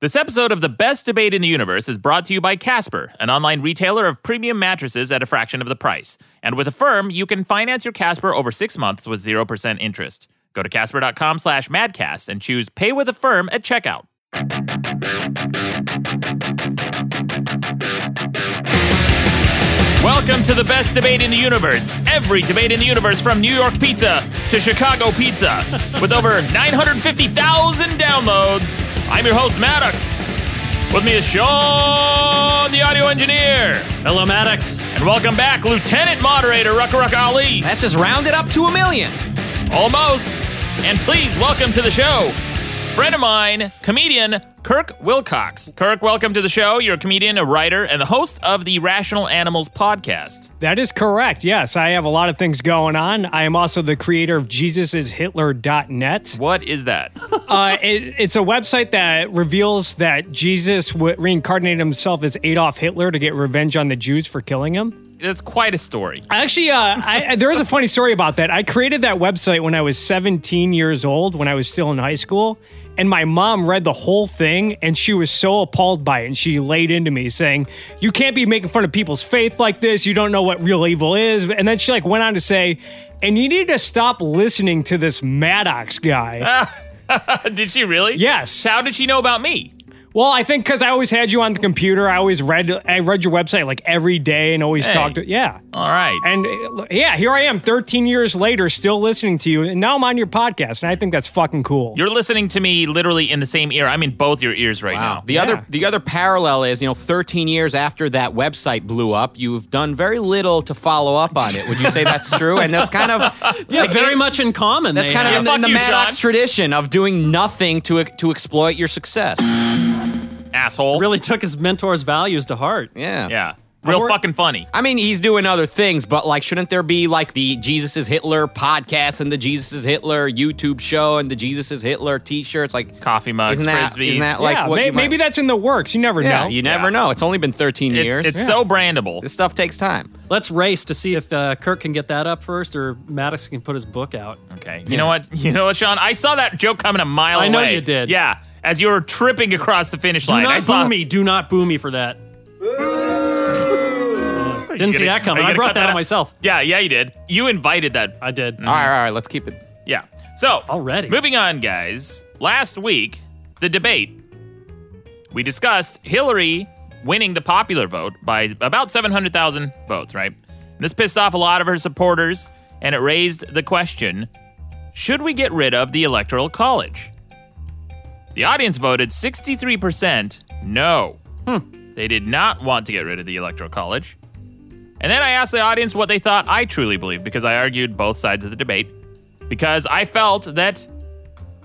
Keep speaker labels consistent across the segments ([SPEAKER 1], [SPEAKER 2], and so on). [SPEAKER 1] This episode of The Best Debate in the Universe is brought to you by Casper, an online retailer of premium mattresses at a fraction of the price. And with Affirm, you can finance your Casper over six months with 0% interest. Go to casper.com slash madcast and choose Pay with Affirm at checkout. Welcome to the best debate in the universe. Every debate in the universe from New York pizza to Chicago pizza with over 950,000 downloads. I'm your host, Maddox. With me is Sean, the audio engineer.
[SPEAKER 2] Hello, Maddox.
[SPEAKER 1] And welcome back, Lieutenant Moderator Rucka Rucka Ali.
[SPEAKER 3] Let's just round it up to a million.
[SPEAKER 1] Almost. And please welcome to the show, friend of mine, comedian Kirk Wilcox. Kirk, welcome to the show. You're a comedian, a writer, and the host of the Rational Animals podcast.
[SPEAKER 2] That is correct. Yes, I have a lot of things going on. I am also the creator of JesusIsHitler.net.
[SPEAKER 1] What is that?
[SPEAKER 2] Uh, it, it's a website that reveals that Jesus would reincarnated himself as Adolf Hitler to get revenge on the Jews for killing him.
[SPEAKER 1] That's quite a story.
[SPEAKER 2] Actually, uh, I, I- there is a funny story about that. I created that website when I was 17 years old, when I was still in high school. And my mom read the whole thing and she was so appalled by it. And she laid into me saying, You can't be making fun of people's faith like this. You don't know what real evil is. And then she like went on to say, And you need to stop listening to this Maddox guy.
[SPEAKER 1] Did she really?
[SPEAKER 2] Yes.
[SPEAKER 1] How did she know about me?
[SPEAKER 2] Well, I think because I always had you on the computer, I always read I read your website like every day and always talked to yeah.
[SPEAKER 1] All right.
[SPEAKER 2] And uh, yeah, here I am 13 years later still listening to you and now I'm on your podcast and I think that's fucking cool.
[SPEAKER 1] You're listening to me literally in the same ear. I'm in both your ears right now.
[SPEAKER 3] The other the other parallel is, you know, 13 years after that website blew up, you've done very little to follow up on it. Would you say that's true? And that's kind of
[SPEAKER 4] Yeah, very much in common.
[SPEAKER 3] that's
[SPEAKER 4] they
[SPEAKER 3] kind of
[SPEAKER 4] have.
[SPEAKER 3] in the, in the
[SPEAKER 1] Fuck you,
[SPEAKER 3] Maddox
[SPEAKER 1] Sean.
[SPEAKER 3] tradition of doing nothing to to exploit your success.
[SPEAKER 1] Asshole.
[SPEAKER 4] really took his mentor's values to heart.
[SPEAKER 3] Yeah.
[SPEAKER 1] Yeah. Real
[SPEAKER 2] wor-
[SPEAKER 1] fucking funny.
[SPEAKER 3] I mean, he's doing other things, but like, shouldn't there be like the Jesus is Hitler podcast and the Jesus is Hitler YouTube show and the Jesus is Hitler T-shirts? Like,
[SPEAKER 1] Coffee mugs,
[SPEAKER 3] isn't that,
[SPEAKER 1] frisbees.
[SPEAKER 3] isn't that like
[SPEAKER 2] yeah,
[SPEAKER 3] what
[SPEAKER 2] may,
[SPEAKER 3] you might-
[SPEAKER 2] maybe that's in the works. You never
[SPEAKER 3] Yeah,
[SPEAKER 2] know.
[SPEAKER 3] you never know. It's only been 13 years.
[SPEAKER 1] It's, it's so Mm-hmm. brandable.
[SPEAKER 3] this stuff takes time.
[SPEAKER 4] Let's race to see if uh, Kirk can get that up first, or Maddox can put his book out.
[SPEAKER 1] Okay. You know what? You know what, Sean? I saw that joke coming a mile
[SPEAKER 4] I
[SPEAKER 1] away.
[SPEAKER 4] know you did.
[SPEAKER 1] Yeah. As you were tripping across the finish
[SPEAKER 4] Do
[SPEAKER 1] line, I
[SPEAKER 4] not
[SPEAKER 1] saw
[SPEAKER 4] boo me. Do not boo me for that. Didn't see
[SPEAKER 1] gonna-
[SPEAKER 4] that coming.
[SPEAKER 1] are
[SPEAKER 4] I
[SPEAKER 1] you gonna cut
[SPEAKER 4] brought that,
[SPEAKER 1] that Uh,
[SPEAKER 4] out
[SPEAKER 1] out?
[SPEAKER 4] myself.
[SPEAKER 1] Yeah, yeah, you did. You invited that.
[SPEAKER 4] I did.
[SPEAKER 3] All right, all right, let's keep it.
[SPEAKER 1] Yeah. So
[SPEAKER 4] Already.
[SPEAKER 1] moving on, guys. Last week, the debate we discussed Hillary winning the popular vote by about seven hundred thousand votes, right? And this pissed off a lot of her supporters, and it raised the question: Should we get rid of the Electoral College? The audience voted sixty-three percent no. They did not want to get rid of the Electoral College. And then I asked the audience what they thought I truly believed because I argued both sides of the debate because I felt that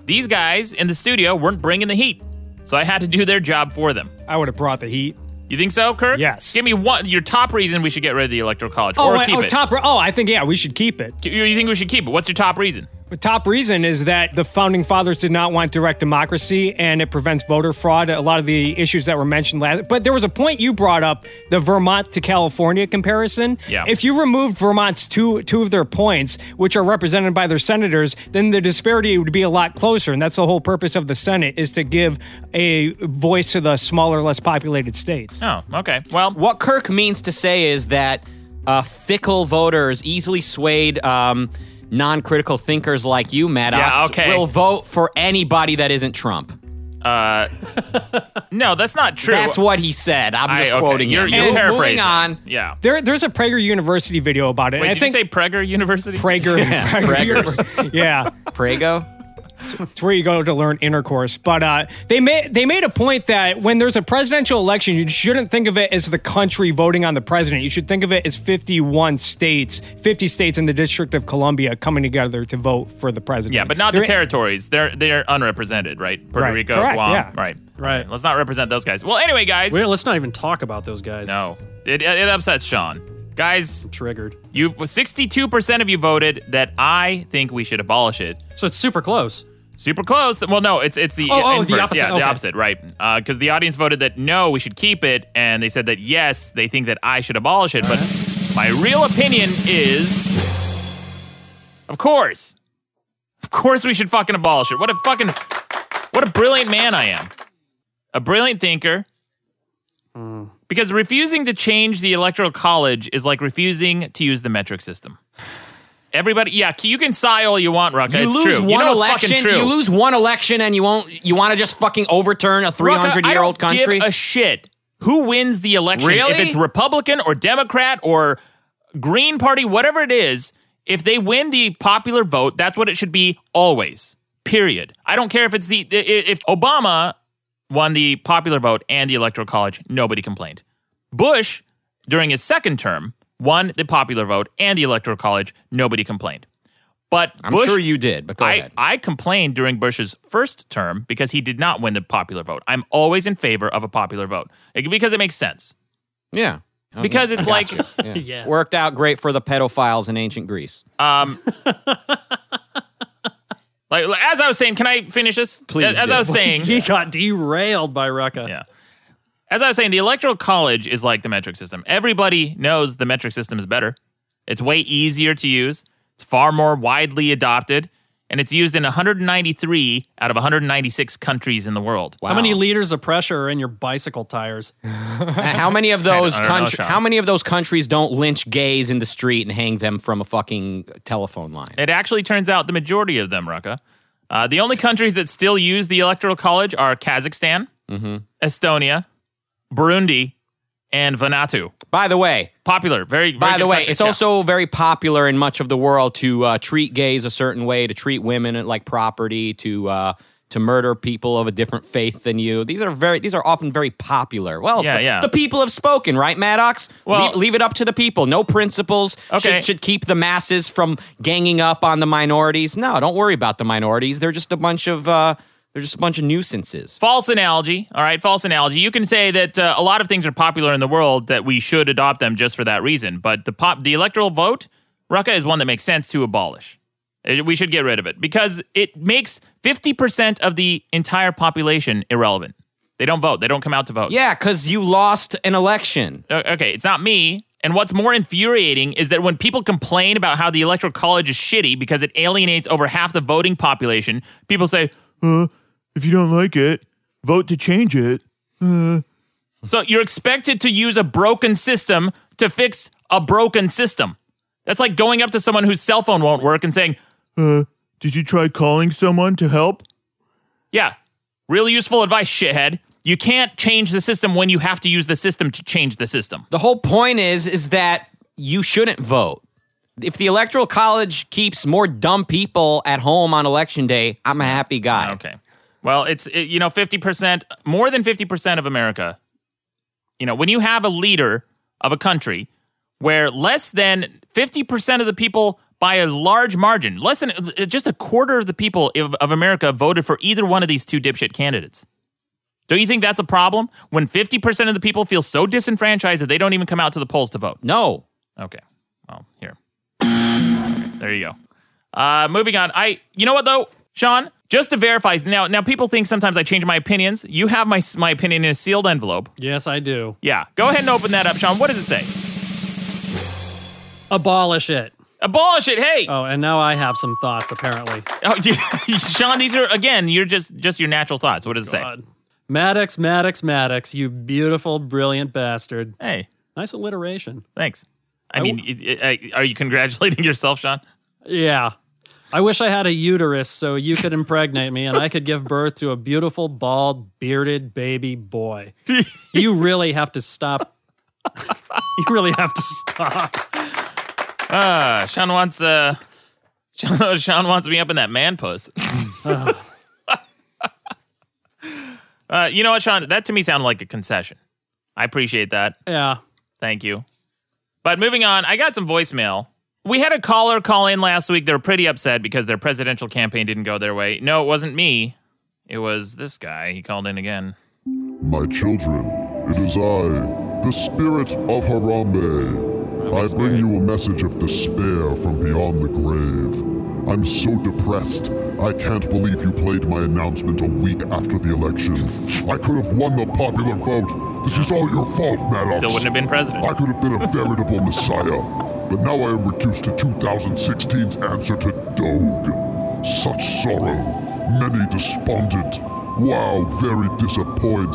[SPEAKER 1] these guys in the studio weren't bringing the heat. So I had to do their job for them.
[SPEAKER 2] I would have brought the heat.
[SPEAKER 1] You think so, Kirk?
[SPEAKER 2] Yes.
[SPEAKER 1] Give me one your top reason we should get rid of the electoral college
[SPEAKER 2] Oh,
[SPEAKER 1] or
[SPEAKER 2] I-
[SPEAKER 1] keep
[SPEAKER 2] oh,
[SPEAKER 1] it.
[SPEAKER 2] top oh, I think yeah, we should keep it.
[SPEAKER 1] you you think we should keep it? What's your top reason?
[SPEAKER 2] The top reason is that the founding fathers did not want direct democracy and it prevents voter fraud. A lot of the issues that were mentioned last, but there was a point you brought up the Vermont to California comparison.
[SPEAKER 1] Yeah.
[SPEAKER 2] If you removed Vermont's two two of their points, which are represented by their senators, then the disparity would be a lot closer. And that's the whole purpose of the Senate is to give a voice to the smaller, less populated states.
[SPEAKER 1] Oh, okay. Well,
[SPEAKER 3] What Kirk means to say is that uh, fickle voters, easily swayed um, non critical thinkers like you, Maddox,
[SPEAKER 1] Yeah, okay.
[SPEAKER 3] will vote for anybody that isn't Trump.
[SPEAKER 1] no, that's not true.
[SPEAKER 3] That's what he said. I'm
[SPEAKER 1] I,
[SPEAKER 3] just
[SPEAKER 1] okay,
[SPEAKER 3] quoting
[SPEAKER 1] you're,
[SPEAKER 3] him.
[SPEAKER 1] You're
[SPEAKER 3] Moving
[SPEAKER 1] paraphrasing.
[SPEAKER 3] on.
[SPEAKER 1] Yeah.
[SPEAKER 2] There, there's a Prager University video about it.
[SPEAKER 1] Wait,
[SPEAKER 2] and I
[SPEAKER 1] did
[SPEAKER 2] think
[SPEAKER 1] you say Prager University?
[SPEAKER 2] Prager,
[SPEAKER 3] Prager's.
[SPEAKER 2] Prager. yeah.
[SPEAKER 3] Prego?
[SPEAKER 2] It's where you go to learn intercourse. But uh, they made they made a point that when there's a presidential election, you shouldn't think of it as the country voting on the president. You should think of it as 51 states, 50 states in the District of Columbia coming together to vote for the president.
[SPEAKER 1] Yeah, but not the
[SPEAKER 2] They're-
[SPEAKER 1] territories. They're they're unrepresented, right? Puerto
[SPEAKER 2] Right,
[SPEAKER 1] Rico,
[SPEAKER 2] correct,
[SPEAKER 1] Guam,
[SPEAKER 2] yeah.
[SPEAKER 1] right?
[SPEAKER 4] Right.
[SPEAKER 1] Let's not represent those guys. Well, anyway, guys.
[SPEAKER 4] Wait, let's not even talk about those guys.
[SPEAKER 1] no, it, it upsets Sean. Guys,
[SPEAKER 4] Triggered.
[SPEAKER 1] you 62% of you voted that I think we should abolish it.
[SPEAKER 4] So it's super close.
[SPEAKER 1] Super close. Well, no, it's it's the
[SPEAKER 4] Oh, oh,
[SPEAKER 1] inverse.
[SPEAKER 4] the opposite,
[SPEAKER 1] Yeah,
[SPEAKER 4] okay.
[SPEAKER 1] the opposite, right? Because the audience voted that no, we should keep it, and they said that yes, they think that I should abolish it. but my real opinion is, of course, of course, we should fucking abolish it. What a fucking, what a brilliant man I am. a brilliant thinker.
[SPEAKER 3] Hmm.
[SPEAKER 1] Because refusing to change the electoral college is like refusing to use the metric system. Everybody, yeah, you can sigh all you want, Rucka.
[SPEAKER 3] You
[SPEAKER 1] it's
[SPEAKER 3] lose
[SPEAKER 1] true.
[SPEAKER 3] one
[SPEAKER 1] you know
[SPEAKER 3] election.
[SPEAKER 1] It's fucking true.
[SPEAKER 3] You lose one election, and you won't. You want to just fucking overturn a three
[SPEAKER 1] Rucka,
[SPEAKER 3] hundred
[SPEAKER 1] I
[SPEAKER 3] year old
[SPEAKER 1] don't
[SPEAKER 3] country?
[SPEAKER 1] Give a shit who wins the election.
[SPEAKER 3] Really?
[SPEAKER 1] If it's Republican or Democrat or Green Party, whatever it is, if they win the popular vote, that's what it should be always. Period. I don't care if it's the i- i- if Obama won the popular vote and the electoral college, nobody complained. Bush during his second term won the popular vote and the electoral college, nobody complained. But
[SPEAKER 3] I'm
[SPEAKER 1] Bush
[SPEAKER 3] sure you did, but go
[SPEAKER 1] I,
[SPEAKER 3] ahead.
[SPEAKER 1] I complained during Bush's first term because he did not win the popular vote. I'm always in favor of a popular vote Like, because it makes sense.
[SPEAKER 3] Yeah, Okay.
[SPEAKER 1] Because it's like,
[SPEAKER 3] Yeah.
[SPEAKER 2] Yeah.
[SPEAKER 3] worked out great for the pedophiles in ancient Greece.
[SPEAKER 1] um, like, like, as I was saying, can I finish this?
[SPEAKER 3] Please
[SPEAKER 1] As, as
[SPEAKER 3] do.
[SPEAKER 1] I was saying,
[SPEAKER 2] He got derailed by Rucka.
[SPEAKER 1] Yeah. as I was saying, the electoral college is like the metric system. Everybody knows the metric system is better. It's way easier to use. It's far more widely adopted, and it's used in 193 out of 196 countries in the world.
[SPEAKER 3] Wow.
[SPEAKER 2] How many liters of pressure are in your bicycle tires?
[SPEAKER 3] How many of those
[SPEAKER 1] I don't know,
[SPEAKER 3] countries?
[SPEAKER 1] Sean.
[SPEAKER 3] How many of those countries don't lynch gays in the street and hang them from a fucking telephone line?
[SPEAKER 1] It actually turns out the majority of them, Rucka. Uh, the only countries that still use the Electoral College are Kazakhstan,
[SPEAKER 3] Mm-hmm.
[SPEAKER 1] Estonia, Burundi, and Vanuatu.
[SPEAKER 3] By the way,
[SPEAKER 1] Popular, very. very
[SPEAKER 3] by the
[SPEAKER 1] good
[SPEAKER 3] way,
[SPEAKER 1] countries,
[SPEAKER 3] it's
[SPEAKER 1] yeah.
[SPEAKER 3] also very popular in much of the world to uh, treat gays a certain way, to treat women uh, like property, to uh, to murder people of a different faith than you. These are very these are often very popular. Well,
[SPEAKER 1] Yeah,
[SPEAKER 3] the,
[SPEAKER 1] yeah.
[SPEAKER 3] the people have spoken, right, Maddox?
[SPEAKER 1] Well-
[SPEAKER 3] leave, leave it up to the people. No principles
[SPEAKER 1] Okay.
[SPEAKER 3] should, should keep the masses from ganging up on the minorities. No, don't worry about the minorities. They're just a bunch of uh, they're just a bunch of nuisances.
[SPEAKER 1] false analogy. All right, false analogy. You can say that uh, a lot of things are popular in the world that we should adopt them just for that reason. But the pop, the electoral vote, Rucka is one that makes sense to abolish. It- we should get rid of it because it makes 50% of the entire population irrelevant. They don't vote. They don't come out to vote.
[SPEAKER 3] Yeah, because you lost an election.
[SPEAKER 1] O- okay, it's not me. And what's more infuriating is that when people complain about how the electoral college is shitty because it alienates over half the voting population, people say, "Huh, if you don't like it, vote to change it." Huh. So you're expected to use a broken system to fix a broken system. That's like going up to someone whose cell phone won't work and saying, "Uh, did you try calling someone to help?" Yeah. Real useful advice, shithead. You can't change the system when you have to use the system to change the system.
[SPEAKER 3] The whole point is is that you shouldn't vote. If the electoral college keeps more dumb people at home on election day, I'm a happy guy.
[SPEAKER 1] Okay. Well, it's it, you know 50% more than 50% of America. You know, when you have a leader of a country where less than 50% of the people by a large margin, less than uh, just a quarter of the people of, of America voted for either one of these two dipshit candidates. Don't you think that's a problem when 50% of the people feel so disenfranchised that they don't even come out to the polls to vote?
[SPEAKER 3] No.
[SPEAKER 1] Okay. Well, here. There you go. Uh, moving on. I. You know what though, Sean? Just to verify. Now, now people think sometimes I change my opinions. You have my my opinion in a sealed envelope.
[SPEAKER 2] Yes, I do.
[SPEAKER 1] Yeah. Go ahead and open that up, Sean. What does it say?
[SPEAKER 2] Abolish it.
[SPEAKER 1] Abolish it. Hey.
[SPEAKER 2] Oh, and now I have some thoughts, apparently.
[SPEAKER 1] Oh, you- Sean. These are again. You're just just your natural thoughts. What does it say?
[SPEAKER 2] God. Maddox, Maddox, Maddox, you beautiful, brilliant bastard.
[SPEAKER 1] Hey.
[SPEAKER 2] Nice alliteration.
[SPEAKER 1] Thanks. I mean, it- it- I- are you congratulating yourself, Sean?
[SPEAKER 2] Yeah. I wish I had a uterus so you could impregnate me and I could give birth to a beautiful, bald, bearded baby boy. You really have to stop. you really have to stop.
[SPEAKER 1] Uh, Sean wants uh, Sean, Sean wants me up in that man puss. uh, you know what, Sean? That to me sounded like a concession. I appreciate that.
[SPEAKER 2] Yeah.
[SPEAKER 1] Thank you. But moving on, I got some voicemail. We had a caller call in last week. They were pretty upset because their presidential campaign didn't go their way. No, it wasn't me. It was this guy. He called in again.
[SPEAKER 5] My children, it is I, the spirit of Harambe. I bring you a message of despair from beyond the grave. I'm so depressed. I can't believe you played my announcement a week after the election. I could have won the popular vote. This is all your fault, Maddox.
[SPEAKER 1] Still wouldn't have been president.
[SPEAKER 5] I could have been a veritable messiah, but now I am reduced to 2016's answer to Doge. Such sorrow, many despondent. Wow, very disappoint.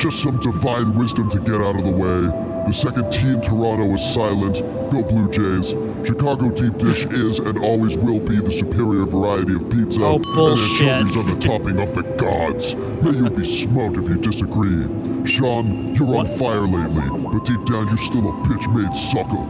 [SPEAKER 5] Just some divine wisdom to get out of the way. The second tee in Toronto is silent. Go Blue Jays. Chicago deep dish is and always will be the superior variety of pizza.
[SPEAKER 2] Oh, bullshit.
[SPEAKER 5] And anchovies are the topping of the gods. May you be smoked if you disagree. Sean, you're on fire lately, but deep down you're still a bitch made sucker.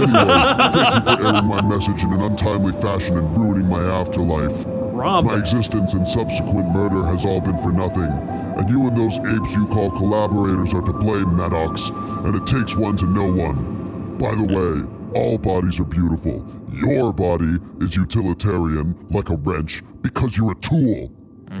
[SPEAKER 5] Anyway, thank you for airing my message in an untimely fashion and ruining my afterlife. My
[SPEAKER 2] Rob,
[SPEAKER 5] existence and subsequent murder has all been for nothing, and you and those apes you call collaborators are to blame, Maddox, and it takes one to know one. By the way, all bodies are beautiful. Your body is utilitarian, like a wrench, because you're a tool.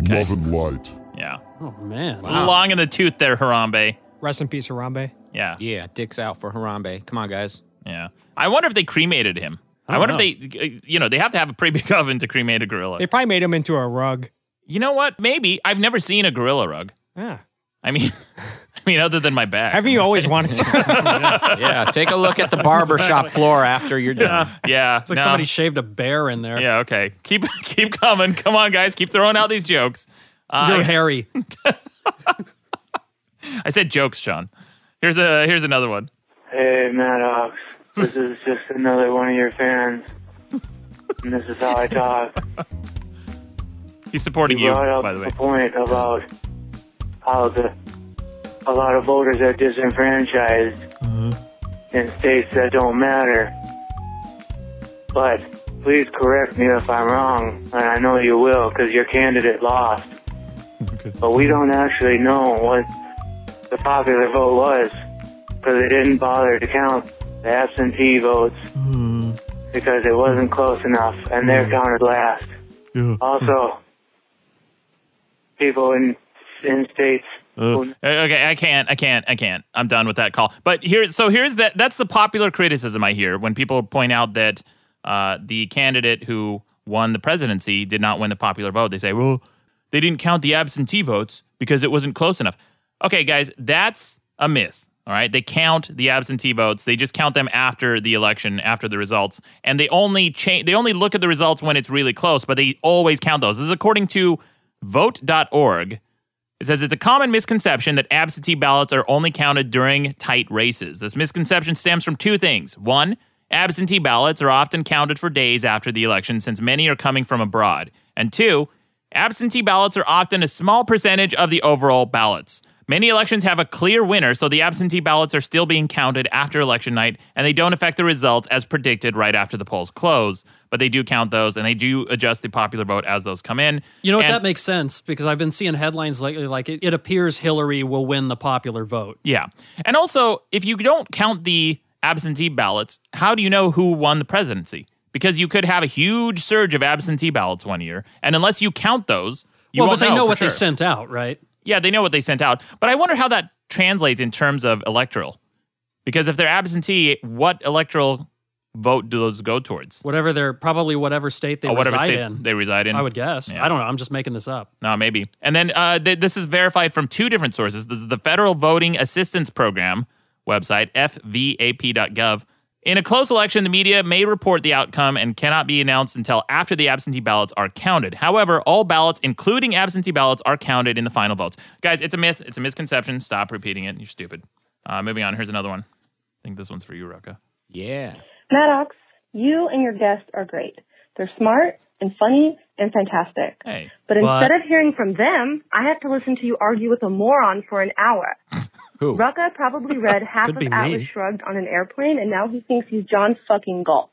[SPEAKER 5] Love and light.
[SPEAKER 1] Yeah.
[SPEAKER 2] oh man,
[SPEAKER 1] Long in the tooth there, Harambe.
[SPEAKER 6] Rest in peace, Harambe.
[SPEAKER 1] Yeah.
[SPEAKER 3] Yeah, dicks out for Harambe. Come on, guys.
[SPEAKER 1] Yeah. I wonder if they cremated him. I, wonder if they, uh, you know, they have to have a pretty big oven to cremate a gorilla.
[SPEAKER 6] They probably made him into a rug.
[SPEAKER 1] you know what? Maybe I've never seen a gorilla rug.
[SPEAKER 6] Yeah.
[SPEAKER 1] I mean, I mean, other than my back.
[SPEAKER 6] Haven't you always wanted to?
[SPEAKER 3] Yeah, take a look at the barber shop floor after you're done.
[SPEAKER 1] yeah.
[SPEAKER 2] it's like
[SPEAKER 1] no.
[SPEAKER 2] somebody shaved a bear in there.
[SPEAKER 1] Yeah. Okay. Keep keep coming. Come on, guys. Keep throwing out these jokes.
[SPEAKER 2] You're hairy.
[SPEAKER 1] I said jokes, Sean. Here's a here's another one.
[SPEAKER 7] Hey, Maddox. This is just another one of your fans. And this is how I talk.
[SPEAKER 1] He's supporting you,
[SPEAKER 7] brought up
[SPEAKER 1] by the way.
[SPEAKER 7] a point about how the a lot of voters are disenfranchised in states that don't matter. But please correct me if I'm wrong, and I know you will, because your candidate lost. But we don't actually know what the popular vote was, because they didn't bother to count the absentee votes because it wasn't close enough, and they're counted last. Also, people in in states. who-
[SPEAKER 1] Uh, Okay, I can't, I can't, I can't. I'm done with that call. But here, so here's that. That's the popular criticism I hear when people point out that uh, the candidate who won the presidency did not win the popular vote. They say, well, they didn't count the absentee votes because it wasn't close enough. Okay, guys, that's a myth. All right, they count the absentee votes. They just count them after the election, after the results, and they only change. They only look at the results when it's really close, but they always count those. This is according to Vote.org. It says it's a common misconception that absentee ballots are only counted during tight races. This misconception stems from two things. One, absentee ballots are often counted for days after the election since many are coming from abroad. And two, absentee ballots are often a small percentage of the overall ballots. Many elections have a clear winner, so the absentee ballots are still being counted after election night, and they don't affect the results as predicted right after the polls close. But they do count those, and they do adjust the popular vote as those come in.
[SPEAKER 2] You know what?
[SPEAKER 1] And-
[SPEAKER 2] that makes sense because I've been seeing headlines lately like it, it appears Hillary will win the popular vote.
[SPEAKER 1] Yeah. And also, if you don't count the absentee ballots, how do you know who won the presidency? Because you could have a huge surge of absentee ballots one year, and unless you count those, you
[SPEAKER 2] well,
[SPEAKER 1] won't
[SPEAKER 2] but they know
[SPEAKER 1] for
[SPEAKER 2] what they
[SPEAKER 1] sure.
[SPEAKER 2] sent out, right?
[SPEAKER 1] Yeah, they know what they sent out. But I wonder how that translates in terms of electoral. Because if they're absentee, what electoral vote do those go towards?
[SPEAKER 2] Whatever they're probably whatever state they
[SPEAKER 1] Or Oh, whatever
[SPEAKER 2] reside
[SPEAKER 1] state
[SPEAKER 2] in.
[SPEAKER 1] they reside in.
[SPEAKER 2] I would guess.
[SPEAKER 1] Yeah.
[SPEAKER 2] I don't know. I'm just making this up.
[SPEAKER 1] No, maybe. And then uh, th- this is verified from two different sources. This is the Federal Voting Assistance Program website, fvap.gov. In a close election, the media may report the outcome and cannot be announced until after the absentee ballots are counted. However, all ballots, including absentee ballots, are counted in the final votes. Guys, it's a myth. It's a misconception. Stop repeating it. You're stupid. Uh, moving on. Here's another one. I think this one's for you, Rocco.
[SPEAKER 3] Yeah.
[SPEAKER 8] Maddox, you and your guests are great. They're smart and funny and fantastic.
[SPEAKER 1] Hey.
[SPEAKER 2] But-
[SPEAKER 8] But instead of hearing from them, I have to listen to you argue with a moron for an hour.
[SPEAKER 3] Who?
[SPEAKER 8] Rucka probably read half
[SPEAKER 2] Could
[SPEAKER 8] of
[SPEAKER 2] be me.
[SPEAKER 8] Atlas Shrugged on an airplane, and now he thinks he's John fucking Galt.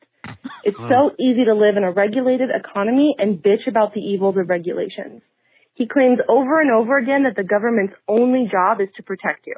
[SPEAKER 8] It's so easy to live in a regulated economy and bitch about the evils of regulations. He claims over and over again that the government's only job is to protect you.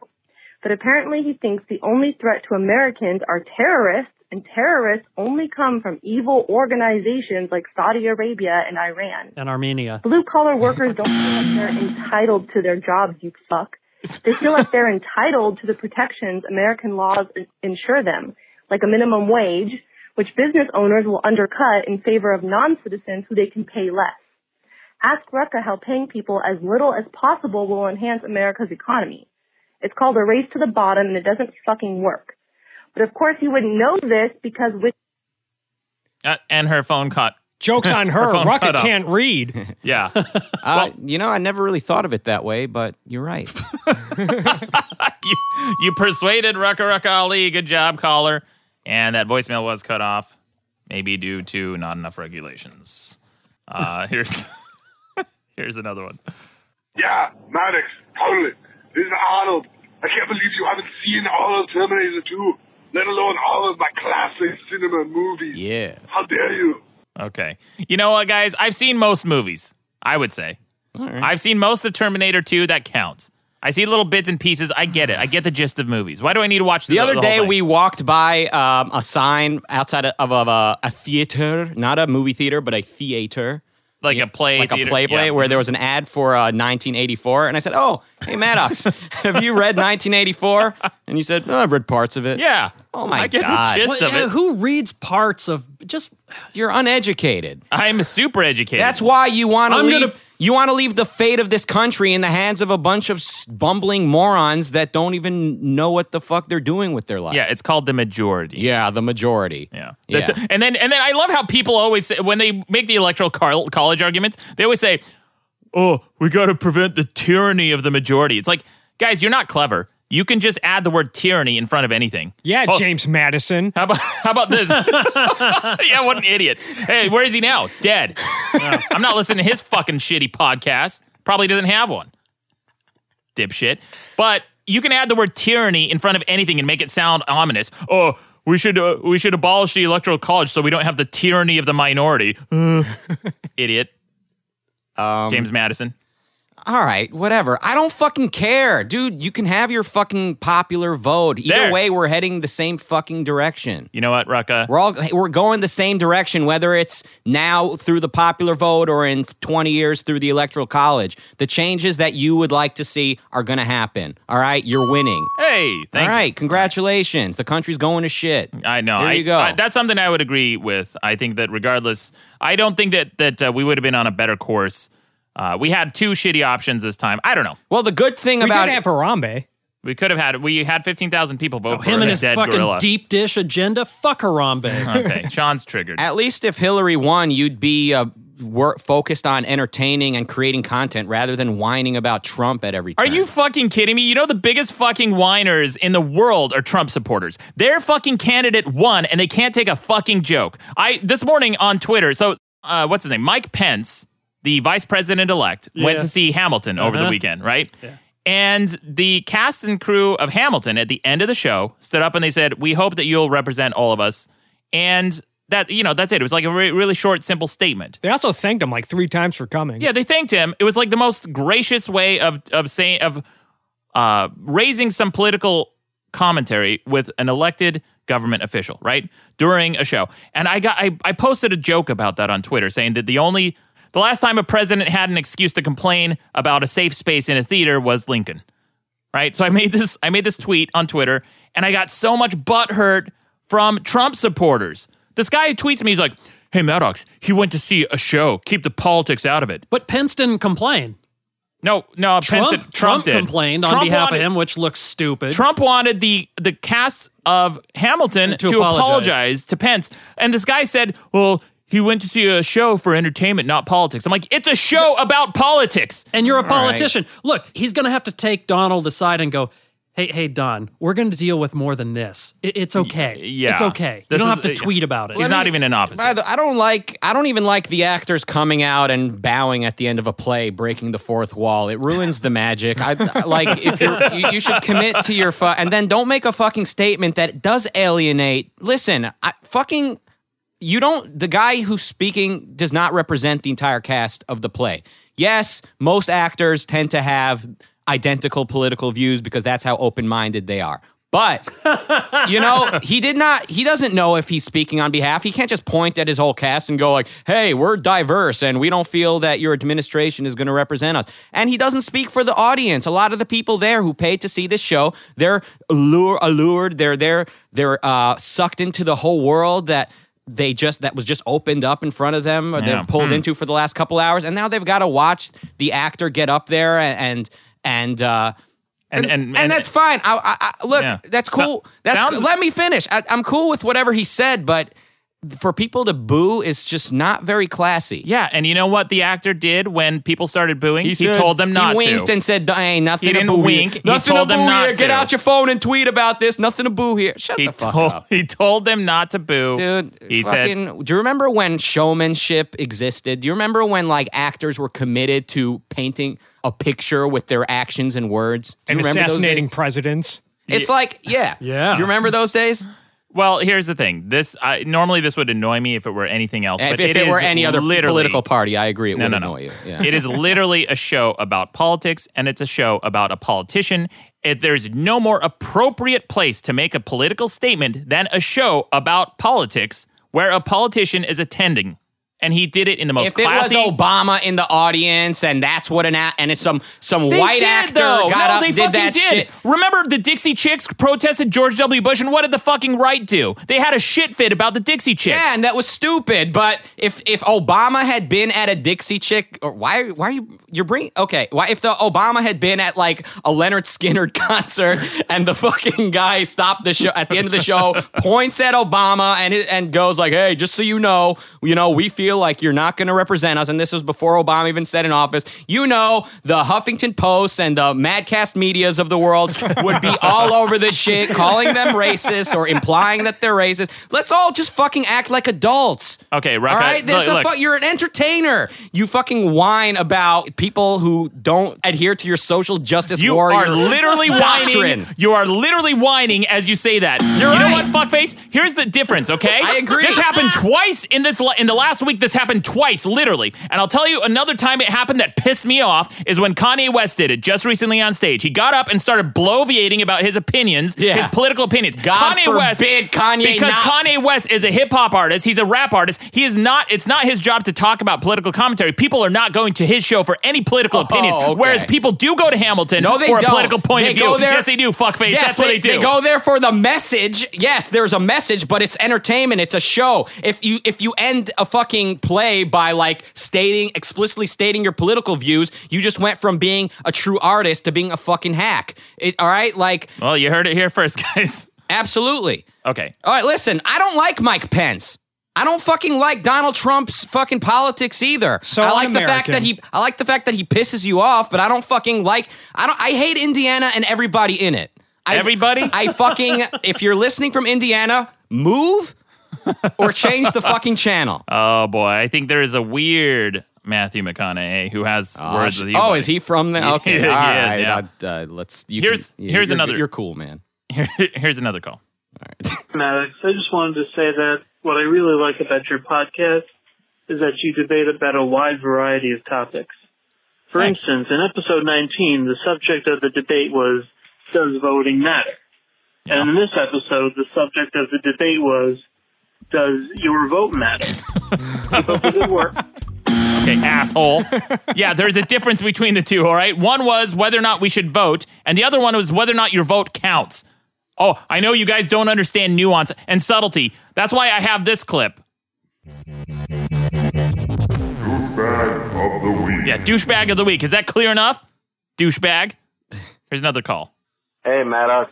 [SPEAKER 8] But apparently he thinks the only threat to Americans are terrorists, and terrorists only come from evil organizations like Saudi Arabia and Iran.
[SPEAKER 2] And Armenia.
[SPEAKER 8] Blue collar workers don't feel like they're entitled to their jobs, you fuck. They feel like they're entitled to the protections American laws in- ensure them, like a minimum wage, which business owners will undercut in favor of non-citizens who they can pay less. Ask Rucka how paying people as little as possible will enhance America's economy. It's called a race to the bottom and it doesn't fucking work. But of course you wouldn't know this because with
[SPEAKER 1] Uh, and her phone caught
[SPEAKER 6] Jokes on her.
[SPEAKER 1] phone
[SPEAKER 6] Rucka
[SPEAKER 1] cut off.
[SPEAKER 6] can't read.
[SPEAKER 1] Yeah.
[SPEAKER 3] Uh, you know, I never really thought of it that way, but you're right.
[SPEAKER 1] you, you persuaded Rucka Rucka Ali. Good job, caller. And that voicemail was cut off, maybe due to not enough regulations. Uh, here's here's another one.
[SPEAKER 9] Yeah, Maddox, totally. This is Arnold. I can't believe you haven't seen all of Terminator 2, let alone all of my classic cinema movies.
[SPEAKER 3] yeah.
[SPEAKER 9] How dare you?
[SPEAKER 1] Okay. You know what, guys? I've seen most movies, I would say. I've seen most of Terminator 2. That counts. I see little bits and pieces. I get it. I get the gist of movies. Why do I need to watch
[SPEAKER 3] The other
[SPEAKER 1] whole
[SPEAKER 3] day,
[SPEAKER 1] thing?
[SPEAKER 3] we walked by um, a sign outside of, of, a, a theater, not a movie theater, but a theater.
[SPEAKER 1] like a play
[SPEAKER 3] like
[SPEAKER 1] theater-
[SPEAKER 3] a play play
[SPEAKER 1] yeah. mm-hmm.
[SPEAKER 3] where there was an ad for uh, 1984, and I said, "Oh, hey Maddox, have you read 1984?" And you said, oh, "I've read parts of it."
[SPEAKER 1] yeah.
[SPEAKER 3] Oh my
[SPEAKER 1] I get
[SPEAKER 3] God.
[SPEAKER 1] the gist
[SPEAKER 2] What-
[SPEAKER 1] of it.
[SPEAKER 2] yeah, uh, who reads parts of just
[SPEAKER 3] you're uneducated.
[SPEAKER 1] I'm super educated.
[SPEAKER 3] That's why you want to
[SPEAKER 2] I'm
[SPEAKER 3] leave.
[SPEAKER 2] gonna-
[SPEAKER 3] you want to leave the fate of this country in the hands of a bunch of s- bumbling morons that don't even know what the fuck they're doing with their life.
[SPEAKER 1] yeah. It's called the majority.
[SPEAKER 3] yeah, the majority.
[SPEAKER 1] Yeah.
[SPEAKER 3] Yeah.
[SPEAKER 1] That- and then and then I love how people always say, when they make the electoral col- college arguments, they always say, "Oh, we got to prevent the tyranny of the majority." It's like, guys, you're not clever. You can just add the word tyranny in front of anything.
[SPEAKER 6] Yeah,
[SPEAKER 1] Oh,
[SPEAKER 6] James Madison.
[SPEAKER 1] How about how about this? yeah, what an idiot. Hey, where is he now? Dead. I'm not listening to his fucking shitty podcast. Probably doesn't have one. Dipshit. But you can add the word tyranny in front of anything and make it sound ominous. Oh, we should uh, we should abolish the electoral college so we don't have the tyranny of the minority. Uh, idiot.
[SPEAKER 2] Um,
[SPEAKER 1] James Madison.
[SPEAKER 3] All right, whatever. I don't fucking care, dude. You can have your fucking popular vote. Either
[SPEAKER 1] There.
[SPEAKER 3] way, we're heading the same fucking direction.
[SPEAKER 1] You know what, Rucka?
[SPEAKER 3] We're all we're going the same direction, whether it's now through the popular vote or in 20 years through the electoral college. The changes that you would like to see are going to happen. All right, you're winning.
[SPEAKER 1] Hey, thank
[SPEAKER 3] all
[SPEAKER 1] you.
[SPEAKER 3] right, congratulations. The country's going to shit.
[SPEAKER 1] I know.
[SPEAKER 3] There
[SPEAKER 1] I,
[SPEAKER 3] you go.
[SPEAKER 1] I- that's something I would agree with. I think that regardless, I don't think that that uh, we would have been on a better course. Uh, we had two shitty options this time. I don't know.
[SPEAKER 3] well, the good thing
[SPEAKER 6] We did
[SPEAKER 3] about it-
[SPEAKER 6] have Harambe.
[SPEAKER 1] We could have had we had fifteen thousand people vote for
[SPEAKER 2] Oh, him
[SPEAKER 1] a
[SPEAKER 2] and his
[SPEAKER 1] dead
[SPEAKER 2] fucking
[SPEAKER 1] gorilla. Uh-huh.
[SPEAKER 2] deep dish agenda? Fuck Harambe.
[SPEAKER 1] okay, Sean's triggered.
[SPEAKER 3] at least if Hillary won, you'd be uh, wor- focused on entertaining and creating content rather than whining about Trump at every
[SPEAKER 1] Are
[SPEAKER 3] turn.
[SPEAKER 1] you fucking kidding me? You know the biggest fucking whiners in the world are Trump supporters. Their fucking candidate won, and they can't take a fucking joke. I this morning on Twitter. So uh, what's his name? Mike Pence, the vice president elect, went
[SPEAKER 2] Yeah.
[SPEAKER 1] to see Hamilton over the
[SPEAKER 2] Uh-huh.
[SPEAKER 1] weekend, right? And the cast and crew of Hamilton at the end of the show stood up and they said, "We hope that you'll represent all of us." And that you know that's it. It was like a re- really short, simple statement.
[SPEAKER 6] They also thanked him like three times for coming.
[SPEAKER 1] Yeah, they thanked him. It was like the most gracious way of of saying of uh, raising some political commentary with an elected government official, right? During a show. And I got I, I posted a joke about that on Twitter saying that the only the last time a president had an excuse to complain about a safe space in a theater was Lincoln. Right? So I made this I made this tweet on Twitter and I got so much butt hurt from Trump supporters. This guy tweets me, he's like, Hey Maddox, he went to see a show. Keep the politics out of it.
[SPEAKER 2] but Pence didn't complain.
[SPEAKER 1] No, no, Pence
[SPEAKER 2] Trump,
[SPEAKER 1] did-
[SPEAKER 2] Trump,
[SPEAKER 1] did.
[SPEAKER 2] complained on
[SPEAKER 1] Trump
[SPEAKER 2] behalf
[SPEAKER 1] wanted-
[SPEAKER 2] of him, which looks stupid.
[SPEAKER 1] Trump wanted the the cast of Hamilton to,
[SPEAKER 2] To
[SPEAKER 1] apologize.
[SPEAKER 2] apologize.
[SPEAKER 1] to Pence, and this guy said, "Well, he went to see a show for entertainment, not politics." I'm like, "It's a show about politics."
[SPEAKER 2] and you're a politician. Look, he's going to have to take Donald aside and go, "Hey, hey, Don, we're going to deal with more than this. It, it's okay.
[SPEAKER 1] yeah.
[SPEAKER 2] it's okay.
[SPEAKER 1] This
[SPEAKER 2] you
[SPEAKER 1] is-
[SPEAKER 2] don't have to
[SPEAKER 1] uh,
[SPEAKER 2] tweet about it."
[SPEAKER 1] He's not even in office.
[SPEAKER 3] By the, I don't like. I don't even like the actors coming out and bowing at the end of a play, breaking the fourth wall. It ruins the magic. I, I- like if you're, you, you should commit to your fu- and then don't make a fucking statement that does alienate. Listen, I, fucking. You don't. The guy who's speaking does not represent the entire cast of the play. Yes, most actors tend to have identical political views because that's how open-minded they are. But you know, he did not. He doesn't know if he's speaking on behalf. He can't just point at his whole cast and go like, "Hey, we're diverse, and we don't feel that your administration is going to represent us." And he doesn't speak for the audience. A lot of the people there who paid to see this show, they're allure, allured. They're they're they're uh, sucked into the whole world that they just that was just opened up in front of them or
[SPEAKER 1] Yeah. Hmm.
[SPEAKER 3] they're pulled into for the last couple hours and now they've got to watch the actor get up there and and uh
[SPEAKER 1] and, and,
[SPEAKER 3] and, that's fine. I, I, I look,
[SPEAKER 1] Yeah.
[SPEAKER 3] that's
[SPEAKER 1] So-
[SPEAKER 3] cool. that's
[SPEAKER 1] sounds-
[SPEAKER 3] cool. let me finish. I, I'm cool with whatever he said, but for people to boo is just not very classy.
[SPEAKER 1] Yeah, and you know what the actor did when people started booing? He,
[SPEAKER 3] said-
[SPEAKER 1] told them not
[SPEAKER 3] he winked
[SPEAKER 1] to.
[SPEAKER 3] and said, "I ain't nothing
[SPEAKER 1] He
[SPEAKER 3] to
[SPEAKER 1] didn't
[SPEAKER 3] boo
[SPEAKER 1] wink.
[SPEAKER 3] Here.
[SPEAKER 1] He
[SPEAKER 3] Nothing
[SPEAKER 1] told
[SPEAKER 3] to
[SPEAKER 1] them
[SPEAKER 3] boo
[SPEAKER 1] not
[SPEAKER 3] here. Get
[SPEAKER 1] to."
[SPEAKER 3] out your phone and tweet about this. Nothing to boo here. Shut
[SPEAKER 1] he
[SPEAKER 3] the fuck
[SPEAKER 1] told
[SPEAKER 3] up,
[SPEAKER 1] he told them not to boo.
[SPEAKER 3] dude.
[SPEAKER 1] he said
[SPEAKER 3] fucking, do you remember when showmanship existed? Do you remember when like actors were committed to painting a picture with their actions and words? Do you
[SPEAKER 6] and
[SPEAKER 3] remember those
[SPEAKER 6] assassinating
[SPEAKER 3] days?
[SPEAKER 6] presidents.
[SPEAKER 3] It's like, yeah,
[SPEAKER 2] Yeah.
[SPEAKER 3] Do you remember those days?
[SPEAKER 1] Well, here's the thing. This I, normally this would annoy me if it were anything else.
[SPEAKER 3] If,
[SPEAKER 1] but
[SPEAKER 3] if it,
[SPEAKER 1] is
[SPEAKER 3] were any other
[SPEAKER 1] literally-
[SPEAKER 3] political party, I agree. It
[SPEAKER 1] No,
[SPEAKER 3] would
[SPEAKER 1] no, no.
[SPEAKER 3] annoy you. Yeah.
[SPEAKER 1] It is literally a show about politics, and it's a show about a politician. It, there's no more appropriate place to make a political statement than a show about politics where a politician is attending, and he did it in the most
[SPEAKER 3] if it was
[SPEAKER 1] classy.
[SPEAKER 3] Obama in the audience, and that's what an a- and it's some some
[SPEAKER 1] They
[SPEAKER 3] white
[SPEAKER 1] did,
[SPEAKER 3] actor
[SPEAKER 1] though.
[SPEAKER 3] got
[SPEAKER 1] no,
[SPEAKER 3] up
[SPEAKER 1] they
[SPEAKER 3] did
[SPEAKER 1] fucking
[SPEAKER 3] that
[SPEAKER 1] did.
[SPEAKER 3] shit.
[SPEAKER 1] Remember the Dixie Chicks protested George W. Bush, and what did the fucking right do? They had a shit fit about the Dixie Chicks.
[SPEAKER 3] Yeah, and that was stupid. But if if Obama had been at a Dixie chick, or why why are you you're bringing okay? Why if the Obama had been at like a Leonard Skinner concert and the fucking guy stopped the show at the end of the show, points at Obama and it- and goes like, "Hey, just so you know, you know we feel like you're not going to represent us." And this was before Obama even said in office. You know, the Huffington Post and the Madcast medias of the world would be all over this shit, calling them racist or implying that they're racist. Let's all just fucking act like adults.
[SPEAKER 1] Okay, Rock,
[SPEAKER 3] All
[SPEAKER 1] I-
[SPEAKER 3] right, there's
[SPEAKER 1] look,
[SPEAKER 3] a
[SPEAKER 1] look.
[SPEAKER 3] fu- you're an entertainer. You fucking whine about people who don't adhere to your social justice
[SPEAKER 1] You
[SPEAKER 3] warrior
[SPEAKER 1] are literally
[SPEAKER 3] doctrine.
[SPEAKER 1] whining. You are literally whining as you say that. you
[SPEAKER 3] right.
[SPEAKER 1] know what, fuckface? Here's the difference, okay?
[SPEAKER 3] I agree.
[SPEAKER 1] This happened twice in this la- in the last week. This happened twice, literally. And I'll tell you another time it happened that pissed me off is when Kanye West did it just recently on stage. He got up and started bloviating about his opinions,
[SPEAKER 3] Yeah.
[SPEAKER 1] his political opinions.
[SPEAKER 3] God
[SPEAKER 1] Kanye West
[SPEAKER 3] forbid Kanye
[SPEAKER 1] because
[SPEAKER 3] not-
[SPEAKER 1] Kanye West is a hip hop artist. He's a rap artist. He is not. It's not his job to talk about political commentary. People are not going to his show for any political opinions.
[SPEAKER 3] Oh, okay.
[SPEAKER 1] Whereas people do go to Hamilton
[SPEAKER 3] No, they
[SPEAKER 1] for
[SPEAKER 3] don't.
[SPEAKER 1] a political point
[SPEAKER 3] They
[SPEAKER 1] of
[SPEAKER 3] go
[SPEAKER 1] view.
[SPEAKER 3] there-
[SPEAKER 1] yes, they do. Fuckface.
[SPEAKER 3] Yes,
[SPEAKER 1] That's what they do.
[SPEAKER 3] They go there for the message. Yes, there's a message, but it's entertainment. It's a show. If you if you end a fucking play by like stating explicitly stating your political views, you just went from being a true artist to being a fucking hack. It, all right, like
[SPEAKER 1] well, you heard it here first, guys.
[SPEAKER 3] absolutely.
[SPEAKER 1] Okay.
[SPEAKER 3] All right, listen, I don't like Mike Pence. I don't fucking like Donald Trump's fucking politics either.
[SPEAKER 6] So
[SPEAKER 3] I like the fact
[SPEAKER 6] un-American.
[SPEAKER 3] that he I like the fact that he pisses you off, but I don't fucking like I don't I hate Indiana and everybody in it. I,
[SPEAKER 1] Everybody?
[SPEAKER 3] I fucking if you're listening from Indiana, move or change the fucking channel.
[SPEAKER 1] Oh boy, I think there is a weird Matthew McConaughey who has words with you.
[SPEAKER 3] oh,
[SPEAKER 1] buddy.
[SPEAKER 3] is he from the Okay,
[SPEAKER 1] he is,
[SPEAKER 3] all right.
[SPEAKER 1] yeah.
[SPEAKER 3] I- uh, let's. You
[SPEAKER 1] Here's-
[SPEAKER 3] can- yeah,
[SPEAKER 1] here's
[SPEAKER 3] you're-
[SPEAKER 1] another-
[SPEAKER 3] You're cool, man.
[SPEAKER 1] Here- here's another call.
[SPEAKER 10] Maddox, I just wanted to say that what I really like about your podcast is that you debate about a wide variety of topics. For
[SPEAKER 1] Thanks.
[SPEAKER 10] instance, in episode 19, the subject of the debate was, does voting matter? And in this episode, the subject of the debate was, does your vote matter? Keep up the good work.
[SPEAKER 1] Okay, asshole. yeah, there's a difference between the two, all right? One was whether or not we should vote, and the other one was whether or not your vote counts. Oh, I know you guys don't understand nuance and subtlety. That's why I have this clip.
[SPEAKER 5] Douchebag of the week.
[SPEAKER 1] Yeah, douchebag of the week. Is that clear enough? Douchebag. Here's another call.
[SPEAKER 11] Hey, Maddox.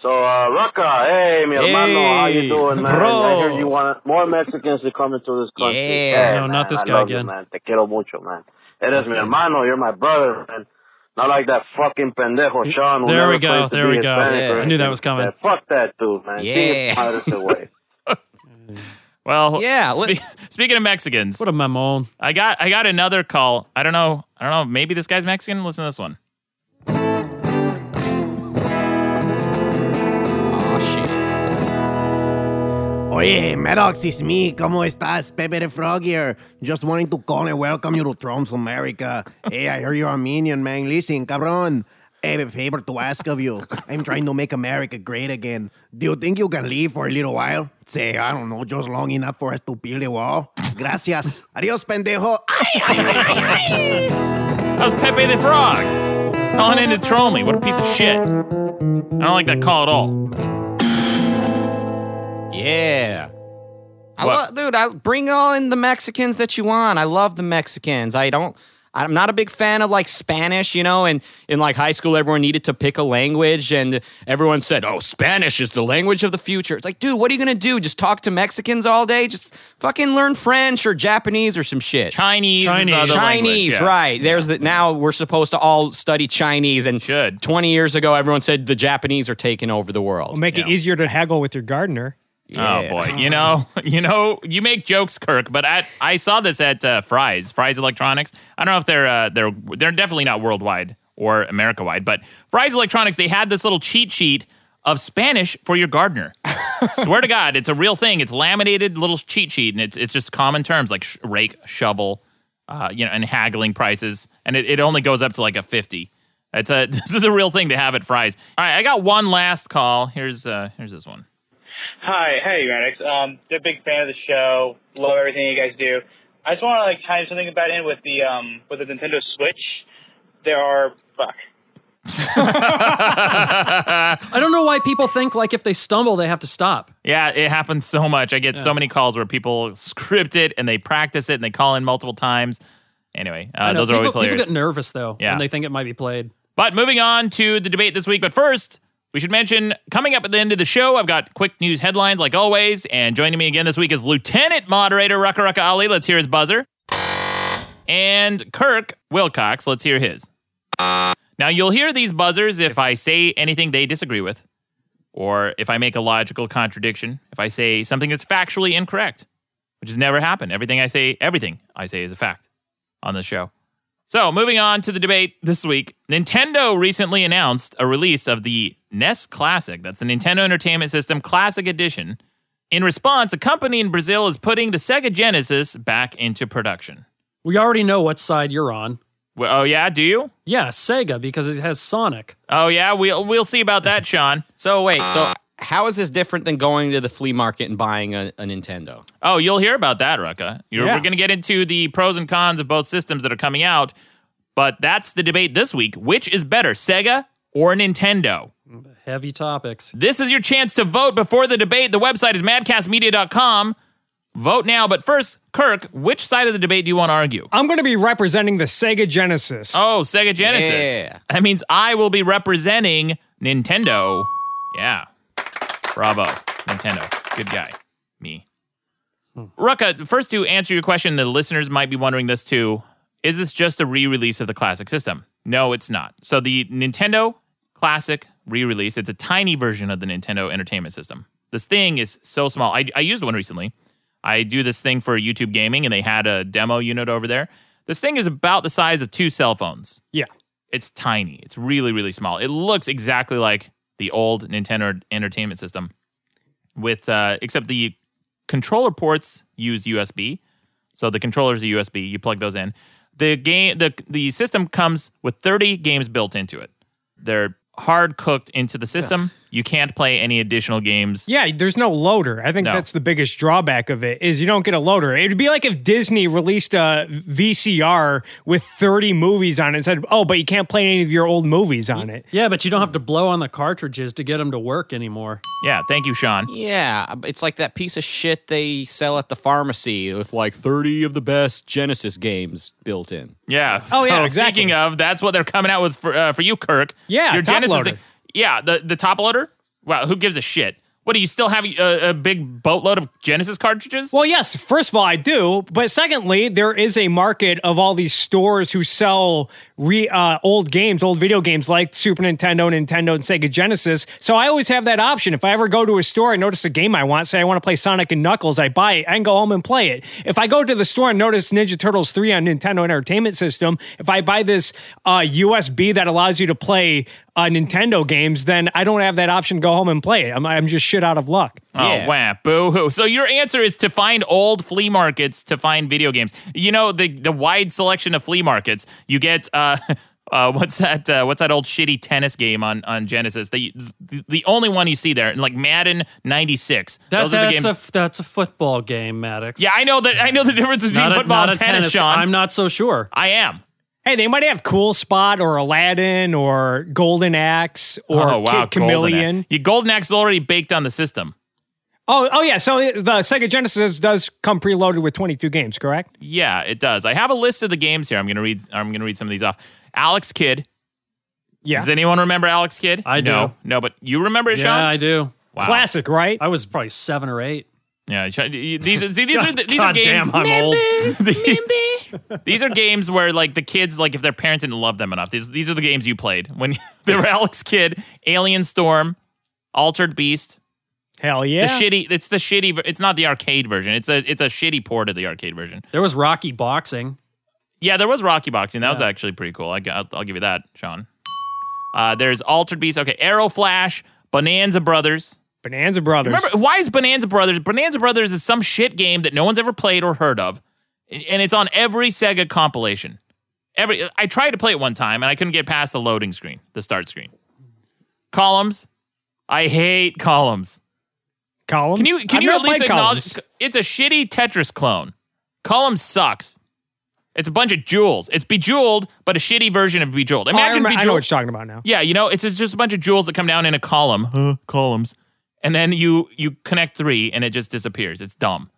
[SPEAKER 11] So, uh, Rucka, hey, mi hermano, how
[SPEAKER 3] Hey,
[SPEAKER 11] you doing, man?
[SPEAKER 3] bro.
[SPEAKER 11] I heard you want more Mexicans to come into this country.
[SPEAKER 3] Yeah.
[SPEAKER 11] Hey,
[SPEAKER 2] No, not
[SPEAKER 11] man,
[SPEAKER 2] this
[SPEAKER 11] I
[SPEAKER 2] guy
[SPEAKER 11] love
[SPEAKER 2] again.
[SPEAKER 11] You, man. Te quiero mucho, man. Eres mi hermano, you're my brother, man. Not like that fucking pendejo, Sean. who
[SPEAKER 2] There we
[SPEAKER 11] never
[SPEAKER 2] go,
[SPEAKER 11] claims to
[SPEAKER 2] there
[SPEAKER 11] be
[SPEAKER 2] we go.
[SPEAKER 11] Hispanic
[SPEAKER 3] Yeah.
[SPEAKER 11] or
[SPEAKER 2] I knew that
[SPEAKER 11] anything
[SPEAKER 2] was
[SPEAKER 11] like
[SPEAKER 2] coming.
[SPEAKER 11] that. Fuck that dude, man.
[SPEAKER 3] Yeah.
[SPEAKER 11] Get out of the way.
[SPEAKER 1] Well,
[SPEAKER 3] Yeah,
[SPEAKER 1] spe-
[SPEAKER 3] let-
[SPEAKER 1] speaking of Mexicans,
[SPEAKER 2] What a memo.
[SPEAKER 1] I got I got another call. I don't know. I don't know. Maybe this guy's Mexican. Listen to this one.
[SPEAKER 12] Oye, Maddox, it's me. ¿Cómo estás? Pepe the Frog here. Just wanting to call and welcome you to Trump's America. hey, I hear you're Armenian, man. Listen, cabron. I have a favor to ask of you. I'm trying to make America great again. Do you think you can leave for a little while? Say, I don't know, just long enough for us to build a wall? Gracias. Adios, pendejo.
[SPEAKER 1] That was Pepe the Frog calling in to troll me. What a piece of shit. I don't like that call at all.
[SPEAKER 3] Yeah. I
[SPEAKER 1] What?
[SPEAKER 3] love, dude. I bring all in the Mexicans that you want. I love the Mexicans. I don't. I'm not a big fan of like Spanish, you know, and in like high school, everyone needed to pick a language and everyone said, oh, Spanish is the language of the future. It's like, dude, what are you going to do? Just talk to Mexicans all day? Just fucking learn French or Japanese or some shit.
[SPEAKER 1] Chinese. is the
[SPEAKER 3] Chinese.
[SPEAKER 1] other language, yeah.
[SPEAKER 3] right. There's the, now we're supposed to all study Chinese and Should. 20 years ago, everyone said the Japanese are taking over the world.
[SPEAKER 6] It'll make it easier to haggle with your gardener.
[SPEAKER 1] Oh boy, you know, you know, you make jokes, Kirk. But I, I saw this at uh, Fry's, Fry's Electronics. I don't know if they're, uh, they're, they're definitely not worldwide or America wide, but Fry's Electronics, they had this little cheat sheet of Spanish for your gardener. Swear to God, it's a real thing. It's laminated little cheat sheet, and it's, it's just common terms like sh- rake, shovel, uh, you know, and haggling prices, and it, it only goes up to like a fifty. It's a, this is a real thing to have at Fry's. All right, I got one last call. Here's, uh, here's this one.
[SPEAKER 13] Hi, hey Maddox. Um, they're a big fan of the show. Love everything you guys do. I just want to like chime something about in with the um with the Nintendo Switch. There are fuck.
[SPEAKER 2] I don't know why people think like if they stumble they have to stop.
[SPEAKER 1] Yeah, it happens so much. I get so many calls where people script it and they practice it and they call in multiple times. Anyway,
[SPEAKER 2] I
[SPEAKER 1] uh,
[SPEAKER 2] know,
[SPEAKER 1] those
[SPEAKER 2] people,
[SPEAKER 1] are always
[SPEAKER 2] people
[SPEAKER 1] hilarious.
[SPEAKER 2] get nervous though
[SPEAKER 1] Yeah.
[SPEAKER 2] when they think it might be played.
[SPEAKER 1] but moving on to the debate this week. But first, we should mention coming up at the end of the show, I've got quick news headlines like always. And joining me again this week is Lieutenant Moderator Rucka Rucka Ali. Let's hear his buzzer. And Kirk Wilcox. Let's hear his. Now, you'll hear these buzzers if I say anything they disagree with, or if I make a logical contradiction, if I say something that's factually incorrect, which has never happened. Everything I say, everything I say is a fact on this show. So, moving on to the debate this week, Nintendo recently announced a release of the NES Classic. That's the Nintendo Entertainment System Classic Edition. In response, a company in Brazil is putting the Sega Genesis back into production.
[SPEAKER 2] We already know what side you're on.
[SPEAKER 1] Well, oh yeah, do you?
[SPEAKER 2] Yeah, Sega because it has Sonic.
[SPEAKER 1] Oh yeah, we'll we'll see about that, Sean.
[SPEAKER 3] So wait, so how is this different than going to the flea market and buying a, a Nintendo?
[SPEAKER 1] Oh, you'll hear about that, Rucka. You're,
[SPEAKER 3] Yeah.
[SPEAKER 1] We're going to get into the pros and cons of both systems that are coming out, but that's the debate this week. Which is better, Sega or Nintendo?
[SPEAKER 2] Heavy topics.
[SPEAKER 1] This is your chance to vote before the debate. The website is madcastmedia.com. Vote now, but first, Kirk, which side of the debate do you want to argue?
[SPEAKER 2] Uh,
[SPEAKER 6] I'm going to be representing the Sega Genesis.
[SPEAKER 1] Oh, Sega Genesis.
[SPEAKER 6] Yeah.
[SPEAKER 1] That means I will be representing Nintendo. Yeah. Bravo, Nintendo. Good guy. Me. Rucka, first to answer your question, the listeners might be wondering this too. Is this just a re release of the classic system? No, it's not. So the Nintendo Classic re release, it's a tiny version of the Nintendo Entertainment System. This thing is so small. I, I used one recently. I do this thing for YouTube gaming, and they had a demo unit over there. This thing is about the size of two cell phones.
[SPEAKER 6] Yeah.
[SPEAKER 1] It's tiny. It's really, really small. It looks exactly like the old Nintendo Entertainment System, with uh, except the controller ports use USB. So the controllers are USB. You plug those in. The game, the the system comes with 30 games built into it. They're hard cooked into the system. You can't play any additional games.
[SPEAKER 6] Yeah, there's no loader. I think
[SPEAKER 1] No.
[SPEAKER 6] that's the biggest drawback of it is you don't get a loader. It'd be like if Disney released a VCR with 30 movies on it and said, "Oh, but you can't play any of your old movies on it."
[SPEAKER 2] Yeah, but you don't have to blow on the cartridges to get them to work anymore.
[SPEAKER 1] Yeah, thank you, Sean.
[SPEAKER 3] Yeah, it's like that piece of shit they sell at the pharmacy with like 30 of the best Genesis games built in.
[SPEAKER 1] Yeah.
[SPEAKER 3] Oh,
[SPEAKER 1] so
[SPEAKER 3] yeah, exactly.
[SPEAKER 1] Speaking of, that's what they're coming out with for uh, for you, Kirk.
[SPEAKER 3] Yeah, top loader.
[SPEAKER 1] thing- Yeah, the the top loader. Well, who gives a shit? What do you still have uh, a, a big boatload of Genesis cartridges?
[SPEAKER 6] Well, yes, first of all, I do. But secondly, there is a market of all these stores who sell re, uh, old games, old video games like Super Nintendo, Nintendo, and Sega Genesis. So I always have that option. If I ever go to a store and notice a game I want, say I want to play Sonic and Knuckles, I buy it. I can go home and play it. If I go to the store and notice Ninja Turtles 3 on Nintendo Entertainment System, if I buy this uh, USB that allows you to play uh, Nintendo games, then I don't have that option to go home and play it. I'm, I'm just shit out of luck.
[SPEAKER 1] Oh, wow. Boo hoo. So, your answer is to find old flea markets to find video games. You know, the, the wide selection of flea markets, you get. Uh, Uh, what's that? Uh, what's that old shitty tennis game on, on Genesis? The, the the only one you see there, and like Madden '96.
[SPEAKER 2] That,
[SPEAKER 1] Those are the games.
[SPEAKER 2] that's a that's a football game, Maddox.
[SPEAKER 1] yeah, I know that. I know the difference between
[SPEAKER 2] Not a-
[SPEAKER 1] football
[SPEAKER 2] not
[SPEAKER 1] and
[SPEAKER 2] a
[SPEAKER 1] tennis,
[SPEAKER 2] tennis-
[SPEAKER 1] Sean.
[SPEAKER 2] I'm not so sure.
[SPEAKER 1] I am.
[SPEAKER 6] Hey, they might have Cool Spot or Aladdin or Golden Axe or
[SPEAKER 1] oh, wow,
[SPEAKER 6] Kid Chameleon.
[SPEAKER 1] Golden Axe. Your Golden Axe is already baked on the system.
[SPEAKER 6] Oh, oh yeah. So the Sega Genesis does come preloaded with 22 games, correct?
[SPEAKER 1] Yeah, it does. I have a list of the games here. I'm gonna read. I'm gonna read some of these off. Alex Kidd.
[SPEAKER 6] Yeah.
[SPEAKER 1] Does anyone remember Alex Kidd?
[SPEAKER 2] I do.
[SPEAKER 1] No, no but you remember it,
[SPEAKER 2] yeah,
[SPEAKER 1] Sean?
[SPEAKER 2] I do.
[SPEAKER 1] Wow. Classic,
[SPEAKER 6] right?
[SPEAKER 2] I was probably seven or eight.
[SPEAKER 1] Yeah. Sean, you- These are- see, these are the- these are
[SPEAKER 2] God
[SPEAKER 1] games.
[SPEAKER 2] damn, I'm old.
[SPEAKER 1] These are games where like the kids, like if their parents didn't love them enough, these these are the games you played when they were Alex Kidd, Alien Storm, Altered Beast.
[SPEAKER 6] Hell yeah.
[SPEAKER 1] The shitty. It's the shitty. ver- It's not the arcade version. It's a it's a shitty port of the arcade version.
[SPEAKER 2] There was Rocky Boxing.
[SPEAKER 1] Yeah, there was Rocky Boxing. That was actually pretty cool. I, will I'll give you that, Sean. Uh, there's Altered Beast. Okay, Arrow Flash, Bonanza Brothers.
[SPEAKER 6] Bonanza Brothers.
[SPEAKER 1] Remember, why is Bonanza Brothers? Bonanza Brothers is some shit game that no one's ever played or heard of, and it's on every Sega compilation. Every I tried to play it one time and I couldn't get past the loading screen, the start screen. Columns. I hate columns.
[SPEAKER 6] Columns.
[SPEAKER 1] Can you can
[SPEAKER 6] I've
[SPEAKER 1] you
[SPEAKER 6] never
[SPEAKER 1] at least
[SPEAKER 6] played
[SPEAKER 1] acknowledge
[SPEAKER 6] Columns.
[SPEAKER 1] it's a shitty Tetris clone? Columns sucks. It's a bunch of jewels. It's Bejeweled, but a shitty version of Bejeweled.
[SPEAKER 6] Oh, I,
[SPEAKER 1] Imagine
[SPEAKER 6] remember- I
[SPEAKER 1] Bejeweled.
[SPEAKER 6] know what you're talking about now.
[SPEAKER 1] Yeah, you know, it's just a bunch of jewels that come down in a column, huh, columns, and then you you connect three, and it just disappears. It's dumb.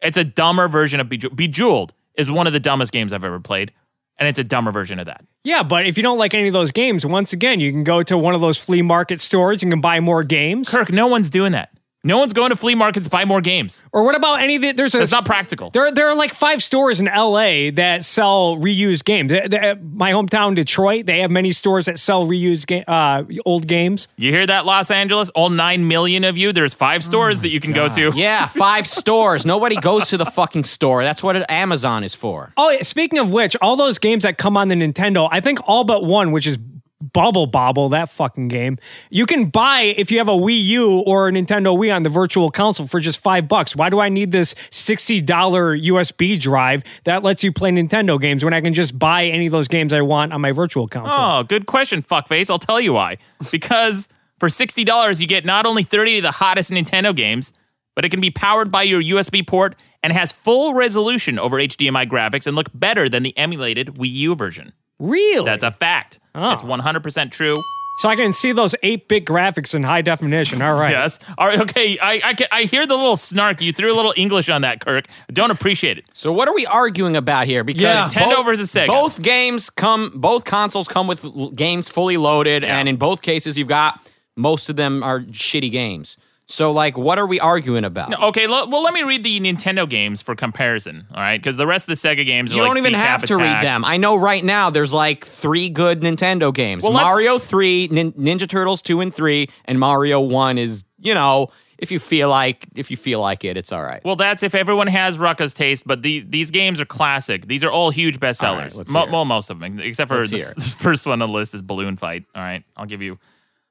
[SPEAKER 1] It's a dumber version of Bejeweled. Bejeweled is one of the dumbest games I've ever played, and it's a dumber version of that.
[SPEAKER 6] Yeah, but if you don't like any of those games, once again, you can go to one of those flea market stores and can buy more games.
[SPEAKER 1] Kirk, no one's doing that. No one's going to flea markets to buy more games.
[SPEAKER 6] Or what about any of the? There's a.
[SPEAKER 1] It's not practical.
[SPEAKER 6] There, there are like five stores in LA that sell reused games. Th- th- My hometown, Detroit, they have many stores that sell reused ga- uh, old games.
[SPEAKER 1] You hear that, Los Angeles? All nine million of you. There's
[SPEAKER 6] Oh
[SPEAKER 1] five stores that you can go to.
[SPEAKER 3] Yeah, five stores. Nobody goes to the fucking store. That's what Amazon is for.
[SPEAKER 6] Oh, yeah, speaking of which, all those games that come on the Nintendo, I think all but one, which is Bubble Bobble, that fucking game, you can buy if you have a Wii U or a Nintendo Wii on the Virtual Console for just five bucks. Why do I need this sixty dollar USB drive that lets you play Nintendo games when I can just buy any of those games I want on my Virtual Console?
[SPEAKER 1] Oh, good question, fuckface. I'll tell you why. Because for sixty dollars, you get not only thirty of the hottest Nintendo games, but it can be powered by your USB port and has full resolution over HDMI graphics and look better than the emulated Wii U version.
[SPEAKER 6] Really?
[SPEAKER 1] That's a fact.
[SPEAKER 3] Oh.
[SPEAKER 1] That's one hundred percent true.
[SPEAKER 6] So I can see those eight bit graphics in high definition. All right.
[SPEAKER 1] Yes. All right. Okay. I I, ca- I hear the little snark. You threw a little English on that, Kirk. I Don't appreciate it.
[SPEAKER 3] So what are we arguing about here? Because
[SPEAKER 1] Yeah. Nintendo
[SPEAKER 3] both,
[SPEAKER 1] versus Sega.
[SPEAKER 3] Both games come. Both consoles come with l- games fully loaded, and in both cases, you've got most of them are shitty games. So like, what are we arguing about?
[SPEAKER 1] No, okay. lo- well, let me read the Nintendo games for comparison. All right, because the rest of the Sega games are
[SPEAKER 3] you
[SPEAKER 1] like
[SPEAKER 3] don't even
[SPEAKER 1] Decap
[SPEAKER 3] have to
[SPEAKER 1] Attack.
[SPEAKER 3] read them. I know right now there's like three good Nintendo games:
[SPEAKER 1] Well, let's-
[SPEAKER 3] Mario three, Nin- Ninja Turtles two and three, and Mario one is you know if you feel like if you feel like it, it's all right.
[SPEAKER 1] Well, that's if everyone has Rucka's taste, but the, these games are classic. These are all huge bestsellers.
[SPEAKER 3] let's
[SPEAKER 1] Mo-
[SPEAKER 3] hear it.
[SPEAKER 1] well, most of them, except for
[SPEAKER 3] Let's
[SPEAKER 1] this,
[SPEAKER 3] hear it.
[SPEAKER 1] this first one on the list is Balloon Fight. All right, I'll give you.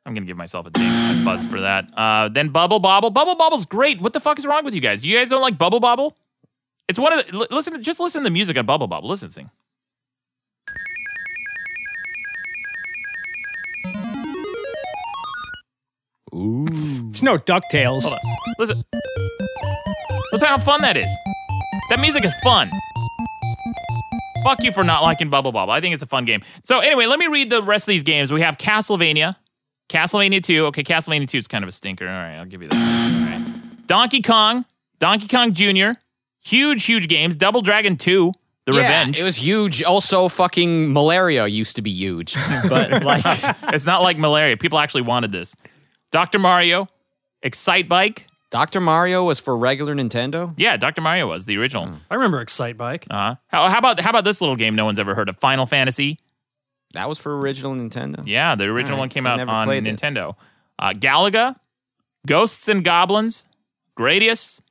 [SPEAKER 1] I'm gonna give myself a, ding, a buzz for that. Uh, then Bubble Bobble. Bubble Bobble's great. What the fuck is wrong with you guys? You guys don't like Bubble Bobble? It's one of the, li- listen. Just listen to the music on Bubble Bobble. Listen to this thing.
[SPEAKER 6] It's no DuckTales.
[SPEAKER 1] Hold on. Listen. Listen how fun that is. That music is fun. Fuck you for not liking Bubble Bobble. I think it's a fun game. So anyway, let me read the rest of these games. We have Castlevania, Castlevania 2. Okay, Castlevania 2 is kind of a stinker. All right, I'll give you that. All right. Donkey Kong, Donkey Kong Jr. Huge, huge games. Double Dragon 2, The
[SPEAKER 3] Yeah,
[SPEAKER 1] Revenge.
[SPEAKER 3] It was huge. Also, fucking malaria used to be huge, but like
[SPEAKER 1] it's not like malaria. People actually wanted this. Dr. Mario, Excite Bike.
[SPEAKER 3] Dr. Mario was for regular Nintendo.
[SPEAKER 1] Yeah, Dr. Mario was the original.
[SPEAKER 2] I remember Excite Bike.
[SPEAKER 1] Uh-huh. How, how about how about this little game no one's ever heard of? Final Fantasy.
[SPEAKER 3] That was for original Nintendo.
[SPEAKER 1] Yeah, the original
[SPEAKER 3] Alright,
[SPEAKER 1] one came
[SPEAKER 3] so I
[SPEAKER 1] out
[SPEAKER 3] never
[SPEAKER 1] on
[SPEAKER 3] played it.
[SPEAKER 1] Nintendo. Uh, Galaga, Ghosts and Goblins, Gradius.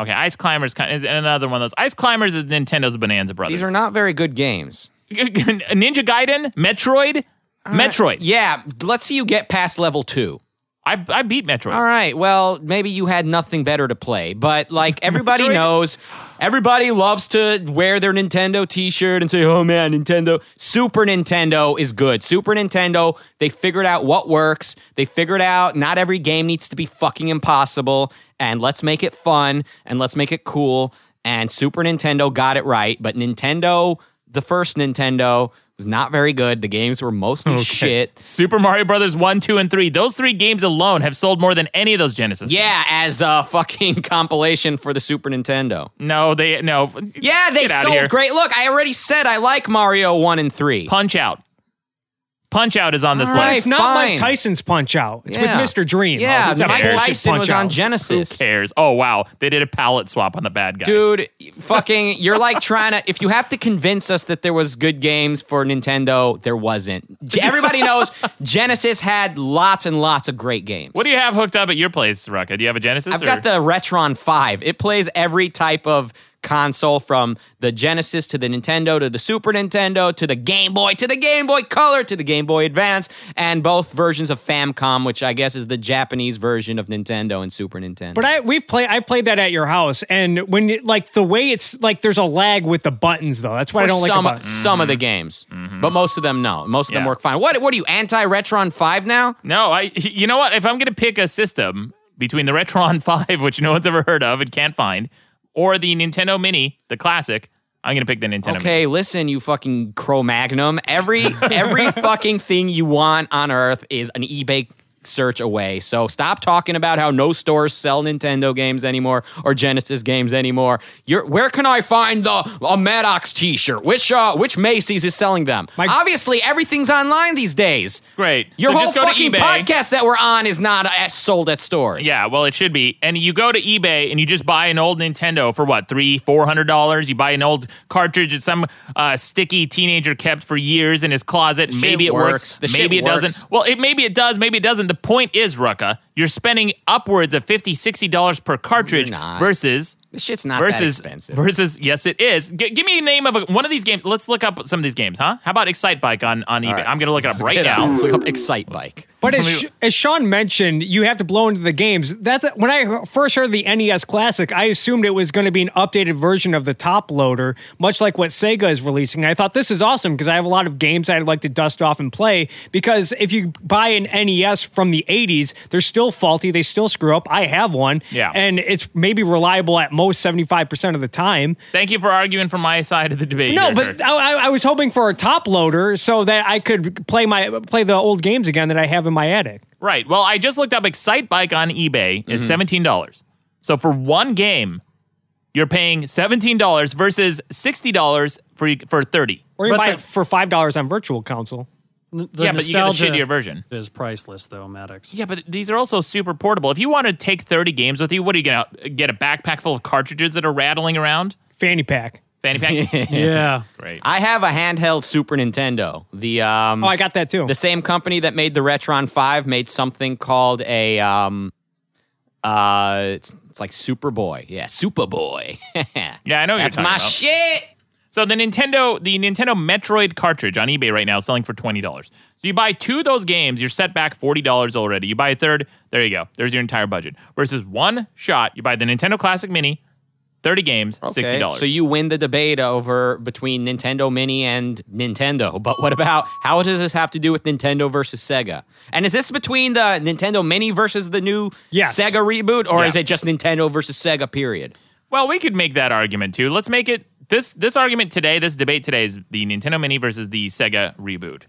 [SPEAKER 1] Okay, Ice Climbers kind- is another one of those. Ice Climbers is Nintendo's Bonanza Brothers.
[SPEAKER 3] These are not very good games.
[SPEAKER 1] Ninja Gaiden, Metroid, Metroid.
[SPEAKER 3] Yeah, let's see you get past level two.
[SPEAKER 1] I, I beat Metroid.
[SPEAKER 3] All right. Well, maybe you had nothing better to play, but like everybody knows, everybody loves to wear their Nintendo t shirt and say, oh man, Nintendo. Super Nintendo is good. Super Nintendo, they figured out what works. They figured out not every game needs to be fucking impossible. And let's make it fun and let's make it cool. And Super Nintendo got it right. But Nintendo, the first Nintendo, was not very good. The games were mostly shit.
[SPEAKER 1] Super Mario Brothers 1, 2, and 3. Those three games alone have sold more than any of those Genesis.
[SPEAKER 3] Yeah, as a fucking compilation for the Super Nintendo.
[SPEAKER 1] No, they no.
[SPEAKER 3] Yeah, they
[SPEAKER 1] Get outta
[SPEAKER 3] sold
[SPEAKER 1] here.
[SPEAKER 3] great. Look, I already said I like Mario one and three.
[SPEAKER 1] Punch Out. Punch Out is on this
[SPEAKER 3] All right,
[SPEAKER 1] list.
[SPEAKER 6] It's not Mike
[SPEAKER 3] fine.
[SPEAKER 6] Tyson's Punch Out. It's
[SPEAKER 3] Yeah.
[SPEAKER 6] with Mr. Dream.
[SPEAKER 3] Yeah,
[SPEAKER 6] It's not
[SPEAKER 3] Mike
[SPEAKER 6] Punch-Out's
[SPEAKER 3] Tyson was
[SPEAKER 6] Punch-Out.
[SPEAKER 3] on Genesis.
[SPEAKER 1] Who cares? Oh wow, they did a palette swap on the bad guy.
[SPEAKER 3] Dude, fucking, you're like trying to. If you have to convince us that there was good games for Nintendo, there wasn't. Ge- Everybody knows Genesis had lots and lots of great games.
[SPEAKER 1] What do you have hooked up at your place, Rucka? Do you have a Genesis?
[SPEAKER 3] I've got the Retron 5. It plays every type of console from the Genesis to the Nintendo to the Super Nintendo to the Game Boy to the Game Boy Color to the Game Boy Advance and both versions of Famicom, which I guess is the Japanese version of Nintendo and Super Nintendo.
[SPEAKER 6] But I we play I played that at your house and when it, like the way it's like there's a lag with the buttons though. That's what I
[SPEAKER 3] For
[SPEAKER 6] don't like
[SPEAKER 3] some,
[SPEAKER 6] about it.
[SPEAKER 3] some of the games, but most of them no. Most of them work fine. What? What are you anti Retron Five now?
[SPEAKER 1] No, I. You know what? If I'm gonna pick a system between the Retron Five, which no one's ever heard of and can't find, or the Nintendo Mini, the classic, I'm gonna pick the Nintendo. Mini.
[SPEAKER 3] Okay, listen, you fucking Cro Magnum. Every every fucking thing you want on Earth is an eBay search away. So stop talking about how no stores sell Nintendo games anymore or Genesis games anymore. You're, where can I find the a Maddox T-shirt? Which uh, which Macy's is selling them? Obviously, everything's online these days.
[SPEAKER 1] Great.
[SPEAKER 3] Your
[SPEAKER 1] So
[SPEAKER 3] whole
[SPEAKER 1] just go to
[SPEAKER 3] fucking
[SPEAKER 1] eBay.
[SPEAKER 3] podcast that we're on is not uh, sold at stores.
[SPEAKER 1] Yeah, well, it should be. And you go to eBay and you just buy an old Nintendo for what three, four hundred dollars. You buy an old cartridge that some uh, sticky teenager kept for years in his closet.
[SPEAKER 3] Shit
[SPEAKER 1] maybe it
[SPEAKER 3] works.
[SPEAKER 1] works.
[SPEAKER 3] The shit
[SPEAKER 1] maybe it
[SPEAKER 3] works.
[SPEAKER 1] doesn't. Well, it maybe it does. Maybe it doesn't. The point is, Rucka, you're spending upwards of 50 dollars per cartridge
[SPEAKER 3] not.
[SPEAKER 1] versus.
[SPEAKER 3] This shit's not that
[SPEAKER 1] Versus,
[SPEAKER 3] expensive.
[SPEAKER 1] versus, yes, it is. G- give me a name of a, one of these games. Let's look up some of these games, huh? How about Excite Bike on, on eBay?
[SPEAKER 3] right.
[SPEAKER 1] I'm going to look it up right
[SPEAKER 3] Get
[SPEAKER 1] now.
[SPEAKER 3] out. Let's look up Excite Bike.
[SPEAKER 6] But as, Sh- as Sean mentioned, you have to blow into the games. That's when I first heard the NES Classic. I assumed it was going to be an updated version of the top loader, much like what Sega is releasing. And I thought this is awesome because I have a lot of games I'd like to dust off and play. Because if you buy an NES from the '80s, they're still faulty. They still screw up. I have one,
[SPEAKER 1] Yeah.
[SPEAKER 6] and it's maybe reliable at most seventy-five percent of the time.
[SPEAKER 1] Thank you for arguing from my side of the debate.
[SPEAKER 6] No,
[SPEAKER 1] here,
[SPEAKER 6] but
[SPEAKER 1] Kurt.
[SPEAKER 6] I, I- I was hoping for a top loader so that I could play my play the old games again that I have in my attic.
[SPEAKER 1] Right. Well, I just looked up Excite Bike on eBay
[SPEAKER 3] Mm-hmm.
[SPEAKER 1] is seventeen dollars. So for one game, you're paying seventeen dollars versus sixty dollars for for thirty.
[SPEAKER 6] Or you
[SPEAKER 2] But
[SPEAKER 6] buy
[SPEAKER 2] the-
[SPEAKER 6] it for five dollars on Virtual Console.
[SPEAKER 2] N- The
[SPEAKER 1] Yeah, but you get a
[SPEAKER 2] nostalgia
[SPEAKER 1] shittier version.
[SPEAKER 2] Is priceless though, Maddox.
[SPEAKER 1] Yeah, but these are also super portable. If you want to take thirty games with you, what are you gonna get a backpack full of cartridges that are rattling around?
[SPEAKER 6] Fanny pack.
[SPEAKER 1] Fanny pack.
[SPEAKER 2] Yeah.
[SPEAKER 1] Great.
[SPEAKER 3] I have a handheld Super Nintendo. The um,
[SPEAKER 6] Oh, I got that too.
[SPEAKER 3] The same company that made the Retron 5 made something called a um uh it's, it's like Superboy. Yeah, Superboy.
[SPEAKER 1] Yeah, I know what
[SPEAKER 3] That's
[SPEAKER 1] you're talking
[SPEAKER 3] my
[SPEAKER 1] about.
[SPEAKER 3] shit.
[SPEAKER 1] So the Nintendo, the Nintendo Metroid cartridge on eBay right now is selling for twenty dollars. So you buy two of those games, you're set back forty dollars already. You buy a third, there you go. There's your entire budget. Versus one shot, you buy the Nintendo Classic Mini, thirty games, sixty dollars.
[SPEAKER 3] So you win the debate over between Nintendo Mini and Nintendo. But what about how does this have to do with Nintendo versus Sega? And is this between the Nintendo Mini versus the new
[SPEAKER 6] Yes.
[SPEAKER 3] Sega reboot or
[SPEAKER 1] Yeah.
[SPEAKER 3] is it just Nintendo versus Sega period?
[SPEAKER 1] well, we could make that argument too. Let's make it this this argument today, this debate today is the Nintendo Mini versus the Sega reboot.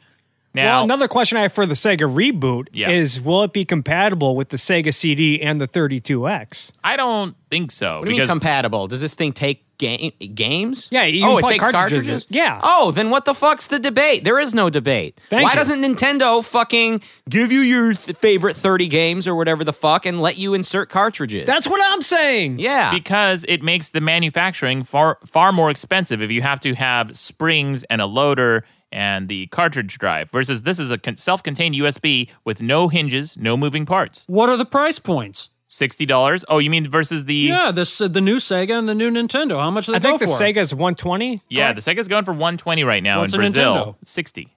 [SPEAKER 1] Now,
[SPEAKER 6] well, another question I have for the Sega reboot
[SPEAKER 1] Yeah.
[SPEAKER 6] is: Will it be compatible with the Sega CD and the 32X?
[SPEAKER 1] I don't think so
[SPEAKER 3] What do you mean
[SPEAKER 1] because
[SPEAKER 3] compatible? Does this thing take ga- games?
[SPEAKER 6] Yeah, you
[SPEAKER 3] oh,
[SPEAKER 6] can
[SPEAKER 3] it
[SPEAKER 6] plug
[SPEAKER 3] takes
[SPEAKER 6] cartridges
[SPEAKER 3] cartridges.
[SPEAKER 6] in. Yeah.
[SPEAKER 3] Oh, then what the fuck's the debate? There is no debate.
[SPEAKER 6] Thank
[SPEAKER 3] Why
[SPEAKER 6] you.
[SPEAKER 3] doesn't Nintendo fucking give you your th- favorite thirty games or whatever the fuck and let you insert cartridges?
[SPEAKER 6] That's what I'm saying.
[SPEAKER 3] yeah.
[SPEAKER 1] because it makes the manufacturing far far more expensive if you have to have springs and a loader and the cartridge drive versus this is a con- self-contained USB with no hinges, no moving parts.
[SPEAKER 2] What are the price points?
[SPEAKER 1] $60. Oh, you mean versus the
[SPEAKER 2] Yeah, this uh, the new Sega and the new Nintendo. How much do they
[SPEAKER 6] I
[SPEAKER 2] go
[SPEAKER 6] think the
[SPEAKER 2] for?
[SPEAKER 6] Sega's 120.
[SPEAKER 1] Yeah, the Sega's going for 120 right now
[SPEAKER 2] What's a
[SPEAKER 1] in Brazil.
[SPEAKER 2] Nintendo?
[SPEAKER 1] 60.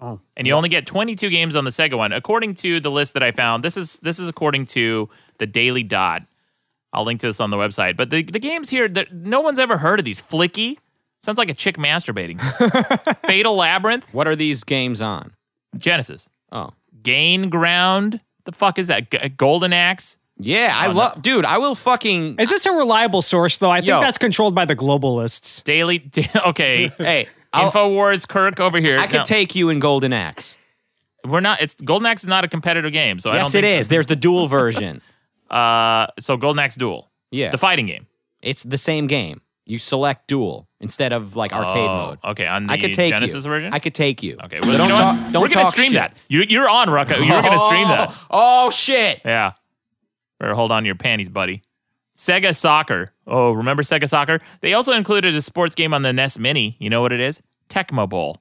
[SPEAKER 2] Oh.
[SPEAKER 1] And you only get 22 games on the Sega one according to the list that I found. This is this is according to the Daily Dot. I'll link to this on the website. But the, the games here, they're- no one's ever heard of these. Flicky sounds like a chick masturbating. Fatal Labyrinth,
[SPEAKER 3] What are these games on?
[SPEAKER 1] Genesis.
[SPEAKER 3] Oh.
[SPEAKER 1] Gain Ground. The fuck is that? G- uh, Golden Axe.
[SPEAKER 3] Yeah,
[SPEAKER 1] Oh,
[SPEAKER 3] I love, dude. I will fucking.
[SPEAKER 6] Is this a reliable source though? I think
[SPEAKER 3] Yo.
[SPEAKER 6] that's controlled by the globalists.
[SPEAKER 1] Daily. okay.
[SPEAKER 3] hey,
[SPEAKER 1] Infowars Kirk over here.
[SPEAKER 3] I could
[SPEAKER 1] No.
[SPEAKER 3] take you in Golden Axe.
[SPEAKER 1] We're not. It's Golden Axe is not a competitive game, so I don't.
[SPEAKER 3] yes, it
[SPEAKER 1] think
[SPEAKER 3] is. There's the dual version.
[SPEAKER 1] So. Uh, so Golden Axe Duel.
[SPEAKER 3] Yeah.
[SPEAKER 1] the fighting game.
[SPEAKER 3] It's the same game. You select dual instead of like arcade
[SPEAKER 1] Oh,
[SPEAKER 3] mode.
[SPEAKER 1] Okay, on the
[SPEAKER 3] I could take
[SPEAKER 1] Genesis
[SPEAKER 3] you.
[SPEAKER 1] version.
[SPEAKER 3] I could take you. Okay,
[SPEAKER 1] Well, you
[SPEAKER 3] don't
[SPEAKER 1] know what?
[SPEAKER 3] talk. Don't
[SPEAKER 1] We're gonna
[SPEAKER 3] talk
[SPEAKER 1] stream
[SPEAKER 3] shit.
[SPEAKER 1] that. You, you're on, Rucka. You're gonna stream that.
[SPEAKER 3] Oh oh, shit!
[SPEAKER 1] Yeah. Better hold on to your panties, buddy. Sega Soccer. Oh, remember Sega Soccer? They also included a sports game on the NES Mini. You know what it is? Tecmo Bowl.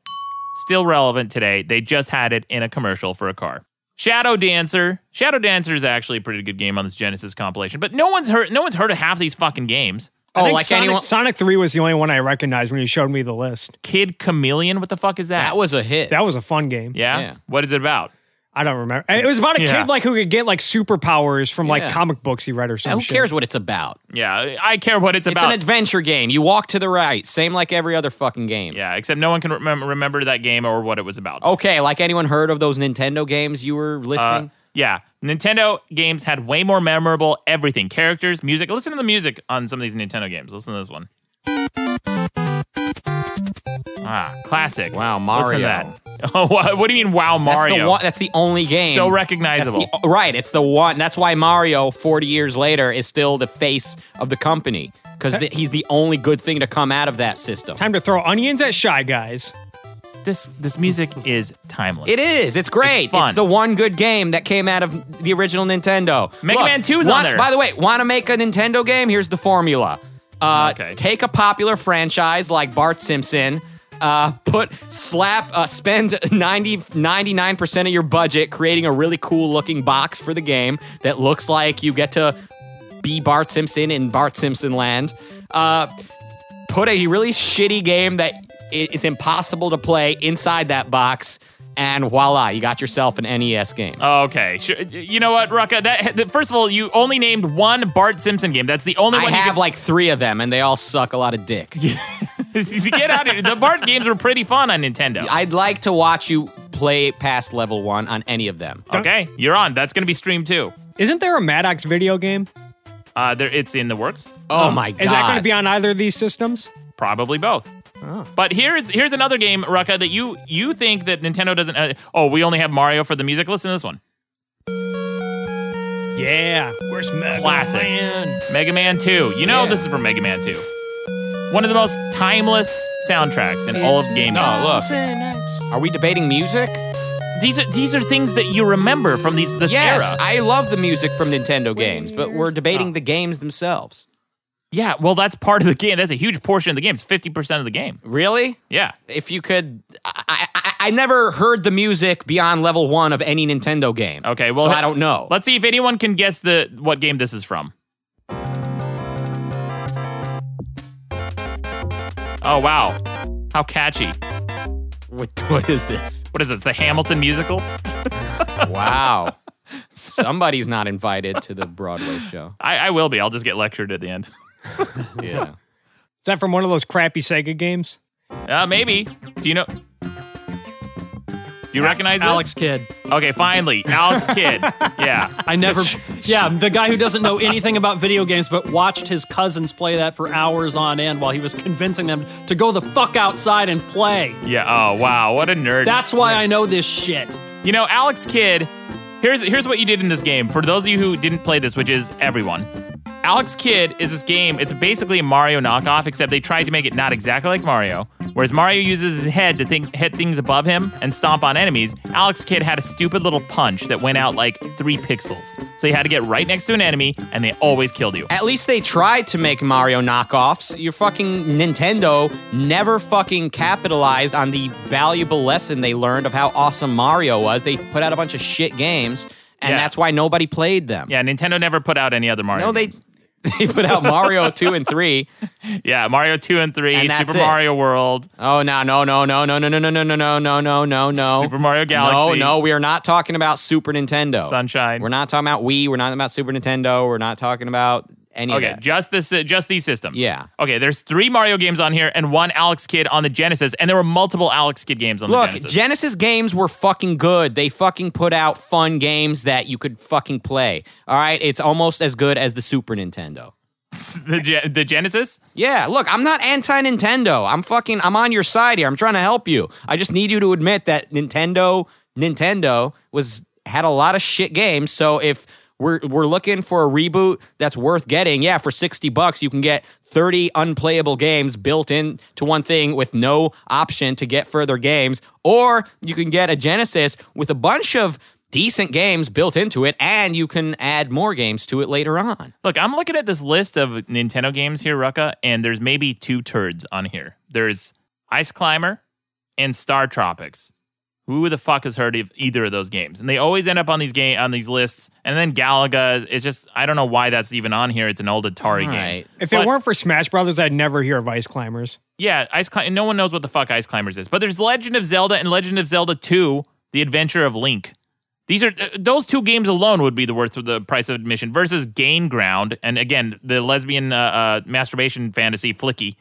[SPEAKER 1] Still relevant today. They just had it in a commercial for a car. Shadow Dancer. Shadow Dancer is actually a pretty good game on this Genesis compilation, but no one's heard no one's heard of half these fucking games.
[SPEAKER 3] Oh,
[SPEAKER 1] I think Sonic-
[SPEAKER 6] Sonic, Sonic Three was the only one I recognized when you showed me the list.
[SPEAKER 1] Kid Chameleon, what the fuck is that?
[SPEAKER 3] That was a hit.
[SPEAKER 6] That was a fun game.
[SPEAKER 1] Yeah? What is it about?
[SPEAKER 6] I don't remember. And It was about a
[SPEAKER 1] Yeah.
[SPEAKER 6] kid like who could get like superpowers from like
[SPEAKER 1] Yeah.
[SPEAKER 6] comic books he read or
[SPEAKER 3] Who
[SPEAKER 6] something.
[SPEAKER 3] cares what it's about?
[SPEAKER 1] Yeah, I care what it's,
[SPEAKER 3] It's
[SPEAKER 1] about.
[SPEAKER 3] an adventure game. You walk to the right, same like every other fucking game.
[SPEAKER 1] yeah, except no one can remem- remember that game or what it was about.
[SPEAKER 3] Okay, like anyone heard of those Nintendo games you were listing?
[SPEAKER 1] Uh, yeah, Nintendo games had way more memorable everything: characters, music. Listen to the music on some of these Nintendo games. Listen to this one. Ah, classic. Wow, Listen to
[SPEAKER 3] Mario.
[SPEAKER 1] that. Oh, what, what do you mean, Wow, Mario?
[SPEAKER 3] That's the, one, that's the only game.
[SPEAKER 1] So recognizable.
[SPEAKER 3] That's the- right. It's the one. That's why Mario, 40 years later, is still the face of the company because he's the only good thing to come out of that system.
[SPEAKER 6] Time to throw onions at shy guys.
[SPEAKER 1] This this music is timeless.
[SPEAKER 3] It is. It's great. It's,
[SPEAKER 1] fun.
[SPEAKER 3] the one good game that came out of the original Nintendo.
[SPEAKER 1] Mega
[SPEAKER 3] Look,
[SPEAKER 1] Man 2 is
[SPEAKER 3] want-
[SPEAKER 1] on there.
[SPEAKER 3] By the way, want to make a Nintendo game? Here's the formula. Uh, Take a popular franchise like Bart Simpson. Uh, put slap uh, spend 90 99% of your budget creating a really cool looking box for the game that looks like you get to be Bart Simpson in Bart Simpson land. Uh, put a really shitty game that i- is impossible to play inside that box, and voila, you got yourself an NES game.
[SPEAKER 1] Okay, sure. you know what, Rucka? That, that first of all, you only named one Bart Simpson game. That's the only
[SPEAKER 3] I
[SPEAKER 1] one.
[SPEAKER 3] have like three of them, and they all suck a lot of dick.
[SPEAKER 1] you can, get out of here. The Bart games were pretty fun on Nintendo.
[SPEAKER 3] I'd like to watch you play past level one on any of them.
[SPEAKER 1] Okay, you're on. That's going to be streamed too.
[SPEAKER 6] Isn't there a Maddox video game?
[SPEAKER 1] Uh, there, it's in the works.
[SPEAKER 3] Oh my
[SPEAKER 6] Is that
[SPEAKER 1] God.
[SPEAKER 6] going to be on either of these systems?
[SPEAKER 1] Probably both.
[SPEAKER 3] Oh.
[SPEAKER 1] But here's here's another game, Rucka, that you you think that Nintendo doesn't. Uh, oh, we only have Mario for the music. Listen to this one.
[SPEAKER 6] Yeah. Where's Mega
[SPEAKER 1] Classic. Mega Man 2. You know this is from Mega Man 2. One of the most timeless soundtracks in all of gaming.
[SPEAKER 3] No, Are we debating music?
[SPEAKER 1] These are these are things that you remember from these this
[SPEAKER 3] yes,
[SPEAKER 1] era.
[SPEAKER 3] I love the music from Nintendo games, but we're debating the games themselves.
[SPEAKER 1] yeah, well, that's part of the game. That's a huge portion of the game. It's fifty percent of the game.
[SPEAKER 3] Really?
[SPEAKER 1] Yeah.
[SPEAKER 3] If you could, I, I, I never heard the music beyond level one of any Nintendo game.
[SPEAKER 1] Okay, well,
[SPEAKER 3] so I don't know.
[SPEAKER 1] Let's see if anyone can guess the what game this is from. Oh wow, how catchy!
[SPEAKER 3] What what is this?
[SPEAKER 1] What is this? The Hamilton musical?
[SPEAKER 3] Wow. Somebody's not invited to the Broadway show.
[SPEAKER 1] I, I will be. I'll just get lectured at the end.
[SPEAKER 3] Yeah.
[SPEAKER 6] Is that from one of those crappy Sega games?
[SPEAKER 1] Uh, maybe. Do you know? Do you recognize this?
[SPEAKER 2] Alex Kidd.
[SPEAKER 1] Okay, finally, Alex Kidd. Yeah,
[SPEAKER 2] I never. yeah, the guy who doesn't know anything about video games but watched his cousins play that for hours on end while he was convincing them to go the fuck outside and play.
[SPEAKER 1] Yeah. Oh wow, what a nerd.
[SPEAKER 2] That's why I know this shit.
[SPEAKER 1] You know, Alex Kidd, here's here's what you did in this game. For those of you who didn't play this, which is everyone, Alex Kidd is this game. It's basically a Mario knockoff, except they tried to make it not exactly like Mario. Whereas Mario uses his head to think, hit things above him and stomp on enemies, Alex Kidd had a stupid little punch that went out like three pixels. So you had to get right next to an enemy, and they always killed you.
[SPEAKER 3] At least they tried to make Mario knockoffs. Your fucking Nintendo never fucking capitalized on the valuable lesson they learned of how awesome Mario was. They put out a bunch of shit games, and
[SPEAKER 1] Yeah.
[SPEAKER 3] that's why nobody played them.
[SPEAKER 1] Yeah, Nintendo never put out any other Mario.
[SPEAKER 3] No, they they put out Mario 2 and 3.
[SPEAKER 1] Yeah, Mario 2 and 3,
[SPEAKER 3] And that's
[SPEAKER 1] Super
[SPEAKER 3] it.
[SPEAKER 1] Mario World.
[SPEAKER 3] Oh no no no no no no no no no no no no no no no
[SPEAKER 1] Super Mario Galaxy.
[SPEAKER 3] No no we are not talking about Super Nintendo
[SPEAKER 1] Sunshine.
[SPEAKER 3] We're not talking about Wii. We're not talking about Super Nintendo. We're not talking about any
[SPEAKER 1] Okay,
[SPEAKER 3] of that.
[SPEAKER 1] just this, just these systems.
[SPEAKER 3] Yeah.
[SPEAKER 1] Okay, there's three Mario games on here and one Alex Kidd on the Genesis, and there were multiple Alex Kidd games on
[SPEAKER 3] Look,
[SPEAKER 1] the Genesis.
[SPEAKER 3] Genesis games were fucking good. They fucking put out fun games that you could fucking play. All right, it's almost as good as the Super Nintendo.
[SPEAKER 1] the, Ge- the Genesis?
[SPEAKER 3] Yeah, look, I'm not anti Nintendo. I'm fucking, I'm on your side here. I'm trying to help you. I just need you to admit that Nintendo, Nintendo was had a lot of shit games. So if we're we're looking for a reboot that's worth getting, yeah, for sixty bucks you can get thirty unplayable games built in to one thing with no option to get further games, or you can get a Genesis with a bunch of decent games built into it, and you can add more games to it later on.
[SPEAKER 1] Look, I'm looking at this list of Nintendo games here, Rucka, and there's maybe two turds on here. There's Ice Climber and Star Tropics. Who the fuck has heard of either of those games? And they always end up on these game on these lists. And then Galaga is just I don't know why that's even on here. It's an old Atari game.
[SPEAKER 2] If
[SPEAKER 1] But-
[SPEAKER 2] it weren't for Smash Brothers, I'd never hear of Ice Climbers.
[SPEAKER 1] Yeah, Ice Climb. No one knows what the fuck Ice Climbers is, but there's Legend of Zelda and Legend of Zelda Two: The Adventure of Link. These are th- those two games alone would be the worth of the price of admission versus Gain Ground and again the lesbian uh, uh, masturbation fantasy Flicky,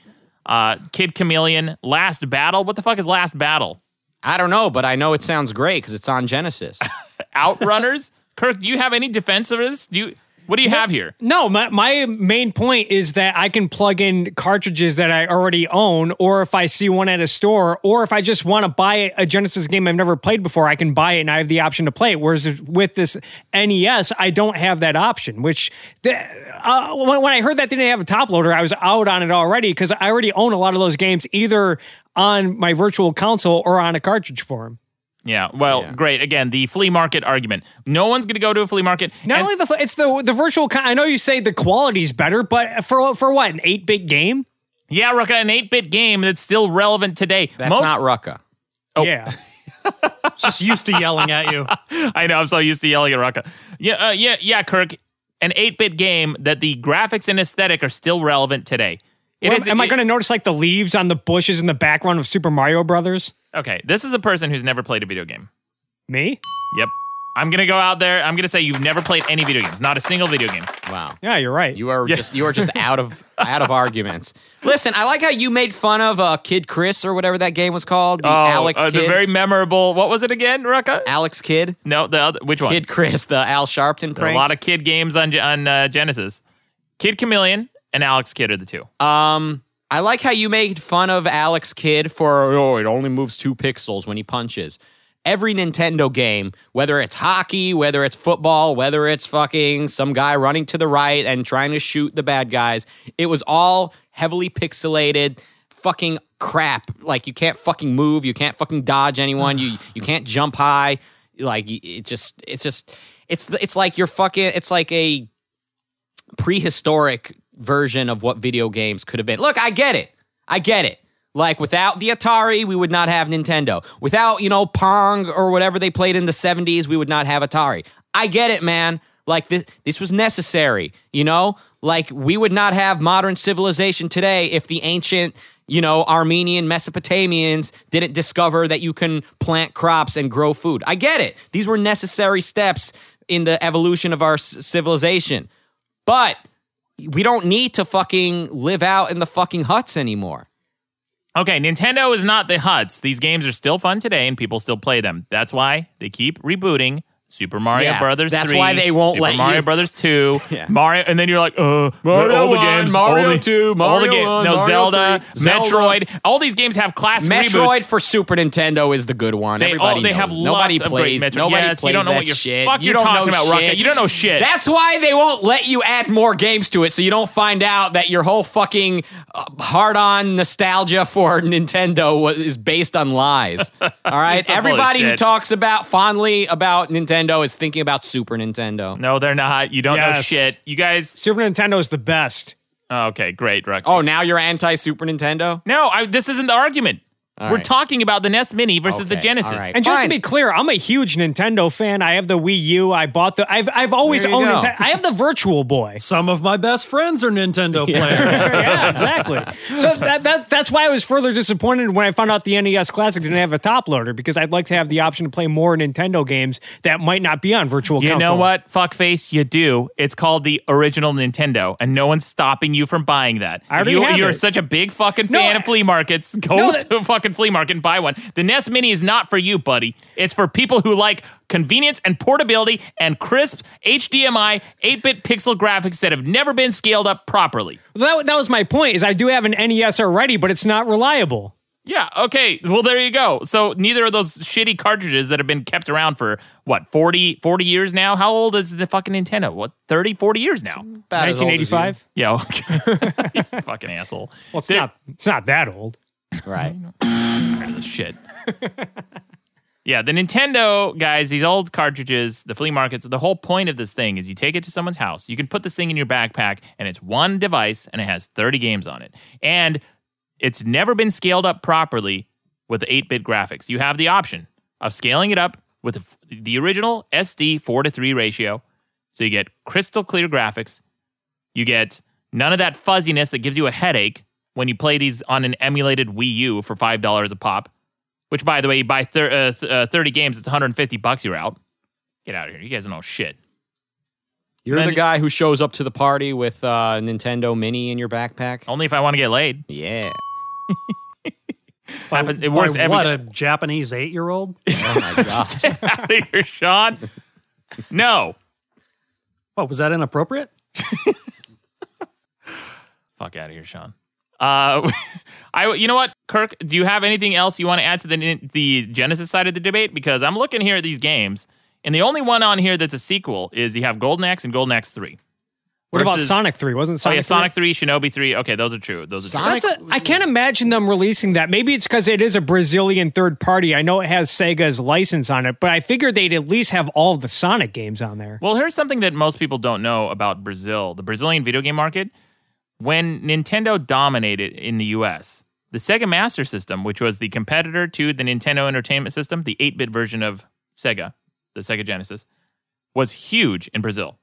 [SPEAKER 1] uh, Kid Chameleon, Last Battle. What the fuck is Last Battle?
[SPEAKER 3] I don't know, but I know it sounds great because it's on Genesis.
[SPEAKER 1] Outrunners. Kirk, do you have any defense of this? Do you? What do you have here?
[SPEAKER 2] No, my, my main point is that I can plug in cartridges that I already own, or if I see one at a store, or if I just want to buy a Genesis game I've never played before, I can buy it and I have the option to play it. Whereas if- with this NES, I don't have that option, which the, uh, when, when I heard that they didn't have a top loader, I was out on it already because I already own a lot of those games either on my virtual console or on a cartridge form.
[SPEAKER 1] Yeah. Well, great. Again, the flea market argument. No one's going to go to a flea market.
[SPEAKER 2] Not only the fl- it's the the virtual. Con- I know you say the quality's better, but for for what an eight bit game?
[SPEAKER 1] Yeah, Rucka, an eight bit game that's still relevant today.
[SPEAKER 3] That's not Rucka.
[SPEAKER 1] Oh.
[SPEAKER 2] Yeah.
[SPEAKER 1] Just used to yelling at you. I know. I'm so used to yelling at Rucka. Yeah, uh, yeah, yeah, Kirk. An eight bit game that the graphics and aesthetic are still relevant today. It
[SPEAKER 2] Well,
[SPEAKER 1] is-
[SPEAKER 2] am I
[SPEAKER 1] it-
[SPEAKER 2] going to notice like the leaves on the bushes in the background of Super Mario Brothers?
[SPEAKER 1] Okay, this is a person who's never played a video game.
[SPEAKER 2] Me?
[SPEAKER 1] Yep. I'm gonna go out there. I'm gonna say you've never played any video games, not a single video game.
[SPEAKER 3] Wow.
[SPEAKER 2] Yeah, you're right.
[SPEAKER 3] You are just you are just out of out of arguments. Listen, I like how you made fun of uh, Kid Chris or whatever that game was called. The
[SPEAKER 1] Oh,
[SPEAKER 3] Alex
[SPEAKER 1] uh,
[SPEAKER 3] Kid.
[SPEAKER 1] the very memorable. What was it again, Rucka?
[SPEAKER 3] Alex Kid.
[SPEAKER 1] No, the other, which one?
[SPEAKER 3] Kid Chris, the Al Sharpton
[SPEAKER 1] There are a
[SPEAKER 3] prank.
[SPEAKER 1] lot of kid games on Ge- on uh, Genesis. Kid Chameleon and Alex Kid are the two.
[SPEAKER 3] um, I like how you made fun of Alex Kid for oh, it only moves two pixels when he punches. Every Nintendo game, whether it's hockey, whether it's football, whether it's fucking some guy running to the right and trying to shoot the bad guys, it was all heavily pixelated fucking crap. Like you can't fucking move, you can't fucking dodge anyone, you you can't jump high. Like y- it just it's just it's the- it's like you're fucking it's like a prehistoric version of what video games could have been. Look, I get it. I get it. Like without the Atari, we would not have Nintendo. Without, you know, Pong or whatever they played in the 70s, we would not have Atari. I get it, man. Like this this was necessary, you know? Like we would not have modern civilization today if the ancient you know, Armenian Mesopotamians didn't discover that you can plant crops and grow food. I get it. These were necessary steps in the evolution of our s- civilization. But we don't need to fucking live out in the fucking huts anymore.
[SPEAKER 1] Okay, Nintendo is not the huts. These games are still fun today, and people still play them. That's why they keep rebooting Super Mario
[SPEAKER 3] Yeah,
[SPEAKER 1] Brothers.
[SPEAKER 3] that's
[SPEAKER 1] 3,
[SPEAKER 3] why they won't
[SPEAKER 1] Super
[SPEAKER 3] let
[SPEAKER 1] Mario
[SPEAKER 3] you-
[SPEAKER 1] Brothers Two,
[SPEAKER 3] Yeah.
[SPEAKER 1] Mario, and then you're like, uh,
[SPEAKER 3] Mario
[SPEAKER 1] all the
[SPEAKER 3] 1,
[SPEAKER 1] games,
[SPEAKER 3] Mario
[SPEAKER 1] all the,
[SPEAKER 3] 2,
[SPEAKER 1] all the
[SPEAKER 3] Mario
[SPEAKER 1] games,
[SPEAKER 3] 1,
[SPEAKER 1] no
[SPEAKER 3] Mario
[SPEAKER 1] Zelda,
[SPEAKER 3] 3, Zelda.
[SPEAKER 1] Metroid. All these games have classic
[SPEAKER 3] Metroid
[SPEAKER 1] reboots.
[SPEAKER 3] for Super Nintendo is the good one.
[SPEAKER 1] They,
[SPEAKER 3] Everybody
[SPEAKER 1] all, they
[SPEAKER 3] knows.
[SPEAKER 1] have
[SPEAKER 3] Nobody
[SPEAKER 1] lots of
[SPEAKER 3] plays.
[SPEAKER 1] great Metroid.
[SPEAKER 3] Nobody
[SPEAKER 1] yes,
[SPEAKER 3] plays
[SPEAKER 1] you don't know
[SPEAKER 3] that
[SPEAKER 1] what you're,
[SPEAKER 3] shit.
[SPEAKER 1] Fuck
[SPEAKER 3] you
[SPEAKER 1] you're
[SPEAKER 3] don't
[SPEAKER 1] talking
[SPEAKER 3] know
[SPEAKER 1] about, Rucka.
[SPEAKER 3] shit.
[SPEAKER 1] You don't know shit.
[SPEAKER 3] That's why they won't let you add more games to it, so you don't find out that your whole fucking uh, hard-on nostalgia for Nintendo was, is based on lies. All right,
[SPEAKER 1] Some
[SPEAKER 3] everybody who
[SPEAKER 1] bullshit.
[SPEAKER 3] talks about fondly about Nintendo is thinking about Super Nintendo.
[SPEAKER 1] no, they're not. You don't know
[SPEAKER 2] Yes.
[SPEAKER 1] shit. You guys.
[SPEAKER 2] Super Nintendo is the best.
[SPEAKER 1] Okay, great, Rucka.
[SPEAKER 3] Oh, now you're anti-Super Nintendo.
[SPEAKER 1] No, I, this isn't the argument.
[SPEAKER 3] All
[SPEAKER 1] We're
[SPEAKER 3] right.
[SPEAKER 1] talking about the NES Mini versus the
[SPEAKER 3] Okay,
[SPEAKER 1] Genesis.
[SPEAKER 3] all right.
[SPEAKER 2] And just
[SPEAKER 3] Fine.
[SPEAKER 2] to be clear, I'm a huge Nintendo fan. I have the Wii U. I bought the. I've I've always
[SPEAKER 3] There you
[SPEAKER 2] owned.
[SPEAKER 3] go.
[SPEAKER 2] Nintendo. I have the Virtual Boy.
[SPEAKER 14] Some of my best friends are Nintendo players.
[SPEAKER 2] yeah, exactly. So that, that that's why I was further disappointed when I found out the NES Classic didn't have a top loader because I'd like to have the option to play more Nintendo games that might not be on Virtual.
[SPEAKER 1] You know
[SPEAKER 2] console.
[SPEAKER 1] what, fuckface? You do. It's called the original Nintendo, and no one's stopping you from buying that.
[SPEAKER 2] I already
[SPEAKER 1] you,
[SPEAKER 2] have
[SPEAKER 1] you're
[SPEAKER 2] it.
[SPEAKER 1] such a big fucking
[SPEAKER 2] No,
[SPEAKER 1] fan
[SPEAKER 2] I-
[SPEAKER 1] of flea markets. Go
[SPEAKER 2] no, that-
[SPEAKER 1] to a fucking fucking flea market and buy one. The Nest Mini is not for you, buddy. It's for people who like convenience and portability and crisp HDMI 8-bit pixel graphics that have never been scaled up properly.
[SPEAKER 6] That, that was my point. Is I do have an
[SPEAKER 2] E
[SPEAKER 6] NES already, but it's not reliable.
[SPEAKER 1] Yeah, okay. Well, there you go. So neither of those shitty cartridges that have been kept around for what, 40 40 years now? How old is the fucking Nintendo? What, 30 40 years now?
[SPEAKER 6] About as old as you. 1985?
[SPEAKER 1] Yeah, okay. You fucking asshole.
[SPEAKER 6] Well, it's not it's not that old.
[SPEAKER 3] Right.
[SPEAKER 1] tired of this shit. yeah, the Nintendo guys, these old cartridges, the flea markets, the whole point of this thing is you take it to someone's house, you can put this thing in your backpack, and it's one device and it has 30 games on it. And it's never been scaled up properly with 8 bit graphics. You have the option of scaling it up with the f- the original SD 4 to 3 ratio. So you get crystal clear graphics. You get none of that fuzziness that gives you a headache when you play these on an emulated Wii U for $5 a pop. Which, by the way, you buy thir- uh, th- uh, 30 games, it's 150 bucks. You're out. Get out of here. You guys know shit.
[SPEAKER 3] You're the guy who shows up to the party with uh, Nintendo Mini in your backpack.
[SPEAKER 1] Only if I want to get laid.
[SPEAKER 3] Yeah.
[SPEAKER 1] Happens- it works
[SPEAKER 2] Why,
[SPEAKER 1] every
[SPEAKER 2] What
[SPEAKER 1] ti-
[SPEAKER 2] a Japanese eight-year-old.
[SPEAKER 3] Oh my god.
[SPEAKER 1] Get out of here, Sean. No.
[SPEAKER 2] What was that inappropriate?
[SPEAKER 1] Fuck out of here, Sean. Uh, I, you know what, Kirk? Do you have anything else you want to add to the the Genesis side of the debate? Because I'm looking here at these games, and the only one on here that's a sequel is you have Golden Axe and Golden Axe Three.
[SPEAKER 6] What about
[SPEAKER 1] Versus-
[SPEAKER 6] Sonic Three? Wasn't
[SPEAKER 1] oh
[SPEAKER 6] Sonic?
[SPEAKER 1] yeah, Sonic Three, Shinobi Three. Okay, those are true. Those are true.
[SPEAKER 6] That's a, I can't imagine them releasing that. Maybe it's because it is a Brazilian third party. I know it has Sega's license on it, but I figured they'd at least have all the Sonic games on there.
[SPEAKER 1] Well, here's something that most people don't know about Brazil the Brazilian video game market. When Nintendo dominated in the US, the Sega Master System, which was the competitor to the Nintendo Entertainment System, the 8 bit version of Sega, the Sega Genesis, was huge in Brazil.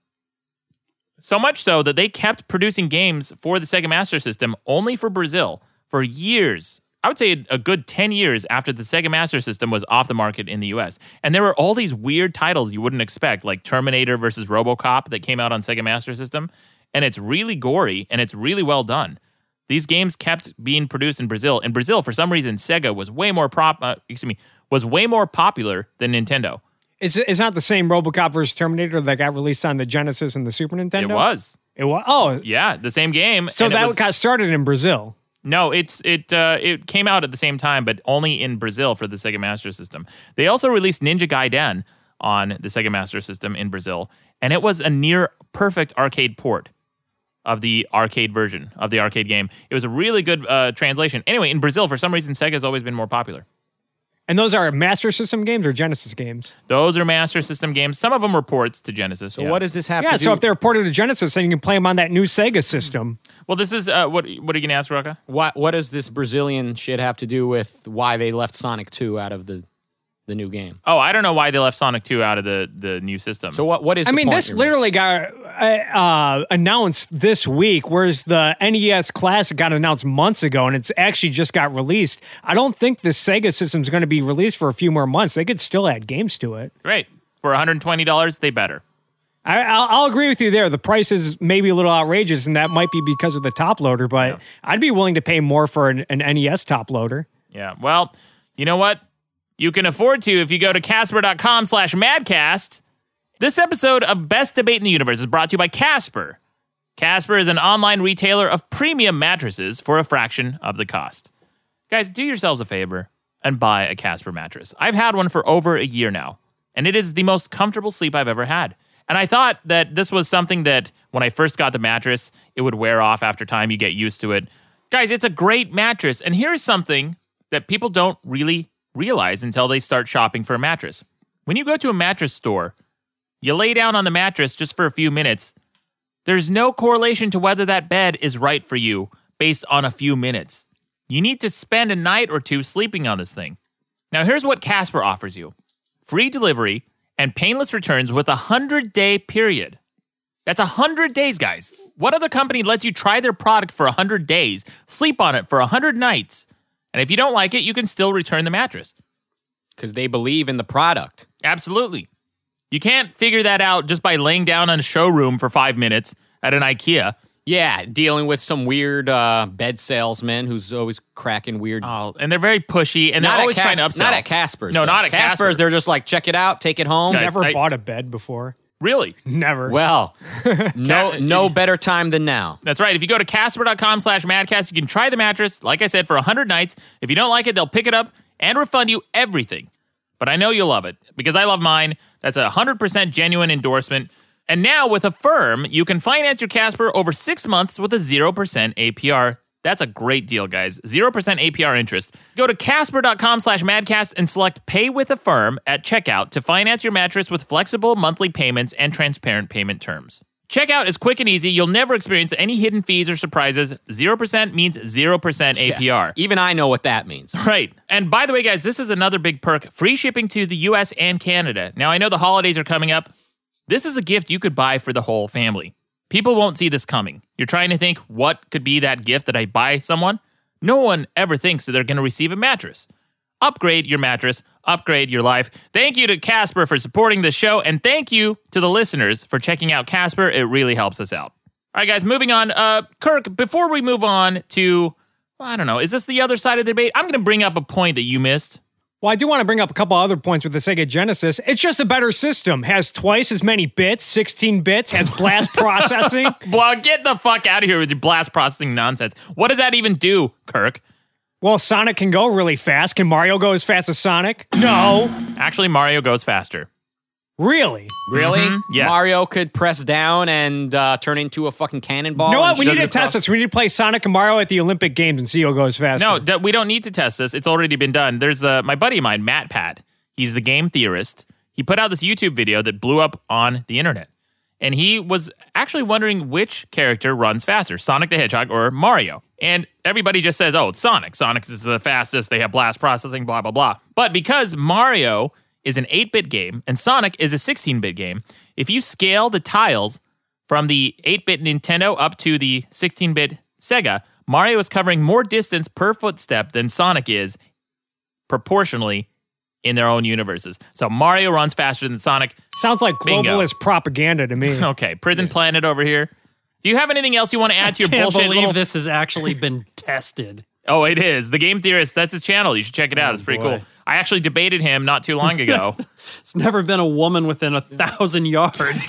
[SPEAKER 1] So much so that they kept producing games for the Sega Master System only for Brazil for years. I would say a good 10 years after the Sega Master System was off the market in the US. And there were all these weird titles you wouldn't expect, like Terminator versus Robocop that came out on Sega Master System. And it's really gory and it's really well done. These games kept being produced in Brazil. In Brazil, for some reason, Sega was way more prop, uh, excuse me, was way more popular than Nintendo.
[SPEAKER 6] It's, it's not the same RoboCop versus Terminator that got released on the Genesis and the Super Nintendo.
[SPEAKER 1] It was.
[SPEAKER 6] It was. Oh,
[SPEAKER 1] Yeah, the same game.
[SPEAKER 6] so
[SPEAKER 1] and it
[SPEAKER 6] that
[SPEAKER 1] was-
[SPEAKER 6] got started in Brazil.
[SPEAKER 1] No, it's it uh, it came out at the same time, but only in Brazil for the Sega Master System. They also released Ninja Gaiden on the Sega Master System in Brazil, and it was a near perfect arcade port of the arcade version of the arcade game. It was a really good uh, translation. Anyway, in Brazil, for some reason, Sega's always been more popular.
[SPEAKER 6] And those are Master System games or Genesis games.
[SPEAKER 1] Those are Master System games. Some of them were ports to Genesis.
[SPEAKER 3] So what does this have
[SPEAKER 6] yeah.
[SPEAKER 3] to do?
[SPEAKER 6] So if they're ported to Genesis, then you can play them on that new Sega system.
[SPEAKER 1] Well, this is uh, what what are you gonna ask, Rocca?
[SPEAKER 3] what what does this Brazilian shit have to do with why they left Sonic 2 out of the the new game?
[SPEAKER 1] Oh, I don't know why they left Sonic Two out of the the new system.
[SPEAKER 3] So what what is
[SPEAKER 6] I
[SPEAKER 3] the
[SPEAKER 6] mean,
[SPEAKER 3] point
[SPEAKER 6] this
[SPEAKER 3] you're
[SPEAKER 6] literally got uh, uh, announced this week, whereas the NES Classic got announced months ago, and it's actually just got released. I don't think the Sega system's going to be released for a few more months. They could still add games to it.
[SPEAKER 1] Great for one hundred twenty dollars, they better.
[SPEAKER 6] I, I'll, I'll agree with you there. The price is maybe a little outrageous, and that might be because of the top loader. But I'd be willing to pay more for an, an NES top loader.
[SPEAKER 1] Yeah. Well, you know what? You can afford to if you go to Casper.com slash madcast. This episode of Best Debate in the Universe is brought to you by Casper. Casper is an online retailer of premium mattresses for a fraction of the cost. Guys, do yourselves a favor and buy a Casper mattress. I've had one for over a year now, and it is the most comfortable sleep I've ever had. And I thought that this was something that when I first got the mattress, it would wear off after time. You get used to it. Guys, it's a great mattress. And here's something that people don't really realize until they start shopping for a mattress. When you go to a mattress store, you lay down on the mattress just for a few minutes. There's no correlation to whether that bed is right for you based on a few minutes. You need to spend a night or two sleeping on this thing. Now, here's what Casper offers you free delivery and painless returns with a 100 day period. That's 100 days, guys. What other company lets you try their product for 100 days, sleep on it for 100 nights, and if you don't like it, you can still return the mattress?
[SPEAKER 3] Because they believe in the product.
[SPEAKER 1] Absolutely. You can't figure that out just by laying down on a showroom for five minutes at an IKEA
[SPEAKER 3] Yeah, dealing with some weird uh, bed salesman who's always cracking weird.
[SPEAKER 1] Oh, and they're very pushy, and they're
[SPEAKER 3] not at
[SPEAKER 1] always trying
[SPEAKER 3] Cas-
[SPEAKER 1] to upsell.
[SPEAKER 3] Not at Casper's.
[SPEAKER 1] No,
[SPEAKER 3] though.
[SPEAKER 1] not at Casper's.
[SPEAKER 3] They're just like, check it out, take it home.
[SPEAKER 6] Never bought a bed before.
[SPEAKER 1] Really?
[SPEAKER 6] Never.
[SPEAKER 3] Well, no, no better time than now.
[SPEAKER 1] That's right. If you go to Casper.com slash Madcast, you can try the mattress, like I said, for 100 nights. If you don't like it, they'll pick it up and refund you everything. But I know you'll love it because I love mine. That's a 100% genuine endorsement. And now with a firm, you can finance your Casper over six months with a 0% APR. That's a great deal, guys. 0% APR interest. Go to casper.com slash madcast and select pay with a firm at checkout to finance your mattress with flexible monthly payments and transparent payment terms. Checkout is quick and easy. You'll never experience any hidden fees or surprises. 0% means 0% APR.
[SPEAKER 3] Even I know what that means.
[SPEAKER 1] Right. And by the way, guys, this is another big perk free shipping to the US and Canada. Now, I know the holidays are coming up. This is a gift you could buy for the whole family. People won't see this coming. You're trying to think, what could be that gift that I buy someone? No one ever thinks that they're going to receive a mattress. Upgrade your mattress, upgrade your life. Thank you to Casper for supporting the show, and thank you to the listeners for checking out Casper. It really helps us out. All right, guys, moving on. Uh, Kirk, before we move on to, well, I don't know, is this the other side of the debate? I'm going to bring up a point that you missed.
[SPEAKER 6] Well, I do want to bring up a couple other points with the Sega Genesis. It's just a better system. Has twice as many bits, 16 bits, has blast processing.
[SPEAKER 1] Blah, get the fuck out of here with your blast processing nonsense. What does that even do, Kirk?
[SPEAKER 6] Well, Sonic can go really fast. Can Mario go as fast as Sonic? No.
[SPEAKER 1] Actually, Mario goes faster.
[SPEAKER 6] Really?
[SPEAKER 3] Really?
[SPEAKER 1] Mhm. Yes.
[SPEAKER 3] Mm-hmm. Mario could press down and uh, turn into a fucking cannonball.
[SPEAKER 6] You know what?
[SPEAKER 3] and
[SPEAKER 6] We
[SPEAKER 3] shoot
[SPEAKER 6] need to
[SPEAKER 3] it
[SPEAKER 6] test this. We need to play Sonic and Mario at the Olympic Games and see who goes faster.
[SPEAKER 1] No, that we don't need to test this. It's already been done. There's uh, my buddy of mine, Matt Pat. He's the game theorist. He put out this YouTube video that blew up on the internet. And he was actually wondering which character runs faster, Sonic the Hedgehog or Mario. And everybody just says, oh, it's Sonic. Sonic is the fastest. They have blast processing, blah, blah, blah. But because Mario is an 8 bit game and Sonic is a 16 bit game, if you scale the tiles from the 8 bit Nintendo up to the 16 bit Sega, Mario is covering more distance per footstep than Sonic is proportionally in their own universes. So Mario runs faster than Sonic.
[SPEAKER 6] Sounds like
[SPEAKER 1] Bingo.
[SPEAKER 6] globalist propaganda to me.
[SPEAKER 1] Okay, Prison Planet over here. Do you have anything else you want to add to your
[SPEAKER 2] Can't
[SPEAKER 1] bullshit?
[SPEAKER 2] believe
[SPEAKER 1] little-
[SPEAKER 2] this has actually been tested.
[SPEAKER 1] Oh, it is. The Game Theorist. That's his channel. You should check it out. it's pretty
[SPEAKER 2] boy.
[SPEAKER 1] cool. I actually debated him not too long ago.
[SPEAKER 2] It's never been a woman within a thousand yards.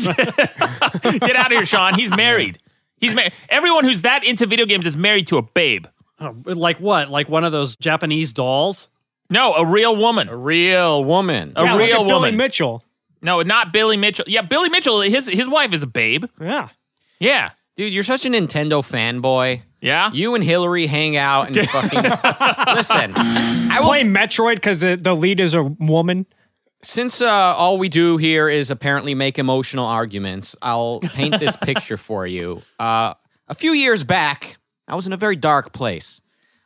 [SPEAKER 1] Get out of here, Sean. He's married. He's married. Everyone who's that into video games is married to a babe.
[SPEAKER 2] Oh, like what? Like one of those Japanese dolls?
[SPEAKER 1] No, a real woman.
[SPEAKER 3] A real woman.
[SPEAKER 1] A
[SPEAKER 6] Yeah, look
[SPEAKER 1] real
[SPEAKER 6] at Billy
[SPEAKER 1] woman.
[SPEAKER 6] Mitchell.
[SPEAKER 1] no, not Billy Mitchell. Yeah, Billy Mitchell. His his wife is a babe.
[SPEAKER 6] Yeah.
[SPEAKER 1] Yeah.
[SPEAKER 3] Dude, you're such a Nintendo fanboy.
[SPEAKER 1] Yeah.
[SPEAKER 3] You and Hillary hang out and fucking listen. I will
[SPEAKER 6] Play Metroid because the, the lead is a woman.
[SPEAKER 3] since uh, all we do here is apparently make emotional arguments. I'll paint this picture for you. Uh, a few years back, I was in a very dark place.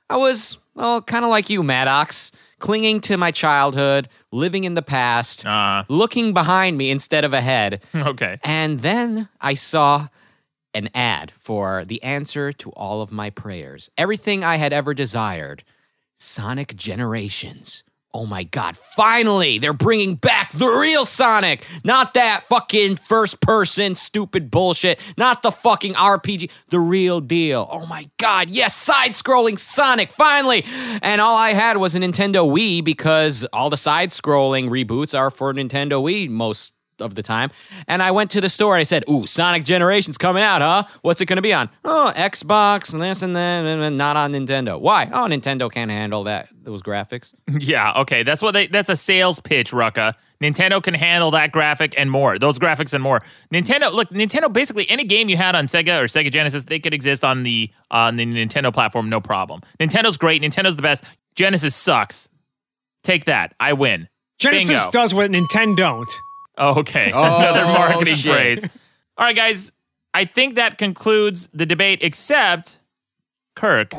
[SPEAKER 3] I was well, kind of like you, Maddox, clinging to my childhood, living in the past,
[SPEAKER 6] Uh-huh.
[SPEAKER 1] Uh,
[SPEAKER 3] looking behind me instead of ahead.
[SPEAKER 6] Hmm.
[SPEAKER 1] okay.
[SPEAKER 3] And then I saw an ad for the answer to all of my prayers. Everything I had ever desired Sonic Generations. Oh my God, finally, they're bringing back the real Sonic. Not that fucking first person stupid bullshit. Not the fucking RPG. The real deal. Oh my God, yes, side scrolling Sonic, finally. And all I had was a Nintendo Wii because all the side scrolling reboots are for Nintendo Wii most of the time. And I went to the store and I said, Ooh, Sonic Generations coming out, huh? What's it going to be on? Oh, Xbox and this and that, and then not on Nintendo. Why? Oh, Nintendo can't handle that, those graphics.
[SPEAKER 1] Yeah, okay. That's what they that's a sales pitch, Rucka. Nintendo can handle that graphic and more. Those graphics and more. Nintendo look, Nintendo basically any game you had on Sega or Sega Genesis, they could exist on the on the Nintendo platform, no problem. Nintendo's great, Nintendo's the best. Genesis sucks. Take that. I win.
[SPEAKER 6] Genesis
[SPEAKER 1] Bingo.
[SPEAKER 6] does what Nintendo don't.
[SPEAKER 1] Oh, Okay. Another marketing phrase. All right, guys. I think that concludes the debate, except Kirk.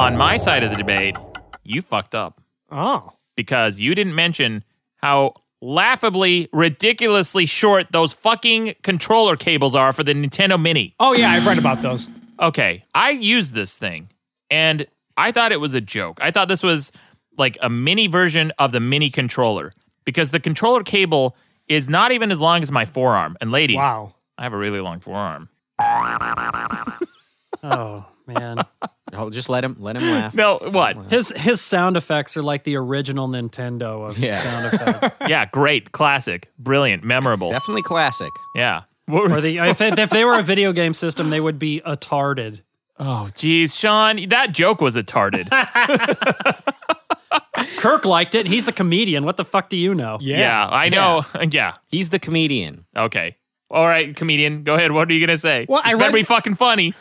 [SPEAKER 1] On my side of the debate, you fucked up
[SPEAKER 6] Oh.
[SPEAKER 1] because you didn't mention how laughably, ridiculously short those fucking controller cables are for the Nintendo Mini.
[SPEAKER 6] Oh, yeah, I've read about those.
[SPEAKER 1] Okay, I used this thing and I thought it was a joke. I thought this was like a mini version of the mini controller because the controller cable is not even as long as my forearm. And ladies,
[SPEAKER 6] Wow.
[SPEAKER 1] I have a really long forearm.
[SPEAKER 2] Oh man.
[SPEAKER 3] Oh, just let him let him laugh.
[SPEAKER 1] No, what?
[SPEAKER 2] His his sound effects are like the original Nintendo of
[SPEAKER 1] Yeah.
[SPEAKER 2] sound effects.
[SPEAKER 1] yeah, great, classic, brilliant, memorable.
[SPEAKER 3] Definitely classic.
[SPEAKER 1] Yeah.
[SPEAKER 2] or the if they, if they were a video game system, they would be attarded.
[SPEAKER 1] Oh, geez, Sean, that joke was attarded.
[SPEAKER 2] Kirk liked it. He's a comedian. What the fuck do you know?
[SPEAKER 1] Yeah, I know. Yeah.
[SPEAKER 3] He's the comedian.
[SPEAKER 1] Okay. All right, comedian, go ahead. What are you going to say?
[SPEAKER 6] Well, I
[SPEAKER 1] it's
[SPEAKER 6] read-
[SPEAKER 1] very fucking funny.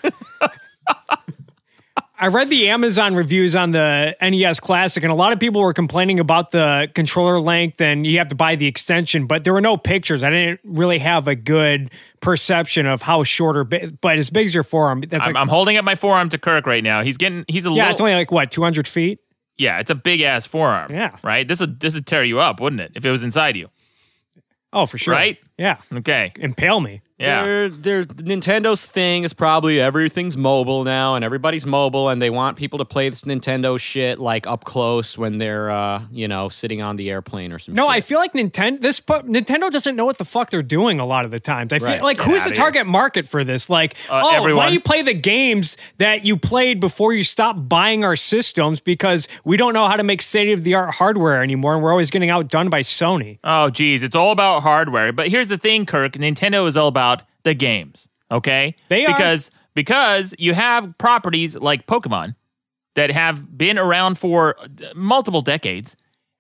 [SPEAKER 6] I read the Amazon reviews on the NES Classic, and a lot of people were complaining about the controller length and you have to buy the extension, but there were no pictures. I didn't really have a good perception of how short or big, but as big as your forearm. That's
[SPEAKER 1] I'm,
[SPEAKER 6] like,
[SPEAKER 1] I'm holding up my forearm to Kirk right now. He's getting, he's a
[SPEAKER 6] yeah,
[SPEAKER 1] little.
[SPEAKER 6] it's only like what, 200 feet?
[SPEAKER 1] yeah, it's a big ass forearm.
[SPEAKER 6] Yeah.
[SPEAKER 1] Right? This would, this would tear you up, wouldn't it? If it was inside you.
[SPEAKER 6] Oh, for sure.
[SPEAKER 1] Right?
[SPEAKER 6] Yeah.
[SPEAKER 1] Okay.
[SPEAKER 6] Impale me.
[SPEAKER 1] Yeah.
[SPEAKER 3] They're, they're- Nintendo's thing is probably everything's mobile now, and everybody's mobile, and they want people to play this Nintendo shit like up close when they're, uh, you know, sitting on the airplane or some
[SPEAKER 6] No, I feel like Nintendo. This pu- Nintendo doesn't know what the fuck they're doing a lot of the times. I feel
[SPEAKER 3] Right.
[SPEAKER 6] like
[SPEAKER 3] Get
[SPEAKER 6] who's
[SPEAKER 3] outta
[SPEAKER 6] the
[SPEAKER 3] here.
[SPEAKER 6] target market for this? Like,
[SPEAKER 1] Uh,
[SPEAKER 6] oh, why
[SPEAKER 1] everyone.
[SPEAKER 6] do you play the games that you played before you stopped buying our systems because we don't know how to make state of the art hardware anymore, and we're always getting outdone by Sony.
[SPEAKER 1] Oh, geez, it's all about hardware. But here's the thing, Kirk. Nintendo is all about the games. Okay,
[SPEAKER 6] They are.
[SPEAKER 1] because because you have properties like Pokemon that have been around for uh, multiple decades,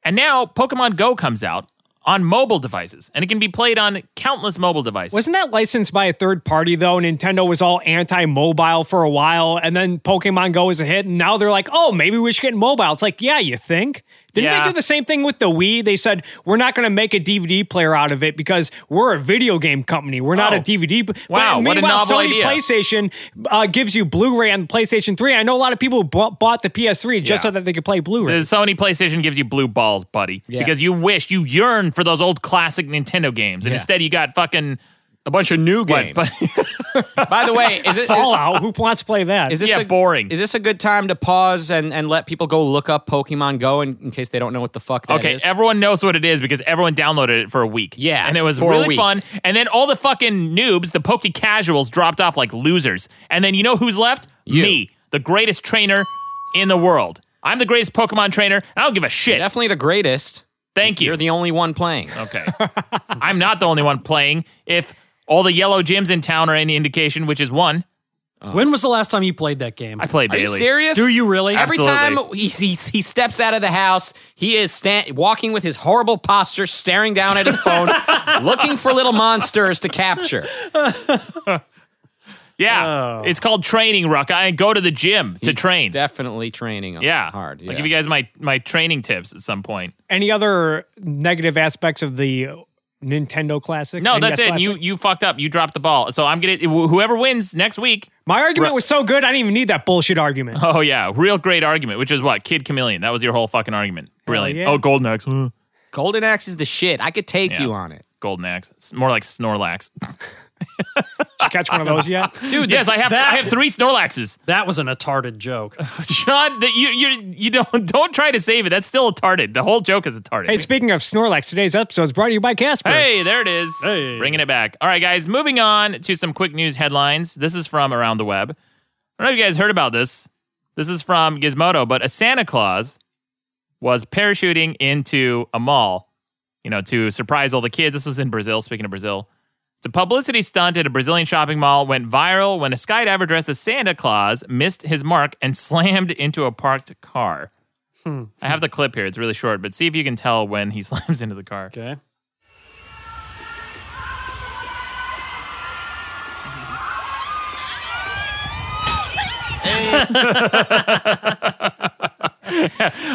[SPEAKER 1] and now Pokemon Go comes out on mobile devices, and it can be played on countless mobile devices.
[SPEAKER 6] Wasn't that licensed by a third party though? Nintendo was all anti-mobile for a while, and then Pokemon Go was a hit, and now they're like, oh, maybe we should get mobile. It's like, yeah, you think? Didn't
[SPEAKER 1] Yeah.
[SPEAKER 6] they do the same thing with the Wii? They said we're not going to make a DVD player out of it because we're a video game company. We're not
[SPEAKER 1] Oh.
[SPEAKER 6] a DVD. P-
[SPEAKER 1] Wow,
[SPEAKER 6] but
[SPEAKER 1] what a
[SPEAKER 6] meanwhile,
[SPEAKER 1] novel
[SPEAKER 6] Sony
[SPEAKER 1] idea.
[SPEAKER 6] PlayStation uh, gives you Blu-ray on the PlayStation 3. I know a lot of people who bought, bought the PS3 just
[SPEAKER 1] Yeah.
[SPEAKER 6] so that they could play Blu-ray.
[SPEAKER 1] The Sony PlayStation gives you blue balls, buddy, because you wish you yearn for those old classic Nintendo games, and
[SPEAKER 3] Yeah.
[SPEAKER 1] instead you got fucking
[SPEAKER 3] a bunch of new games.
[SPEAKER 1] But,
[SPEAKER 3] By the way, is it is,
[SPEAKER 6] Fallout. Who wants to play that?
[SPEAKER 3] is this
[SPEAKER 1] yeah,
[SPEAKER 3] a,
[SPEAKER 1] boring.
[SPEAKER 3] Is this a good time to pause and, and let people go look up Pokemon Go in, in case they don't know what the fuck that is?
[SPEAKER 1] Okay, everyone knows what it is because everyone downloaded it for a week.
[SPEAKER 3] Yeah,
[SPEAKER 1] and it was
[SPEAKER 3] for a
[SPEAKER 1] really
[SPEAKER 3] week.
[SPEAKER 1] fun. And then all the fucking noobs, the Poke Casuals, dropped off like losers. And then you know who's left?
[SPEAKER 3] You.
[SPEAKER 1] Me, the greatest trainer in the world. I'm the greatest Pokemon trainer, and I don't give a shit.
[SPEAKER 3] Definitely the greatest.
[SPEAKER 1] Thank you.
[SPEAKER 3] You're the only one playing.
[SPEAKER 1] okay, I'm not the only one playing. If all the yellow gyms in town are any indication, which is one,
[SPEAKER 2] When was the last time you played that game?
[SPEAKER 1] I play
[SPEAKER 3] Are
[SPEAKER 1] daily.
[SPEAKER 3] you serious?
[SPEAKER 2] Do you really?
[SPEAKER 3] Every
[SPEAKER 1] Absolutely.
[SPEAKER 3] time he, he, he steps out of the house, he is stand, walking with his horrible posture, staring down at his phone, looking for little monsters to capture.
[SPEAKER 6] Oh.
[SPEAKER 1] Yeah, it's called training, Ruck. I go to the gym to train.
[SPEAKER 3] Definitely training him
[SPEAKER 1] yeah,
[SPEAKER 3] hard.
[SPEAKER 1] I'll
[SPEAKER 3] yeah.
[SPEAKER 1] give you guys my my training tips at some point.
[SPEAKER 6] Any other negative aspects of the Nintendo Classic?
[SPEAKER 1] No,
[SPEAKER 6] NES
[SPEAKER 1] that's it.
[SPEAKER 6] Classic?
[SPEAKER 1] You you fucked up. You dropped the ball. So I'm gonna wh- whoever wins next week.
[SPEAKER 6] My argument was so good, I didn't even need that bullshit argument.
[SPEAKER 1] Oh yeah, real great argument. Which is what Kid Chameleon. That was your whole fucking argument. Brilliant.
[SPEAKER 6] yeah.
[SPEAKER 1] Oh, Golden Axe. Uh,
[SPEAKER 3] Golden Axe is the shit. I could take
[SPEAKER 1] Yeah.
[SPEAKER 3] you on it.
[SPEAKER 1] Golden Axe. It's more like Snorlax.
[SPEAKER 6] Did you catch one of those yet?
[SPEAKER 1] Dude, yes, I have
[SPEAKER 2] that-
[SPEAKER 1] I have three Snorlaxes.
[SPEAKER 2] That was an attarded joke.
[SPEAKER 1] Sean, that you you you don't don't try to save it. That's still retarded. The whole joke is retarded.
[SPEAKER 6] Hey, speaking of Snorlax, today's episode is brought to you by Casper.
[SPEAKER 1] Hey, there it is.
[SPEAKER 2] Hey.
[SPEAKER 1] Bringing it back. All right, guys, moving on to some quick news headlines. This is from around the web. I don't know if you guys heard about this. This is from Gizmodo, but a Santa Claus was parachuting into a mall, you know, to surprise all the kids. This was in Brazil, speaking of Brazil. It's a publicity stunt at a Brazilian shopping mall went viral when a skydiver dressed as Santa Claus missed his mark and slammed into a parked car.
[SPEAKER 2] Hmm.
[SPEAKER 1] I have the clip here. It's really short, but see if you can tell when he slams into the car.
[SPEAKER 2] Okay.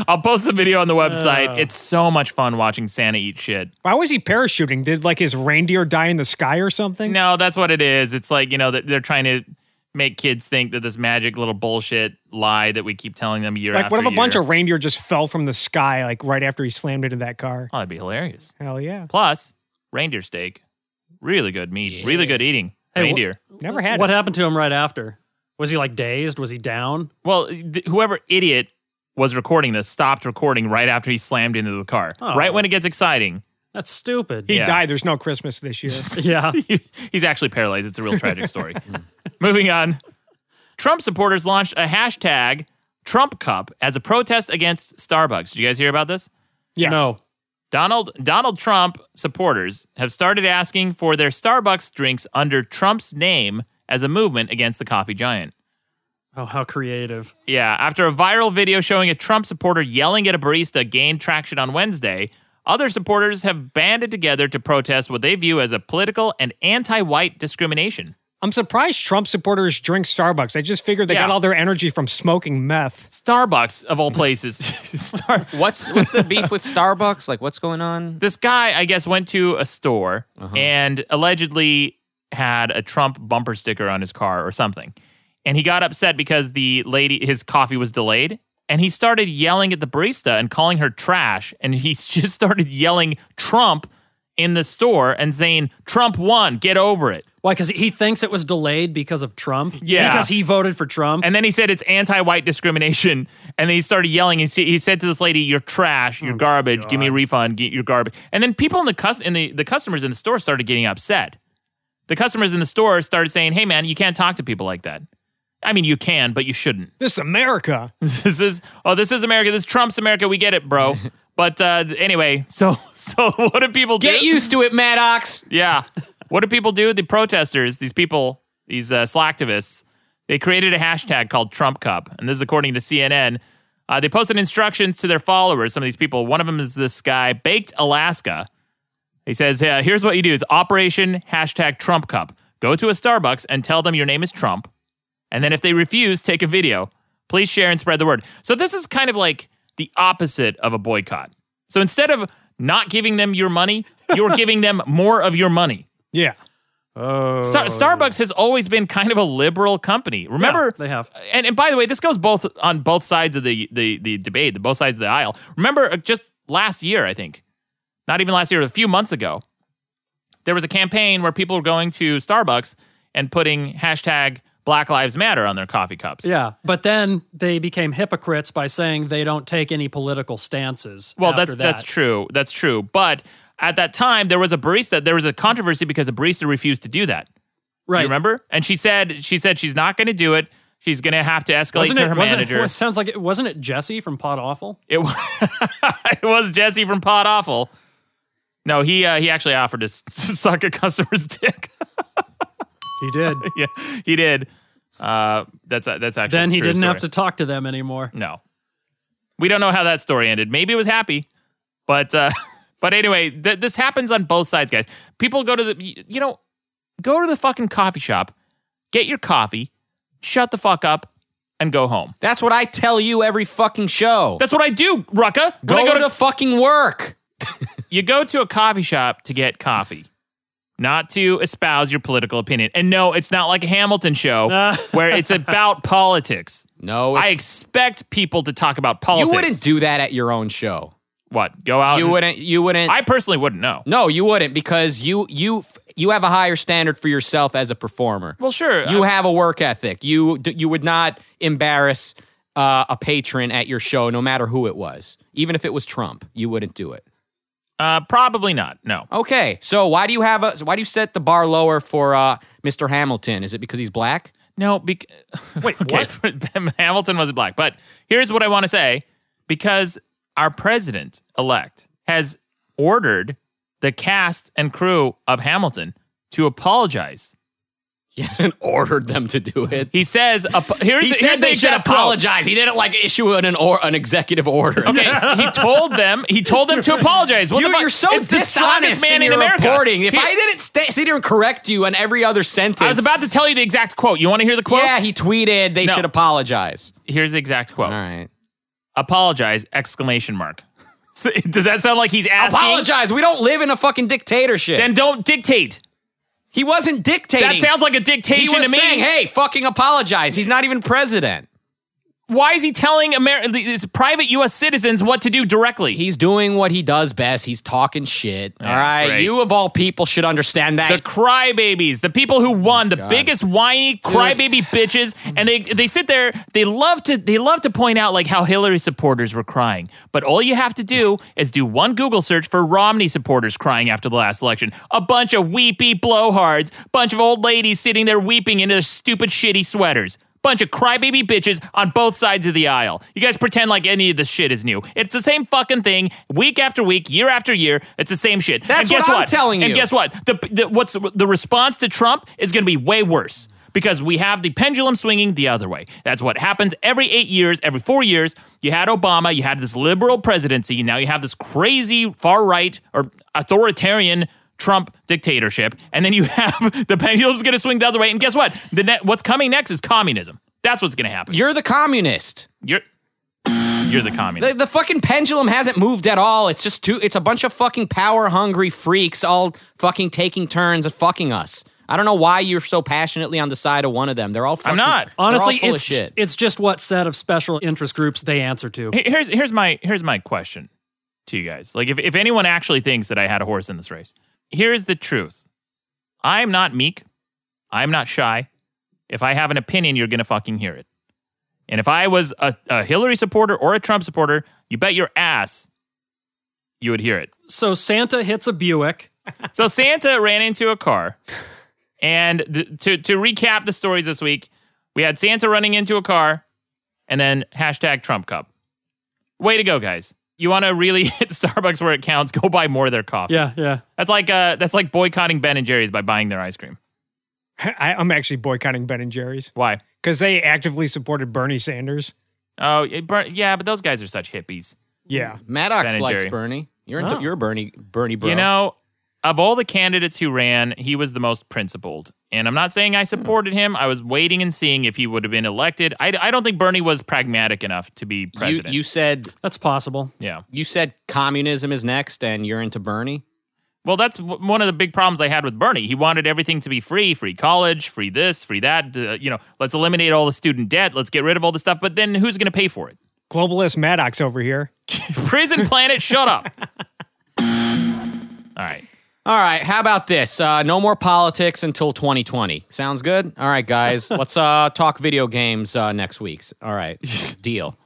[SPEAKER 1] I'll post the video on the website. it's so much fun watching Santa eat shit.
[SPEAKER 6] Why was he parachuting? Did like his reindeer die in the sky or something?
[SPEAKER 1] No, that's what it is. It's like, you know, that they're trying to make kids think that this magic little bullshit lie that we keep telling them year
[SPEAKER 6] like,
[SPEAKER 1] after
[SPEAKER 6] what if a
[SPEAKER 1] year.
[SPEAKER 6] bunch of reindeer just fell from the sky, like right after he slammed into that car?
[SPEAKER 1] Oh, that'd be hilarious.
[SPEAKER 6] Hell yeah.
[SPEAKER 1] Plus, reindeer steak. Really good meat. Really good eating.
[SPEAKER 2] Hey, wh-
[SPEAKER 1] reindeer.
[SPEAKER 6] Never had
[SPEAKER 2] What
[SPEAKER 6] it.
[SPEAKER 2] happened to him right after? Was he like dazed? Was he down?
[SPEAKER 1] well, th- whoever idiot was recording this stopped recording right after he slammed into the car.
[SPEAKER 2] Oh.
[SPEAKER 1] Right when it gets exciting.
[SPEAKER 2] That's stupid.
[SPEAKER 6] He
[SPEAKER 1] Yeah.
[SPEAKER 6] died. There's no Christmas this year.
[SPEAKER 2] yeah.
[SPEAKER 1] He's actually paralyzed. It's a real tragic story. Moving on. Trump supporters launched a hashtag Trump Cup as a protest against Starbucks. Did you guys hear about this?
[SPEAKER 6] Yes. No.
[SPEAKER 1] Donald Donald Trump supporters have started asking for their Starbucks drinks under Trump's name as a movement against the coffee giant.
[SPEAKER 2] Oh, how creative.
[SPEAKER 1] Yeah, after a viral video showing a Trump supporter yelling at a barista gained traction on Wednesday, other supporters have banded together to protest what they view as a political and anti-white discrimination.
[SPEAKER 6] I'm surprised Trump supporters drink Starbucks. I just figured they
[SPEAKER 1] Yeah.
[SPEAKER 6] got all their energy from smoking meth.
[SPEAKER 1] Starbucks of all places. Star-
[SPEAKER 3] what's what's the beef with Starbucks? Like, what's going on?
[SPEAKER 1] This guy, I guess, went to a store and allegedly had a Trump bumper sticker on his car or something. And he got upset because the lady, his coffee was delayed. And he started yelling at the barista and calling her trash. And he just started yelling Trump in the store and saying, Trump won, get over it.
[SPEAKER 2] Why? Because he thinks it was delayed because of Trump.
[SPEAKER 1] Yeah.
[SPEAKER 2] Because he voted for Trump.
[SPEAKER 1] And then he said it's anti-white discrimination. And then he started yelling. He, sa- he said to this lady, "You're trash.
[SPEAKER 2] Oh
[SPEAKER 1] You're garbage. Give me a refund. Get your garbage." And then people in the cus- in the, the customers in the store started getting upset. The customers in the store started saying, "Hey, man, you can't talk to people like that. I mean, you can, but you shouldn't.
[SPEAKER 6] This is America.
[SPEAKER 1] This is oh, this is America. This is Trump's America. We get it, bro." But uh, anyway, so so what do people do?
[SPEAKER 3] Get used to it, Maddox.
[SPEAKER 1] Yeah. What do people do? The protesters, these people, these uh, slacktivists, they created a hashtag called Trump Cup. And this is according to CNN. Uh, they posted instructions to their followers, some of these people. One of them is this guy, Baked Alaska. He says, uh, here's what you do. It's Operation Hashtag Trump Cup. Go to a Starbucks and tell them your name is Trump. And then if they refuse, take a video. Please share and spread the word. So this is kind of like the opposite of a boycott. So instead of not giving them your money, you're giving them more of your money.
[SPEAKER 6] Yeah.
[SPEAKER 2] Oh.
[SPEAKER 1] Star- Starbucks has always been kind of a liberal company. Remember,
[SPEAKER 2] They have.
[SPEAKER 1] and, and by the way, this goes both on both sides of the, the, the debate, the both sides of the aisle. Remember, uh, just last year, I think, not even last year, a few months ago, there was a campaign where people were going to Starbucks and putting hashtag Black Lives Matter on their coffee cups.
[SPEAKER 2] Yeah. But then they became hypocrites by saying they don't take any political stances.
[SPEAKER 1] Well,
[SPEAKER 2] after
[SPEAKER 1] that's
[SPEAKER 2] that.
[SPEAKER 1] that's true. That's true. But at that time, there was a barista. There was a controversy because a barista refused to do that.
[SPEAKER 2] Right.
[SPEAKER 1] You remember? And she said she said she's not going to do it. She's going to have to escalate
[SPEAKER 2] Wasn't
[SPEAKER 1] to
[SPEAKER 2] it,
[SPEAKER 1] her
[SPEAKER 2] wasn't
[SPEAKER 1] manager.
[SPEAKER 2] It, it sounds like it wasn't it Jesse from Pot Awful?
[SPEAKER 1] It was, it was Jesse from Pot Awful. No, he uh, he actually offered to s- suck a customer's dick.
[SPEAKER 2] He did.
[SPEAKER 1] yeah, he did. Uh, that's that's actually
[SPEAKER 2] then
[SPEAKER 1] a
[SPEAKER 2] he
[SPEAKER 1] true
[SPEAKER 2] didn't have to
[SPEAKER 1] story.
[SPEAKER 2] talk to them anymore.
[SPEAKER 1] No, we don't know how that story ended. Maybe it was happy, but uh, but anyway, th- this happens on both sides, guys. People go to the y- you know go to the fucking coffee shop, get your coffee, shut the fuck up, and go home.
[SPEAKER 3] That's what I tell you every fucking show.
[SPEAKER 1] That's what I do, Rucka. When
[SPEAKER 3] Go,
[SPEAKER 1] I go
[SPEAKER 3] to, fucking work.
[SPEAKER 1] you go to a coffee shop to get coffee, not to espouse your political opinion. And no, it's not like a Hamilton show
[SPEAKER 3] Uh.
[SPEAKER 1] where it's about politics.
[SPEAKER 3] No,
[SPEAKER 1] I
[SPEAKER 3] it's,
[SPEAKER 1] expect people to talk about politics.
[SPEAKER 3] you wouldn't do that at your own show.
[SPEAKER 1] what? Go out.
[SPEAKER 3] You
[SPEAKER 1] and-
[SPEAKER 3] wouldn't. You wouldn't.
[SPEAKER 1] Uh, I personally wouldn't know.
[SPEAKER 3] no, you wouldn't because you you f- you have a higher standard for yourself as a performer.
[SPEAKER 1] Well, sure.
[SPEAKER 3] you
[SPEAKER 1] I-
[SPEAKER 3] have a work ethic. You d- you would not embarrass uh, a patron at your show, no matter who it was, even if it was Trump. You wouldn't do it.
[SPEAKER 1] uh, probably not. No.
[SPEAKER 3] Okay, so why do you have a? so Why do you set the bar lower for uh, Mr. Hamilton? Is it because he's black?
[SPEAKER 1] No. Bec-
[SPEAKER 2] Wait,
[SPEAKER 1] okay. Hamilton wasn't black. But here's what I want to say because our president elect has ordered the cast and crew of Hamilton to apologize
[SPEAKER 3] He hasn't ordered them to do it.
[SPEAKER 1] He says, ap- "Here's
[SPEAKER 3] He
[SPEAKER 1] the, here's
[SPEAKER 3] said
[SPEAKER 1] the
[SPEAKER 3] they should
[SPEAKER 1] exact quote.
[SPEAKER 3] apologize. He didn't like issue an an, or, an executive order.
[SPEAKER 1] Okay, he told them. He told them to apologize. What
[SPEAKER 3] You,
[SPEAKER 1] the fuck?
[SPEAKER 3] are so
[SPEAKER 1] it's the strongest
[SPEAKER 3] dishonest
[SPEAKER 1] man in,
[SPEAKER 3] your
[SPEAKER 1] America.
[SPEAKER 3] reporting. If
[SPEAKER 1] He-
[SPEAKER 3] I didn't sta- sit here and correct you on every other sentence,
[SPEAKER 1] I was about to tell you the exact quote. You want to hear the quote?
[SPEAKER 3] yeah, he tweeted they
[SPEAKER 1] No. Oh.
[SPEAKER 3] should apologize.
[SPEAKER 1] Here's the exact quote.
[SPEAKER 3] All right,
[SPEAKER 1] Apologize! Exclamation mark. So, does that sound like he's asking?
[SPEAKER 3] apologize. We don't live in a fucking dictatorship.
[SPEAKER 1] Then don't dictate.
[SPEAKER 3] he wasn't dictating.
[SPEAKER 1] That sounds like a
[SPEAKER 3] he
[SPEAKER 1] dictation
[SPEAKER 3] was
[SPEAKER 1] to me.
[SPEAKER 3] saying, "Hey, fucking apologize." He's not even president.
[SPEAKER 1] Why is he telling Ameri- these private U.S. citizens what to do directly?
[SPEAKER 3] He's doing what he does best. He's talking shit. all right?
[SPEAKER 1] great.
[SPEAKER 3] You, of all people, should understand that.
[SPEAKER 1] The crybabies, the people who won, the
[SPEAKER 3] God.
[SPEAKER 1] biggest whiny crybaby bitches, and they they sit there. They love to they love to point out like how Hillary supporters were crying, but all you have to do is do one Google search for Romney supporters crying after the last election. A bunch of weepy blowhards, bunch of old ladies sitting there weeping into their stupid shitty sweaters. Bunch of crybaby bitches on both sides of the aisle. You guys pretend like any of this shit is new. It's the same fucking thing, week after week, year after year. It's the same shit.
[SPEAKER 3] That's
[SPEAKER 1] and guess
[SPEAKER 3] what I'm
[SPEAKER 1] what?
[SPEAKER 3] telling
[SPEAKER 1] And
[SPEAKER 3] you.
[SPEAKER 1] guess what? The, the what's the response to Trump is going to be way worse because we have the pendulum swinging the other way. That's what happens every 8 years, every 4 years. You had Obama, you had this liberal presidency, now you have this crazy far right or authoritarian Trump dictatorship, and then you have the pendulum's going to swing the other way. And guess what? The ne- what's coming next is communism. That's what's going to happen.
[SPEAKER 3] You're the communist.
[SPEAKER 1] You're you're the communist.
[SPEAKER 3] The, the fucking pendulum hasn't moved at all. It's just too. It's a bunch of fucking power hungry freaks all fucking taking turns at fucking us. I don't know why you're so passionately on the side of one of them. They're all. Fucking, they're all
[SPEAKER 2] Honestly,
[SPEAKER 3] full
[SPEAKER 2] it's
[SPEAKER 3] of shit.
[SPEAKER 2] it's just what set of special interest groups they answer to.
[SPEAKER 1] Here- here's here's my here's my question to you guys. Like if, if anyone actually thinks that I had a horse in this race, here's the truth. I'm not meek. I'm not shy. If I have an opinion, you're gonna fucking hear it. And if I was a, a Hillary supporter or a Trump supporter, you bet your ass you would hear it.
[SPEAKER 2] So Santa hits a Buick.
[SPEAKER 1] So Santa ran into a car. And th- to to recap the stories this week, we had Santa running into a car, and then hashtag Trump Cup. Way to go, guys! You want to really hit Starbucks where it counts? Go buy more of their coffee.
[SPEAKER 2] Yeah, yeah.
[SPEAKER 1] that's like uh, that's like boycotting Ben and Jerry's by buying their ice cream.
[SPEAKER 6] I, I'm actually boycotting Ben and Jerry's
[SPEAKER 1] Why?
[SPEAKER 6] because they actively supported Bernie Sanders.
[SPEAKER 1] Oh, it burn- yeah, but those guys are such hippies.
[SPEAKER 6] Yeah.
[SPEAKER 1] Ben
[SPEAKER 3] Maddox
[SPEAKER 1] and
[SPEAKER 3] likes
[SPEAKER 1] Jerry.
[SPEAKER 3] Bernie. You're into,
[SPEAKER 1] Oh.
[SPEAKER 3] you're a Bernie Bernie bro.
[SPEAKER 1] You know, of all the candidates who ran, he was the most principled. And I'm not saying I supported him. I was waiting and seeing if he would have been elected. I, I don't think Bernie was pragmatic enough to be
[SPEAKER 3] you,
[SPEAKER 1] president.
[SPEAKER 3] you said
[SPEAKER 2] That's possible.
[SPEAKER 1] yeah.
[SPEAKER 3] you said communism is next, and you're into Bernie.
[SPEAKER 1] Well, that's w- one of the big problems I had with Bernie. He wanted everything to be free free college, free this, free that. Uh, you know, let's eliminate all the student debt. Let's get rid of all the stuff. But then who's going to pay for it?
[SPEAKER 6] Globalist Maddox over here.
[SPEAKER 1] Prison Planet, shut up. all right.
[SPEAKER 3] All right, how about this? Uh, no more politics until 2020. Sounds good? All right, guys, let's uh, talk video games uh, next week. All right, deal.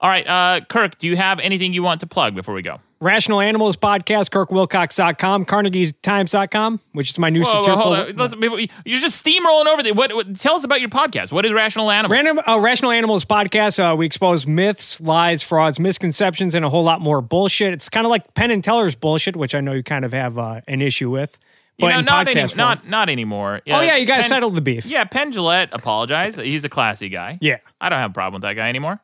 [SPEAKER 1] All right. Uh, Kirk, do you have anything you want to plug before we go?
[SPEAKER 6] Rational Animals Podcast, KirkWilcox.com, CarnegieTimes.com, which is my new
[SPEAKER 1] Whoa, whoa,
[SPEAKER 6] satirical.
[SPEAKER 1] hold on. Listen, before- you're just steamrolling over there. What, what? Tell us about your podcast. What is Rational Animals?
[SPEAKER 6] Random uh, Rational Animals podcast. Uh, we expose myths, lies, frauds, misconceptions, and a whole lot more bullshit. It's kind of like Penn and Teller's bullshit, which I know you kind of have uh, an issue with.
[SPEAKER 1] you know,
[SPEAKER 6] in
[SPEAKER 1] not, any,
[SPEAKER 6] podcast
[SPEAKER 1] not
[SPEAKER 6] form.
[SPEAKER 1] not anymore.
[SPEAKER 6] oh yeah, you guys
[SPEAKER 1] Penn-
[SPEAKER 6] settled the beef.
[SPEAKER 1] Yeah, Penn Gillette apologized. He's a classy guy.
[SPEAKER 6] Yeah.
[SPEAKER 1] I don't have a problem with that guy anymore.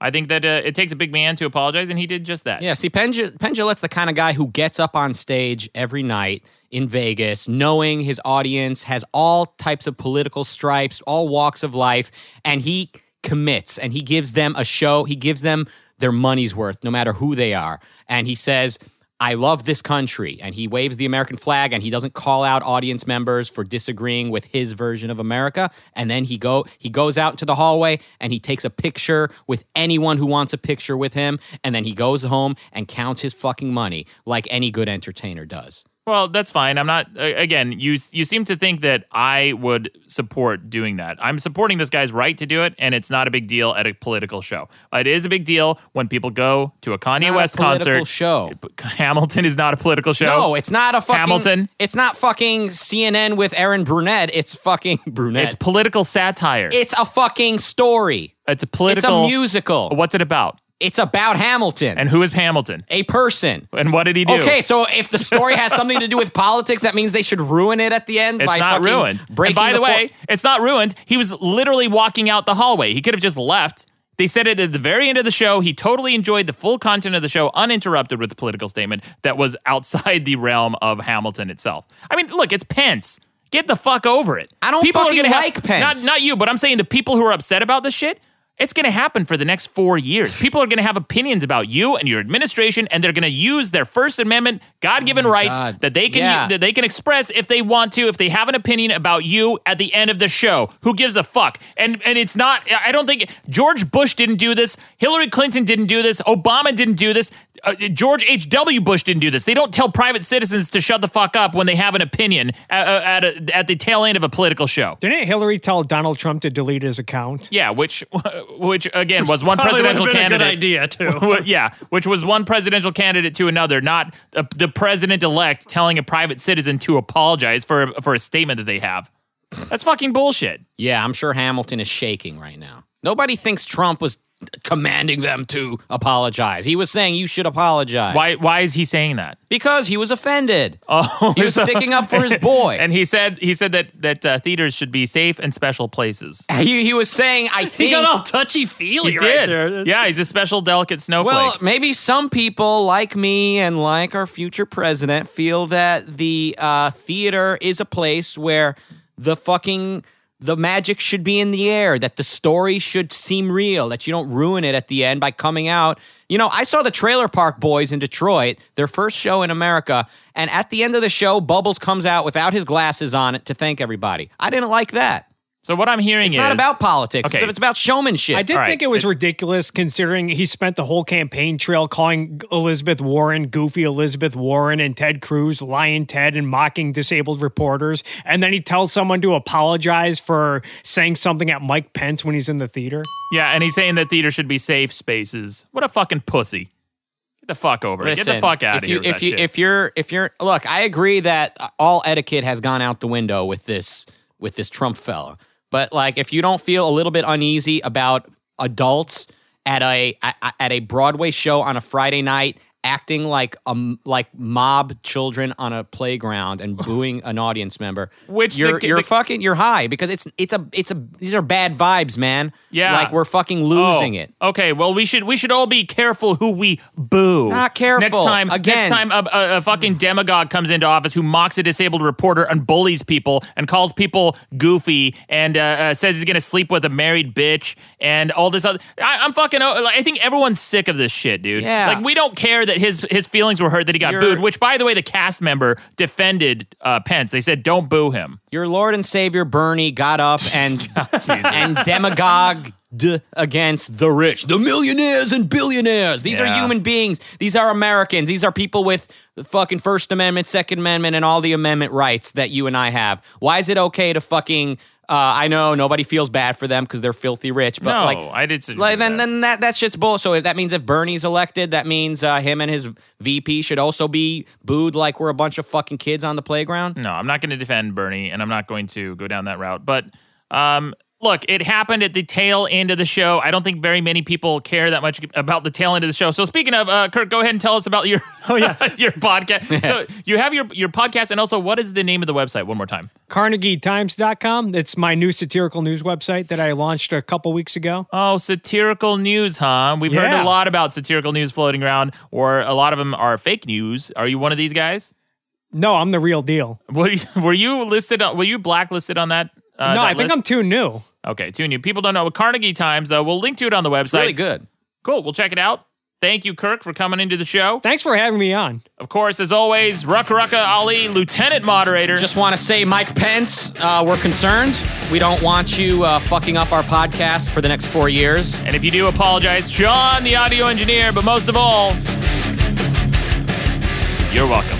[SPEAKER 1] I think that uh, it takes a big man to apologize, and he did just that.
[SPEAKER 3] Yeah, see, Pendulette's the kind of guy who gets up on stage every night in Vegas, knowing his audience has all types of political stripes, all walks of life, and he commits and he gives them a show. He gives them their money's worth, no matter who they are. And he says, I love this country. And he waves the American flag and he doesn't call out audience members for disagreeing with his version of America. And then he go he goes out into the hallway and he takes a picture with anyone who wants a picture with him. And then he goes home and counts his fucking money like any good entertainer does.
[SPEAKER 1] Well, that's fine. I'm not. a- Again, you you seem to think that I would support doing that. I'm supporting this guy's right to do it, and it's not a big deal at a political show. It is a big deal when people go to a Kanye
[SPEAKER 3] Not a
[SPEAKER 1] West
[SPEAKER 3] political
[SPEAKER 1] concert.
[SPEAKER 3] show.
[SPEAKER 1] Hamilton is not a political show.
[SPEAKER 3] No, it's not a fucking
[SPEAKER 1] Hamilton.
[SPEAKER 3] It's not fucking CNN with Aaron Brunette. It's fucking Brunette.
[SPEAKER 1] It's political satire. It's,
[SPEAKER 3] It's, a fucking story.
[SPEAKER 1] a political.
[SPEAKER 3] it's a musical.
[SPEAKER 1] What's it about?
[SPEAKER 3] It's about Hamilton.
[SPEAKER 1] And who is Hamilton?
[SPEAKER 3] a person.
[SPEAKER 1] And what did he do?
[SPEAKER 3] Okay, so if the story has something to do with politics, that means they should ruin it at the end.
[SPEAKER 1] It's
[SPEAKER 3] by
[SPEAKER 1] not
[SPEAKER 3] fucking
[SPEAKER 1] ruined.
[SPEAKER 3] Breaking
[SPEAKER 1] And by the,
[SPEAKER 3] the
[SPEAKER 1] way, it's not ruined. He was literally walking out the hallway. He could have just left. They said it at the very end of the show. He totally enjoyed the full content of the show, uninterrupted with a political statement that was outside the realm of Hamilton itself. I mean, look, it's Pence. Get the fuck over it.
[SPEAKER 3] I don't
[SPEAKER 1] people
[SPEAKER 3] fucking
[SPEAKER 1] are gonna have-
[SPEAKER 3] like Pence.
[SPEAKER 1] Not, not you, but I'm saying the people who are upset about this shit. It's going to happen for the next four years. People are going to have opinions about you and your administration, and they're going to use their First Amendment God-given rights
[SPEAKER 3] Oh God.
[SPEAKER 1] that they can
[SPEAKER 3] Yeah.
[SPEAKER 1] that they can express if they want to, if they have an opinion about you at the end of the show. Who gives a fuck? And and it's not. I don't think George Bush didn't do this. Hillary Clinton didn't do this. Obama didn't do this. Uh, George H. W. Bush didn't do this. They don't tell private citizens to shut the fuck up when they have an opinion at, uh, at, a, at the tail end of a political show.
[SPEAKER 6] Didn't Hillary tell Donald Trump to delete his account?
[SPEAKER 1] Yeah, which which again was one
[SPEAKER 6] Probably would've
[SPEAKER 1] presidential
[SPEAKER 6] been a good
[SPEAKER 1] candidate
[SPEAKER 6] idea, too.
[SPEAKER 1] Wh- yeah, which was one presidential candidate to another, not uh, the president elect telling a private citizen to apologize for for a statement that they have. That's fucking bullshit.
[SPEAKER 3] Yeah, I'm sure Hamilton is shaking right now. Nobody thinks Trump was commanding them to apologize. He was saying you should apologize.
[SPEAKER 1] Why why is he saying that?
[SPEAKER 3] Because he was offended.
[SPEAKER 1] Oh,
[SPEAKER 3] He was sticking up for his boy.
[SPEAKER 1] and he said he said that that uh, theaters should be safe and special places.
[SPEAKER 3] He, he was saying I think
[SPEAKER 2] touchy feely
[SPEAKER 1] He did. Yeah, he's a special delicate snowflake.
[SPEAKER 3] Well, maybe some people like me and like our future president feel that the uh, theater is a place where the fucking the magic should be in the air, that the story should seem real, that you don't ruin it at the end by coming out. You know, I saw the Trailer Park Boys in Detroit, their first show in America, and at the end of the show, Bubbles comes out without his glasses on it to thank everybody. I didn't like that.
[SPEAKER 1] so what I'm hearing
[SPEAKER 3] It's
[SPEAKER 1] is
[SPEAKER 3] not about politics. It's,
[SPEAKER 1] Okay.
[SPEAKER 3] it's about showmanship.
[SPEAKER 6] I did think it was ridiculous considering he spent the whole campaign trail calling Elizabeth Warren, goofy Elizabeth Warren, and Ted Cruz, Lion Ted, and mocking disabled reporters. And then he tells someone to apologize for saying something at Mike Pence when he's in the theater.
[SPEAKER 1] Yeah, and he's saying that theater should be safe spaces. What a fucking pussy. Get the fuck over it. Get the
[SPEAKER 3] Listen,
[SPEAKER 1] fuck out
[SPEAKER 3] if
[SPEAKER 1] of
[SPEAKER 3] you,
[SPEAKER 1] here. with
[SPEAKER 3] If
[SPEAKER 1] that
[SPEAKER 3] you
[SPEAKER 1] shit.
[SPEAKER 3] if you're if you're look, I agree that uh, all etiquette has gone out the window with this with this Trump fella. But like, if you don't feel a little bit uneasy about adults at a a- at a Broadway show on a Friday night acting like um like mob children on a playground and booing an audience member,
[SPEAKER 1] Which the
[SPEAKER 3] you're
[SPEAKER 1] ki-
[SPEAKER 3] you're
[SPEAKER 1] the-
[SPEAKER 3] fucking you're high because it's it's a it's a these are bad vibes, man.
[SPEAKER 1] Yeah.
[SPEAKER 3] like we're fucking losing
[SPEAKER 1] Oh,
[SPEAKER 3] it.
[SPEAKER 1] Okay, well we should we should all be careful who we boo.
[SPEAKER 3] Not careful.
[SPEAKER 1] Next time,
[SPEAKER 3] Again.
[SPEAKER 1] next time a, a, a fucking demagogue comes into office who mocks a disabled reporter and bullies people and calls people goofy and uh, uh, says he's gonna sleep with a married bitch and all this other. I, I'm fucking. o- like, I think everyone's sick of this shit, dude.
[SPEAKER 3] Yeah.
[SPEAKER 1] Like we don't care that his his feelings were hurt that he got
[SPEAKER 3] You're-
[SPEAKER 1] booed. Which, by the way, the cast member defended uh, Pence. They said don't boo him.
[SPEAKER 3] Your Lord and Savior Bernie got up and
[SPEAKER 1] Oh,
[SPEAKER 3] and demagogued against the rich, the millionaires and billionaires. These
[SPEAKER 1] Yeah.
[SPEAKER 3] are human beings. These are Americans. These are people with the fucking First Amendment, Second Amendment, and all the amendment rights that you and I have. Why is it okay to fucking? Uh, I know nobody feels bad for them because they're filthy rich, but
[SPEAKER 1] no,
[SPEAKER 3] like
[SPEAKER 1] I did. not
[SPEAKER 3] like then, then that that shit's bull. So if that means if Bernie's elected, that means uh, him and his VP should also be booed like we're a bunch of fucking kids on the playground.
[SPEAKER 1] No, I'm not going to defend Bernie, and I'm not going to go down that route. But um, look, it happened at the tail end of the show. I don't think very many people care that much about the tail end of the show. So speaking of, uh, Kurt, go ahead and tell us about your oh yeah your podcast. So you have your your podcast, and also what is the name of the website? One more time.
[SPEAKER 6] CarnegieTimes.com. It's my new satirical news website that I launched a couple weeks ago.
[SPEAKER 1] Oh, satirical news, huh? We've heard
[SPEAKER 6] Yeah.
[SPEAKER 1] a lot about satirical news floating around, or a lot of them are fake news. Are you one of these guys?
[SPEAKER 6] No, I'm the real deal.
[SPEAKER 1] Were you, were you listed? On, were you blacklisted on that? Uh,
[SPEAKER 6] no,
[SPEAKER 1] that
[SPEAKER 6] I think
[SPEAKER 1] list?
[SPEAKER 6] I'm too new.
[SPEAKER 1] Okay, tune you. People don't know Carnegie Times though. We'll link to it on the website.
[SPEAKER 3] Really good.
[SPEAKER 1] Cool. We'll check it out. Thank you, Kirk, for coming into the show.
[SPEAKER 6] Thanks for having me on.
[SPEAKER 1] Of course, as always, Ruck Rucka Ali, Lieutenant Moderator.
[SPEAKER 3] Just want to say, Mike Pence, uh, we're concerned. We don't want you uh, fucking up our podcast for the next four years.
[SPEAKER 1] and if you do apologize, Sean, the audio engineer, but most of all, you're welcome.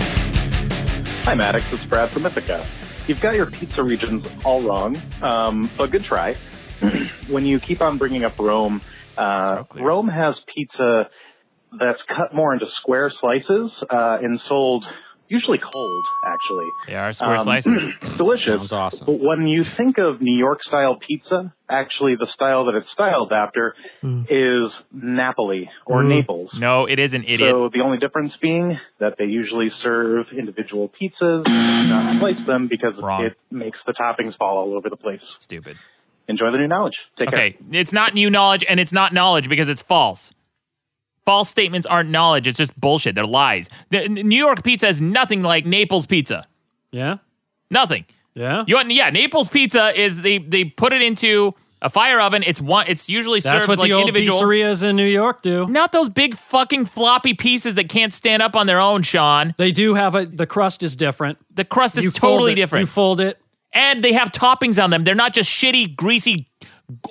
[SPEAKER 15] Hi, Maddox. It's Brad from Ithaca. You've got your pizza regions all wrong, um, but good try. when you keep on bringing up Rome, uh, Rome has pizza that's cut more into square slices uh, and sold usually cold, actually.
[SPEAKER 1] They are square
[SPEAKER 15] Um,
[SPEAKER 1] slices.
[SPEAKER 15] delicious.
[SPEAKER 3] Sounds awesome.
[SPEAKER 15] But when you think of New York style pizza, actually the style that it's styled after is Napoli or Naples.
[SPEAKER 1] No, it isn't, idiot.
[SPEAKER 15] So the only difference being that they usually serve individual pizzas, and not slice them because
[SPEAKER 1] Wrong.
[SPEAKER 15] it makes the toppings fall all over the place.
[SPEAKER 1] Stupid.
[SPEAKER 15] Enjoy the new knowledge. Take care.
[SPEAKER 1] Okay, it's not new knowledge, and it's not knowledge because it's false. False statements aren't knowledge. It's just bullshit. They're lies. The, New York pizza is nothing like Naples pizza.
[SPEAKER 2] Yeah.
[SPEAKER 1] Nothing.
[SPEAKER 6] Yeah.
[SPEAKER 1] You want, yeah, Naples pizza is they they put it into a fire oven. It's one it's usually served
[SPEAKER 6] That's what
[SPEAKER 1] like
[SPEAKER 6] the old
[SPEAKER 1] individual
[SPEAKER 6] pizzerias in New York do.
[SPEAKER 1] Not those big fucking floppy pieces that can't stand up on their own, Sean.
[SPEAKER 6] They do have a the crust is different.
[SPEAKER 1] The crust is
[SPEAKER 6] You fold
[SPEAKER 1] totally
[SPEAKER 6] it.
[SPEAKER 1] different.
[SPEAKER 6] You fold it.
[SPEAKER 1] And they have toppings on them. They're not just shitty, greasy,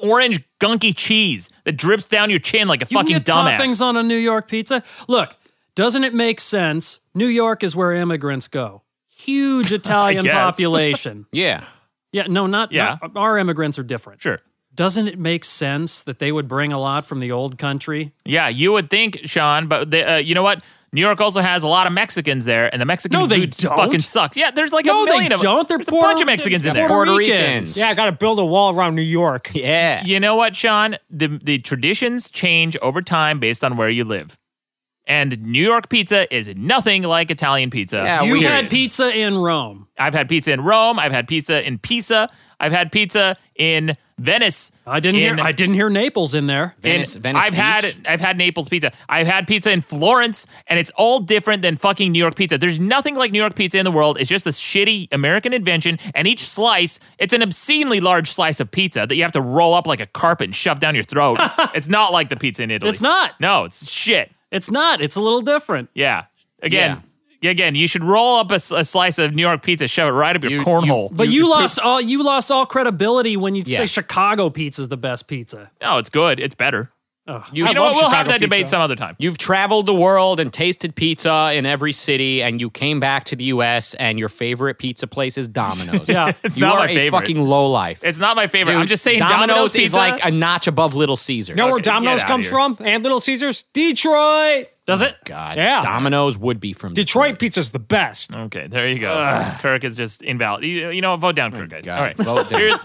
[SPEAKER 1] orange, gunky cheese that drips down your chin like a
[SPEAKER 6] You can
[SPEAKER 1] fucking
[SPEAKER 6] get
[SPEAKER 1] dumbass.
[SPEAKER 6] toppings on a New York pizza. Look, doesn't it make sense? New York is where immigrants go. Huge Italian
[SPEAKER 1] guess.
[SPEAKER 6] population.
[SPEAKER 3] yeah.
[SPEAKER 6] Yeah, no, not,
[SPEAKER 1] Yeah.
[SPEAKER 6] not- our immigrants are different.
[SPEAKER 1] Sure.
[SPEAKER 6] Doesn't it make sense that they would bring a lot from the old country?
[SPEAKER 1] Yeah, you would think, Sean, but they, uh, you know what? New York also has a lot of Mexicans there, and the Mexican
[SPEAKER 6] No, they
[SPEAKER 1] food
[SPEAKER 6] don't.
[SPEAKER 1] fucking sucks. Yeah, there's like
[SPEAKER 6] No,
[SPEAKER 1] a
[SPEAKER 6] they
[SPEAKER 1] million of them.
[SPEAKER 6] don't. They're
[SPEAKER 1] there's
[SPEAKER 6] Puerto-
[SPEAKER 1] a bunch of Mexicans in there.
[SPEAKER 6] Puerto Ricans.
[SPEAKER 16] Yeah, I got to build a wall around New York.
[SPEAKER 3] Yeah.
[SPEAKER 1] You know what, Sean? The the traditions change over time based on where you live, and New York pizza is nothing like Italian pizza.
[SPEAKER 6] you had pizza in Rome.
[SPEAKER 1] I've had pizza in Rome. I've had pizza in Pisa. I've had pizza in Venice.
[SPEAKER 6] I didn't
[SPEAKER 1] In-
[SPEAKER 6] hear. I didn't hear Naples in there.
[SPEAKER 1] in, I've had I've had Naples pizza. I've had pizza in Florence, and it's all different than fucking New York pizza. There's nothing like New York pizza in the world. It's just this shitty American invention, and each slice, it's an obscenely large slice of pizza that you have to roll up like a carpet and shove down your throat. it's not like the pizza in Italy.
[SPEAKER 6] It's not.
[SPEAKER 1] No, it's shit.
[SPEAKER 6] It's not. It's a little different.
[SPEAKER 1] Yeah. Again. Again, you should roll up a, s- a slice of New York pizza, shove it right up your cornhole.
[SPEAKER 6] But you, lost all. You lost all credibility when you
[SPEAKER 1] Yeah.
[SPEAKER 6] say Chicago pizza's the best pizza.
[SPEAKER 1] No, it's good. It's better.
[SPEAKER 6] Ugh.
[SPEAKER 1] You, know what? We'll have that debate some other time.
[SPEAKER 3] You've traveled the world and tasted pizza in every city, and you came back to the U.S. and your favorite pizza place is Domino's.
[SPEAKER 1] Yeah. It's
[SPEAKER 3] you
[SPEAKER 1] not my
[SPEAKER 3] are a
[SPEAKER 1] favorite.
[SPEAKER 3] fucking low life.
[SPEAKER 1] It's not my favorite. I'm just saying
[SPEAKER 3] Domino's,
[SPEAKER 1] Domino's,
[SPEAKER 3] is
[SPEAKER 1] pizza-
[SPEAKER 3] like a notch above Little Oh, Caesar.
[SPEAKER 16] Know where Domino's comes from and Little Caesars? Detroit.
[SPEAKER 6] Does it?
[SPEAKER 3] God,
[SPEAKER 16] Yeah.
[SPEAKER 3] Domino's would be from
[SPEAKER 16] Detroit pizza's the best.
[SPEAKER 1] Okay, there you go. Kirk is just invalid. You, you know, what? vote down Kirk, guys. All right,
[SPEAKER 3] Vote down.
[SPEAKER 1] here's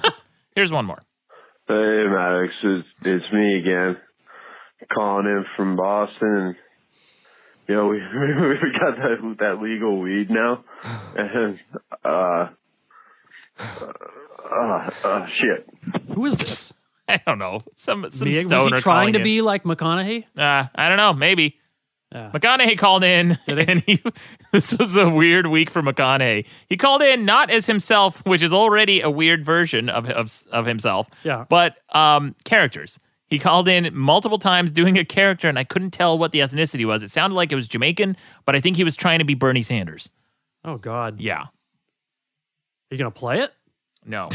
[SPEAKER 1] here's one more.
[SPEAKER 12] Hey, Maddox, it's, it's me again, calling in from Boston. And, you know, we we got that that legal weed now, and uh, uh, uh shit.
[SPEAKER 6] Who is this?
[SPEAKER 1] I don't know. Some some
[SPEAKER 6] Me-
[SPEAKER 1] stoner
[SPEAKER 6] was he
[SPEAKER 1] calling
[SPEAKER 6] trying to
[SPEAKER 1] in.
[SPEAKER 6] be Uh. like McConaughey?
[SPEAKER 1] Uh, I don't know. Maybe. McConaughey called in, and he, this was a weird week for McConaughey. He called in not as himself, which is already a weird version of of, of himself.
[SPEAKER 6] Yeah.
[SPEAKER 1] But um, characters. He called in multiple times doing a character, and I couldn't tell what the ethnicity was. It sounded like it was Jamaican, but I think he was trying to be Bernie Sanders.
[SPEAKER 6] Oh God.
[SPEAKER 1] Yeah. Are
[SPEAKER 6] you gonna play it?
[SPEAKER 1] No.